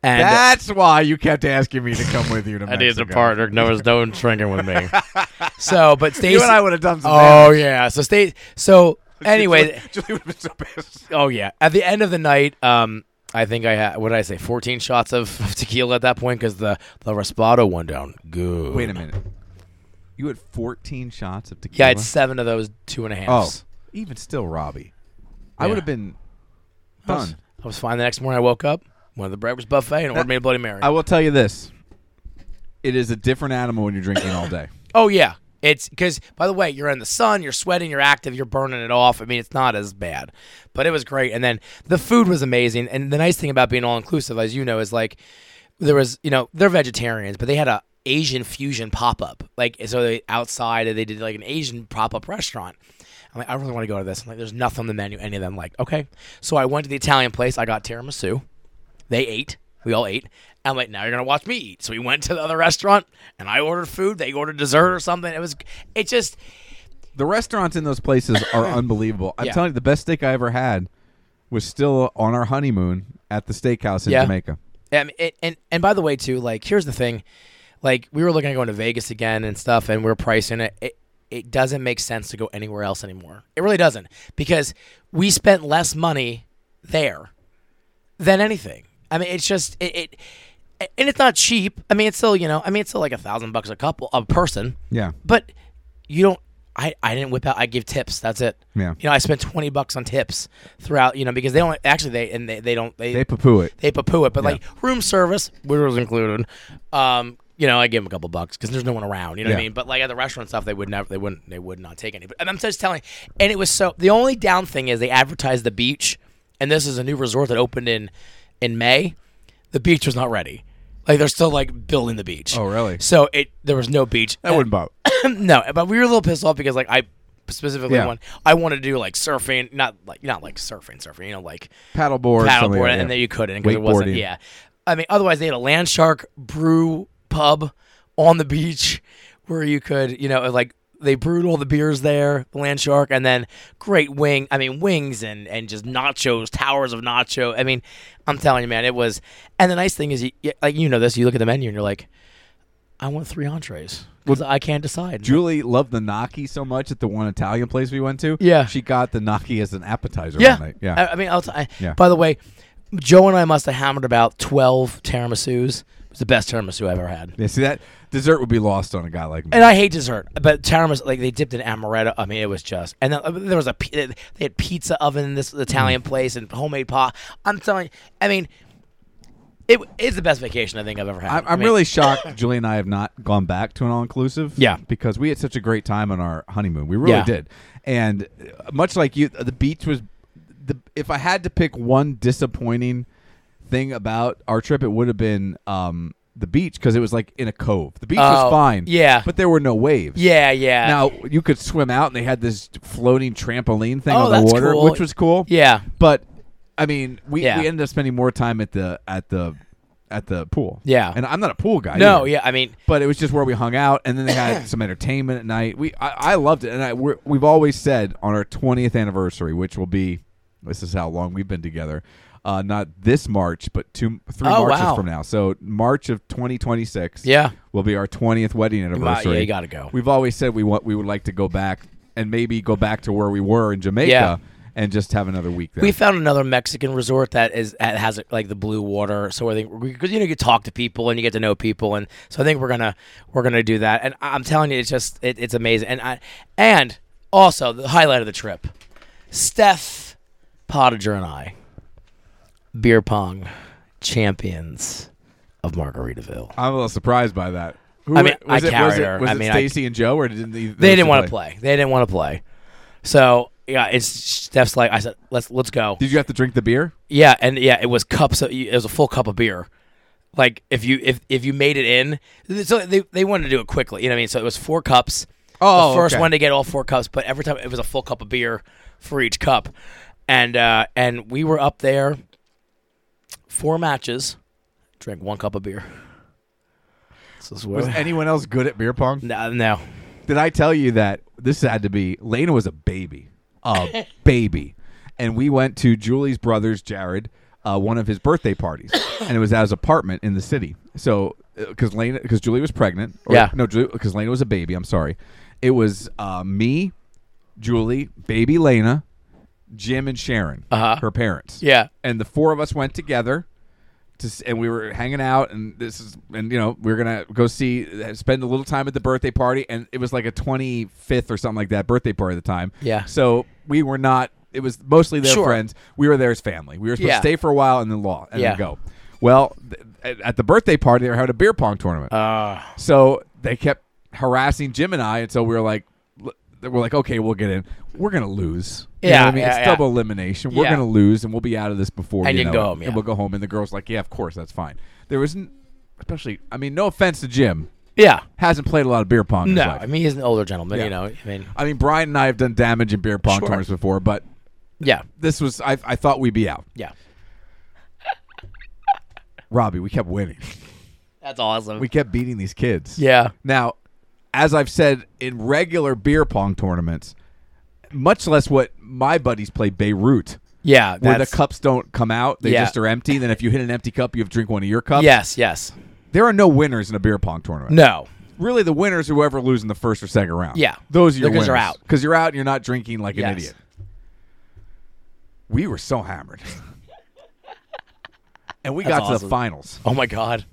Speaker 2: And
Speaker 1: That's why you kept asking me to come with you to
Speaker 2: I
Speaker 1: Mexico.
Speaker 2: need a partner. No one's no one's drinking with me. so, but Stacy,
Speaker 1: You and I would have done some.
Speaker 2: Oh yeah. So stay. So anyway.
Speaker 1: Julie, Julie would have been so pissed.
Speaker 2: oh yeah. At the end of the night, um, I think I had what did I say? Fourteen shots of, of tequila at that point because the the Raspado one down. Good.
Speaker 1: Wait a minute. You had 14 shots of tequila.
Speaker 2: Yeah, I had seven of those two and a
Speaker 1: oh,
Speaker 2: halves.
Speaker 1: even still, Robbie, I
Speaker 2: Yeah.
Speaker 1: would have been done.
Speaker 2: I was fine. The next morning, I woke up, went to the breakfast buffet, and ordered me a Bloody Mary.
Speaker 1: I will tell you this: it is a different animal when you're drinking all day.
Speaker 2: oh yeah. It's because, by the way, you're in the sun, you're sweating, you're active, you're burning it off. I mean, it's not as bad, but it was great. And then the food was amazing. And the nice thing about being all inclusive, as you know, is like there was you know they're vegetarians but they had a asian fusion pop-up like so they outside they did like an asian pop-up restaurant i'm like i really want to go to this i'm like there's nothing on the menu any of them like okay so i went to the italian place i got tiramisu they ate we all ate i'm like now you're gonna watch me eat so we went to the other restaurant and i ordered food they ordered dessert or something it was it just
Speaker 1: The restaurants in those places are unbelievable. I'm
Speaker 2: Yeah.
Speaker 1: telling you, the best steak I ever had was still on our honeymoon at the steakhouse in
Speaker 2: Yeah.
Speaker 1: Jamaica.
Speaker 2: Um, it, and and by the way, too, like here's the thing, like we were looking at going to Vegas again and stuff, and we are pricing it. it it doesn't make sense to go anywhere else anymore. It really doesn't because we spent less money there than anything. I mean, it's just it, it and it's not cheap. I mean, it's still you know, I mean, it's still like a thousand bucks a couple a person.
Speaker 1: Yeah.
Speaker 2: But you don't. I, I didn't whip out. I give tips. That's it.
Speaker 1: Yeah.
Speaker 2: You know, I spent twenty bucks on tips throughout. You know, because they don't actually they and they, they don't
Speaker 1: They poo it.
Speaker 2: they poo it. But like room service, which was included. Um, you know, I give them a couple bucks because there's no one around. You know what I
Speaker 1: Yeah.
Speaker 2: mean? But like at the restaurant and stuff, they would never, they wouldn't, they would not take any. But and I'm just telling. And it was so. The only down thing is they advertised the beach, and this is a new resort that opened in in May. The beach was not ready. Like they're still like building the beach.
Speaker 1: Oh, really?
Speaker 2: So it there was no beach.
Speaker 1: That wouldn't bother.
Speaker 2: no, but we were a little pissed off because like I specifically
Speaker 1: Yeah.
Speaker 2: want I wanted to do like surfing, not like not like surfing, surfing. You know, like
Speaker 1: Paddleboard. something
Speaker 2: paddleboard,
Speaker 1: like that.
Speaker 2: and then you couldn't because it wasn't.
Speaker 1: Wakeboarding.
Speaker 2: Yeah, I mean, otherwise they had a land shark brew pub on the beach where you could, you know, like they brewed all the beers there, the land shark, and then great wing. I mean, wings and and just nachos, towers of nacho. I mean, I'm telling you, man, it was. And the nice thing is, you, you- like you know this, you look at the menu and you're like, I want three entrees. 'cause I can't decide.
Speaker 1: Julie loved the gnocchi so much at the one Italian place we went to.
Speaker 2: Yeah.
Speaker 1: she got the gnocchi as an appetizer.
Speaker 2: Yeah, Uh,
Speaker 1: one night. yeah.
Speaker 2: I, I mean, I'll t- I,
Speaker 1: Yeah.
Speaker 2: by the way, Joe and I must have hammered about twelve tiramisus. It was the best tiramisu I ever had.
Speaker 1: yeah. See that dessert would be lost on a guy like me.
Speaker 2: And I hate dessert, but tiramisu like they dipped in amaretto. I mean, it was just. And then, uh, there was a pi- they had pizza oven in this
Speaker 1: Mm.
Speaker 2: Italian place and homemade pie. I'm telling you, I mean, it is the best vacation I think I've ever had.
Speaker 1: I'm,
Speaker 2: I
Speaker 1: I'm
Speaker 2: mean,
Speaker 1: really shocked. Julie and I have not gone back to an all-inclusive.
Speaker 2: Yeah.
Speaker 1: because we had such a great time on our honeymoon. We really
Speaker 2: Yeah.
Speaker 1: did. And uh, much like you, the beach was. The, if I had to pick one disappointing thing about our trip, it would have been um, the beach because it was like in a cove. The beach
Speaker 2: Oh,
Speaker 1: was fine.
Speaker 2: yeah.
Speaker 1: But there were no waves.
Speaker 2: Yeah, yeah.
Speaker 1: Now you could swim out, and they had this floating trampoline thing
Speaker 2: Oh,
Speaker 1: on the
Speaker 2: that's
Speaker 1: water,
Speaker 2: cool.
Speaker 1: which was cool.
Speaker 2: Yeah.
Speaker 1: but I mean, we,
Speaker 2: Yeah.
Speaker 1: we ended up spending more time at the at the at the pool.
Speaker 2: Yeah.
Speaker 1: and I'm not a pool guy.
Speaker 2: no,
Speaker 1: either.
Speaker 2: yeah, I mean,
Speaker 1: But it was just where we hung out, and then they had some entertainment at night. We I, I loved it, and I we're, we've always said on our 20th anniversary, which will be this is how long we've been together. Uh, not this March, but two, three
Speaker 2: Oh,
Speaker 1: Marches
Speaker 2: wow.
Speaker 1: from now. So March of 2026,
Speaker 2: Yeah.
Speaker 1: will be our 20th wedding anniversary.
Speaker 2: yeah, you gotta go.
Speaker 1: We've always said we want we would like to go back and maybe go back to where we were in Jamaica
Speaker 2: Yeah.
Speaker 1: and just have another week there.
Speaker 2: we found another Mexican resort that is that has like the blue water. So I think because you know you talk to people and you get to know people, and so I think we're gonna we're gonna do that. And I- I'm telling you, it's just it, it's amazing. And I and also the highlight of the trip, Steph Pottinger and I, beer pong champions of Margaritaville.
Speaker 1: I'm a little surprised by that. Who,
Speaker 2: I mean,
Speaker 1: was
Speaker 2: I
Speaker 1: it, was
Speaker 2: carried
Speaker 1: it,
Speaker 2: her.
Speaker 1: Was
Speaker 2: I
Speaker 1: it
Speaker 2: mean, I-
Speaker 1: Stacy and Joe, or did they?
Speaker 2: they didn't want to play. They didn't want to play. So yeah, it's Steph's like I said, let's let's go.
Speaker 1: Did you have to drink the beer?
Speaker 2: Yeah, and yeah, it was cups. Of, it was a full cup of beer. Like if you if if you made it in, so they they wanted to do it quickly. You know what I mean? So it was four cups.
Speaker 1: Oh,
Speaker 2: the first
Speaker 1: okay.
Speaker 2: one to get all four cups, but every time it was a full cup of beer for each cup, and uh and we were up there, four matches, drank one cup of beer. This is
Speaker 1: Was
Speaker 2: where
Speaker 1: anyone else good at beer pong?
Speaker 2: no, uh, no.
Speaker 1: Did I tell you that this had to be? Lena was a baby, a baby, and we went to Julie's brother's Jared, uh, one of his birthday parties, and it was at his apartment in the city. So, because Lena, because Julie was pregnant, or-
Speaker 2: Yeah.
Speaker 1: no, because Lena was a baby. I'm sorry, it was uh, me, Julie, baby Lena, Jim, and Sharon,
Speaker 2: Uh-huh.
Speaker 1: her parents,
Speaker 2: Yeah.
Speaker 1: and the four of us went together to s- and we were hanging out and this is and you know we were gonna go see uh, spend a little time at the birthday party and it was like a 25th or something like that birthday party at the time
Speaker 2: Yeah.
Speaker 1: so we were not it was mostly their
Speaker 2: Sure.
Speaker 1: friends we were there as family we were supposed
Speaker 2: Yeah.
Speaker 1: to stay for a while and then law and
Speaker 2: Yeah.
Speaker 1: then go well th- at- at the birthday party they were having a beer pong tournament
Speaker 2: Ah.
Speaker 1: so they kept harassing Jim and I until we were like, l- we're like, okay, we'll get in. We're gonna lose. You know
Speaker 2: Yeah,
Speaker 1: what I mean,
Speaker 2: yeah,
Speaker 1: it's
Speaker 2: yeah.
Speaker 1: double elimination. We're
Speaker 2: Yeah.
Speaker 1: gonna lose, and we'll be out of this before
Speaker 2: And
Speaker 1: you
Speaker 2: you can
Speaker 1: know
Speaker 2: go
Speaker 1: it.
Speaker 2: home, yeah.
Speaker 1: And we'll go home. And the girls like, yeah, of course, that's fine. There was, n- especially, I mean, no offense to Jim,
Speaker 2: Yeah.
Speaker 1: hasn't played a lot of beer pong. In
Speaker 2: No,
Speaker 1: his life.
Speaker 2: I mean he's an older gentleman. You
Speaker 1: Yeah.
Speaker 2: know, I mean,
Speaker 1: I mean, Brian and I have done damage in beer pong
Speaker 2: Sure.
Speaker 1: tournaments before, but
Speaker 2: yeah,
Speaker 1: this was, I, I thought we'd be out.
Speaker 2: yeah,
Speaker 1: Robbie, we kept winning.
Speaker 2: that's awesome.
Speaker 1: We kept beating these kids.
Speaker 2: yeah,
Speaker 1: Now, as I've said in regular beer pong tournaments, much less what my buddies play Beirut,
Speaker 2: yeah.
Speaker 1: where
Speaker 2: that's-
Speaker 1: the cups don't come out, they
Speaker 2: Yeah.
Speaker 1: just are empty. Then if you hit an empty cup, you have to drink one of your cups.
Speaker 2: Yes, yes.
Speaker 1: There are no winners in a beer pong tournament.
Speaker 2: No.
Speaker 1: Really, the winners are whoever lose in the first or second round.
Speaker 2: Yeah.
Speaker 1: Those are your
Speaker 2: Because
Speaker 1: winners.
Speaker 2: they're out.
Speaker 1: Because you're out and you're not drinking like
Speaker 2: Yes.
Speaker 1: an idiot. We were so hammered. and we got to
Speaker 2: awesome.
Speaker 1: the finals.
Speaker 2: Oh my god.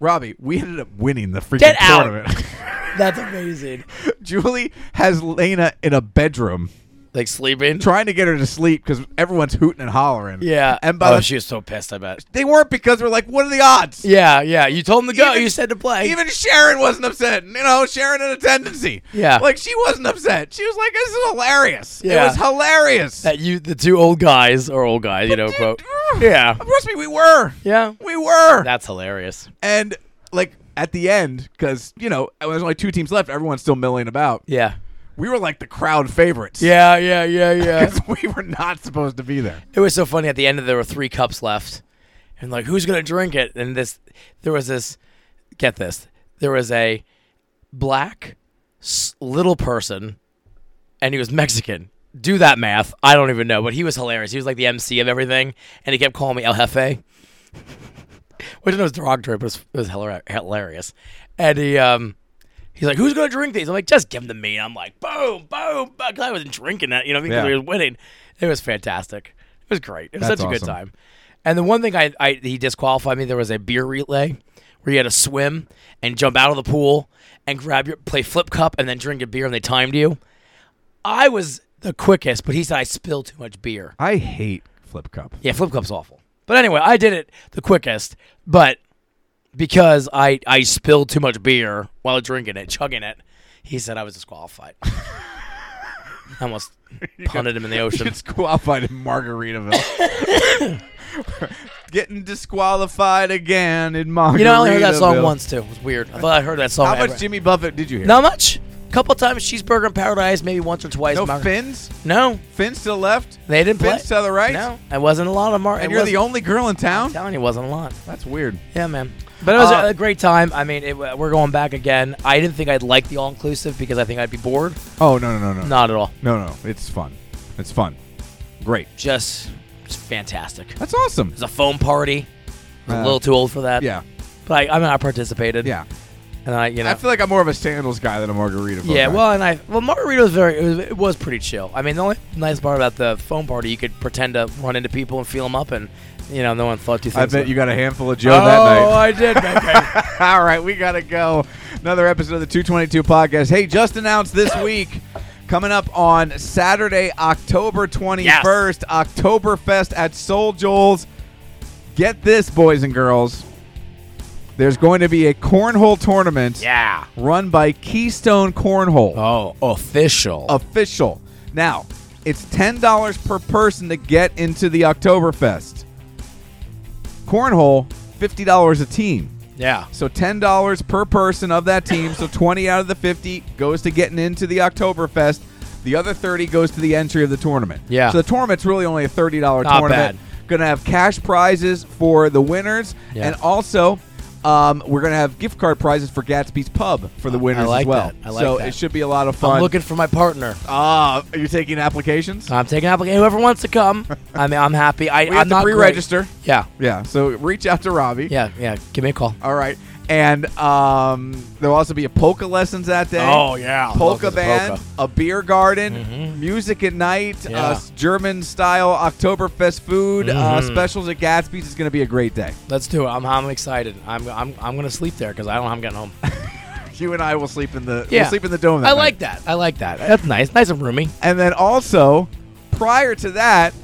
Speaker 1: Robbie, we ended up winning the freaking
Speaker 2: Get out.
Speaker 1: tournament.
Speaker 2: That's amazing.
Speaker 1: Julie has Lena in a bedroom
Speaker 2: Like sleeping.
Speaker 1: trying to get her to sleep because everyone's hooting and hollering.
Speaker 2: yeah.
Speaker 1: and by
Speaker 2: oh,
Speaker 1: the,
Speaker 2: she was so pissed. I bet.
Speaker 1: they weren't because we're like, what are the odds?
Speaker 2: Yeah, yeah. You told him to go.
Speaker 1: Even-
Speaker 2: you said to play.
Speaker 1: Even Sharon wasn't upset. You know, Sharon had a tendency.
Speaker 2: Yeah.
Speaker 1: like she wasn't upset. She was like, this is hilarious.
Speaker 2: Yeah.
Speaker 1: It was hilarious.
Speaker 2: that you, the two old guys or old guys, you know, Oh, quote. Yeah.
Speaker 1: trust me, we were.
Speaker 2: Yeah.
Speaker 1: we were.
Speaker 2: That's hilarious.
Speaker 1: and like at the end, because you know, there's only two teams left. Everyone's still milling about.
Speaker 2: Yeah.
Speaker 1: We were like the crowd favorites.
Speaker 2: Yeah, yeah, yeah, yeah.
Speaker 1: 'Cause we were not supposed to be there.
Speaker 2: it was so funny. At the end of there were three cups left, and like, who's gonna drink it? And this, there was this. Get this. There was a black s- little person, and he was Mexican. Do that math. I don't even know, but he was hilarious. He was like the MC of everything, and he kept calling me El Jefe, which I know is derogatory, but it was, it was hilar- hilarious. And he, um, he's like, "Who's gonna drink these?" I'm like, "Just give them to me." I'm like, "Boom, boom!" boom." 'Cause I wasn't drinking that, you know, because
Speaker 1: Yeah.
Speaker 2: we were winning. It was fantastic. It was great. It was
Speaker 1: That's
Speaker 2: such a good
Speaker 1: awesome.
Speaker 2: time. And the one thing I, I he disqualified me. There was a beer relay where you had to swim and jump out of the pool and grab your play flip cup and then drink a beer, and they timed you. I was the quickest, but he said I spilled too much beer.
Speaker 1: I hate Flip Cup.
Speaker 2: Yeah, flip cup's awful. But anyway, I did it the quickest, but because I I spilled too much beer while drinking it, chugging it, he said I was disqualified. I almost punted him in the ocean.
Speaker 1: It's qualified in Margaritaville. Getting disqualified again in Margaritaville.
Speaker 2: You know, I only heard that song once too. It was weird. I thought I heard that song.
Speaker 1: How much
Speaker 2: ever.
Speaker 1: Jimmy Buffett did you hear?
Speaker 2: Not much. Couple times Cheeseburger in Paradise, maybe once or twice.
Speaker 1: No
Speaker 2: Mar-
Speaker 1: fins?
Speaker 2: No,
Speaker 1: Fins to the left?
Speaker 2: they didn't play.
Speaker 1: Fins to the right?
Speaker 2: No, it wasn't a lot of Mar.
Speaker 1: And
Speaker 2: it
Speaker 1: you're the
Speaker 2: wasn't-
Speaker 1: only girl in
Speaker 2: I'm
Speaker 1: town?
Speaker 2: telling you, it wasn't a lot.
Speaker 1: That's weird.
Speaker 2: Yeah, man. But it was
Speaker 1: Uh,
Speaker 2: a great time. I mean, it, we're going back again. I didn't think I'd like the all inclusive because I think I'd be bored.
Speaker 1: Oh, no, no, no, no.
Speaker 2: Not at all.
Speaker 1: No, no. It's fun. It's fun. Great.
Speaker 2: Just, just fantastic. It
Speaker 1: That's awesome.
Speaker 2: was a foam party. I
Speaker 1: Uh,
Speaker 2: was a little too old for that.
Speaker 1: Yeah.
Speaker 2: But I, I mean, I participated.
Speaker 1: Yeah.
Speaker 2: And I, you know.
Speaker 1: I feel like I'm more of a sandals guy than a margarita.
Speaker 2: yeah,
Speaker 1: guy.
Speaker 2: well, and I well, margarita was very it was, it was pretty chill. I mean, the only nice part about the foam party, you could pretend to run into people and feel them up, and you know, no one thought too.
Speaker 1: I bet you got a handful of Joe
Speaker 2: Oh,
Speaker 1: that night.
Speaker 2: I did. okay.
Speaker 1: All right, we got to go. Another episode of the 222 podcast. Hey, just announced this week, coming up on Saturday, October 21st, Oktoberfest at Soul Joel's. Get this, boys and girls. There's going to be a cornhole tournament
Speaker 2: yeah.
Speaker 1: run by Keystone Cornhole
Speaker 2: Oh, official.
Speaker 1: official. Now, it's $10 per person to get into the Oktoberfest. Cornhole, $50 a team.
Speaker 2: yeah.
Speaker 1: So $10 per person of that team. So 20 out of the 50 goes to getting into the Oktoberfest. The other 30 goes to the entry of the tournament.
Speaker 2: Yeah.
Speaker 1: So the tournament's really only a $30
Speaker 2: Not
Speaker 1: tournament.
Speaker 2: bad.
Speaker 1: Going to have cash prizes for the winners.
Speaker 2: Yeah.
Speaker 1: And also, um, we're going to have gift card prizes for Gatsby's Pub for the winners as
Speaker 2: like
Speaker 1: well.
Speaker 2: that. I like
Speaker 1: so
Speaker 2: that.
Speaker 1: it should be a lot of fun.
Speaker 2: I'm looking for my partner.
Speaker 1: Ah, are you taking applications?
Speaker 2: I'm taking application. Whoever wants to come, I mean, I'm happy. I,
Speaker 1: we
Speaker 2: I'm
Speaker 1: have
Speaker 2: not
Speaker 1: to
Speaker 2: great.
Speaker 1: pre-register.
Speaker 2: Yeah,
Speaker 1: Yeah, so reach out to Robbie.
Speaker 2: yeah, yeah. Give me a call.
Speaker 1: All right, and um, there'll also be a polka lessons that day.
Speaker 2: Oh, yeah,
Speaker 1: polka band, a beer garden, music at night,
Speaker 2: Mm-hmm. Yeah. Mm-hmm.
Speaker 1: uh, German style Oktoberfest food uh, specials at Gatsby's. It's going to be a great day.
Speaker 2: Let's do it. I'm, I'm excited. I'm, I'm, I'm gonna sleep there because I don't. I'm getting home.
Speaker 1: You and I will sleep in the
Speaker 2: Yeah.
Speaker 1: we'll sleep in the dome. That
Speaker 2: I
Speaker 1: night.
Speaker 2: like that. I like that. That's nice. Nice and roomy.
Speaker 1: And then also, prior to that,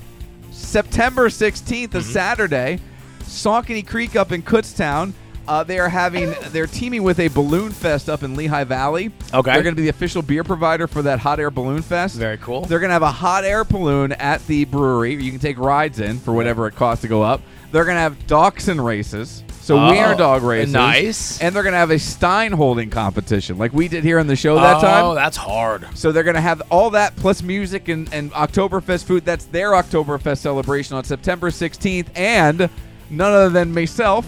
Speaker 1: September 16th,
Speaker 2: Mm-hmm.
Speaker 1: a Saturday, Saucony Creek up in Kutztown. Uh, they are having they're teaming with a balloon fest up in Lehigh Valley.
Speaker 2: Okay.
Speaker 1: they're going to be the official beer provider for that hot air balloon fest.
Speaker 2: Very cool.
Speaker 1: They're going to have a hot air balloon at the brewery. You can take rides in for whatever it costs to go up. They're going to have dachshund races, so
Speaker 2: Oh,
Speaker 1: wiener dog races.
Speaker 2: nice.
Speaker 1: And they're going to have a Stein holding competition, like we did here on the show that time.
Speaker 2: Oh, that's hard.
Speaker 1: So they're going to have all that plus music and, and Oktoberfest food. That's their Oktoberfest celebration on September 16th. And none other than myself,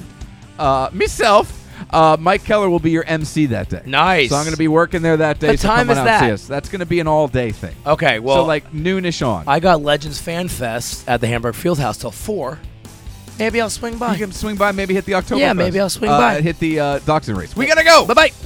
Speaker 1: uh, myself, uh, Mike Keller will be your MC that day.
Speaker 2: Nice.
Speaker 1: So I'm going to be working there that day.
Speaker 2: What
Speaker 1: so
Speaker 2: time
Speaker 1: come on out
Speaker 2: is
Speaker 1: and see
Speaker 2: that?
Speaker 1: us. That's going to be an all day thing.
Speaker 2: Okay. Well,
Speaker 1: so like noonish on.
Speaker 2: I got Legends Fan Fest at the Hamburg Fieldhouse till four. Maybe I'll swing by.
Speaker 1: you can swing by, maybe hit the Oktoberfest.
Speaker 2: maybe I'll swing
Speaker 1: Uh,
Speaker 2: by.
Speaker 1: Hit the uh, Dachshund race. We got to go.
Speaker 2: Bye bye.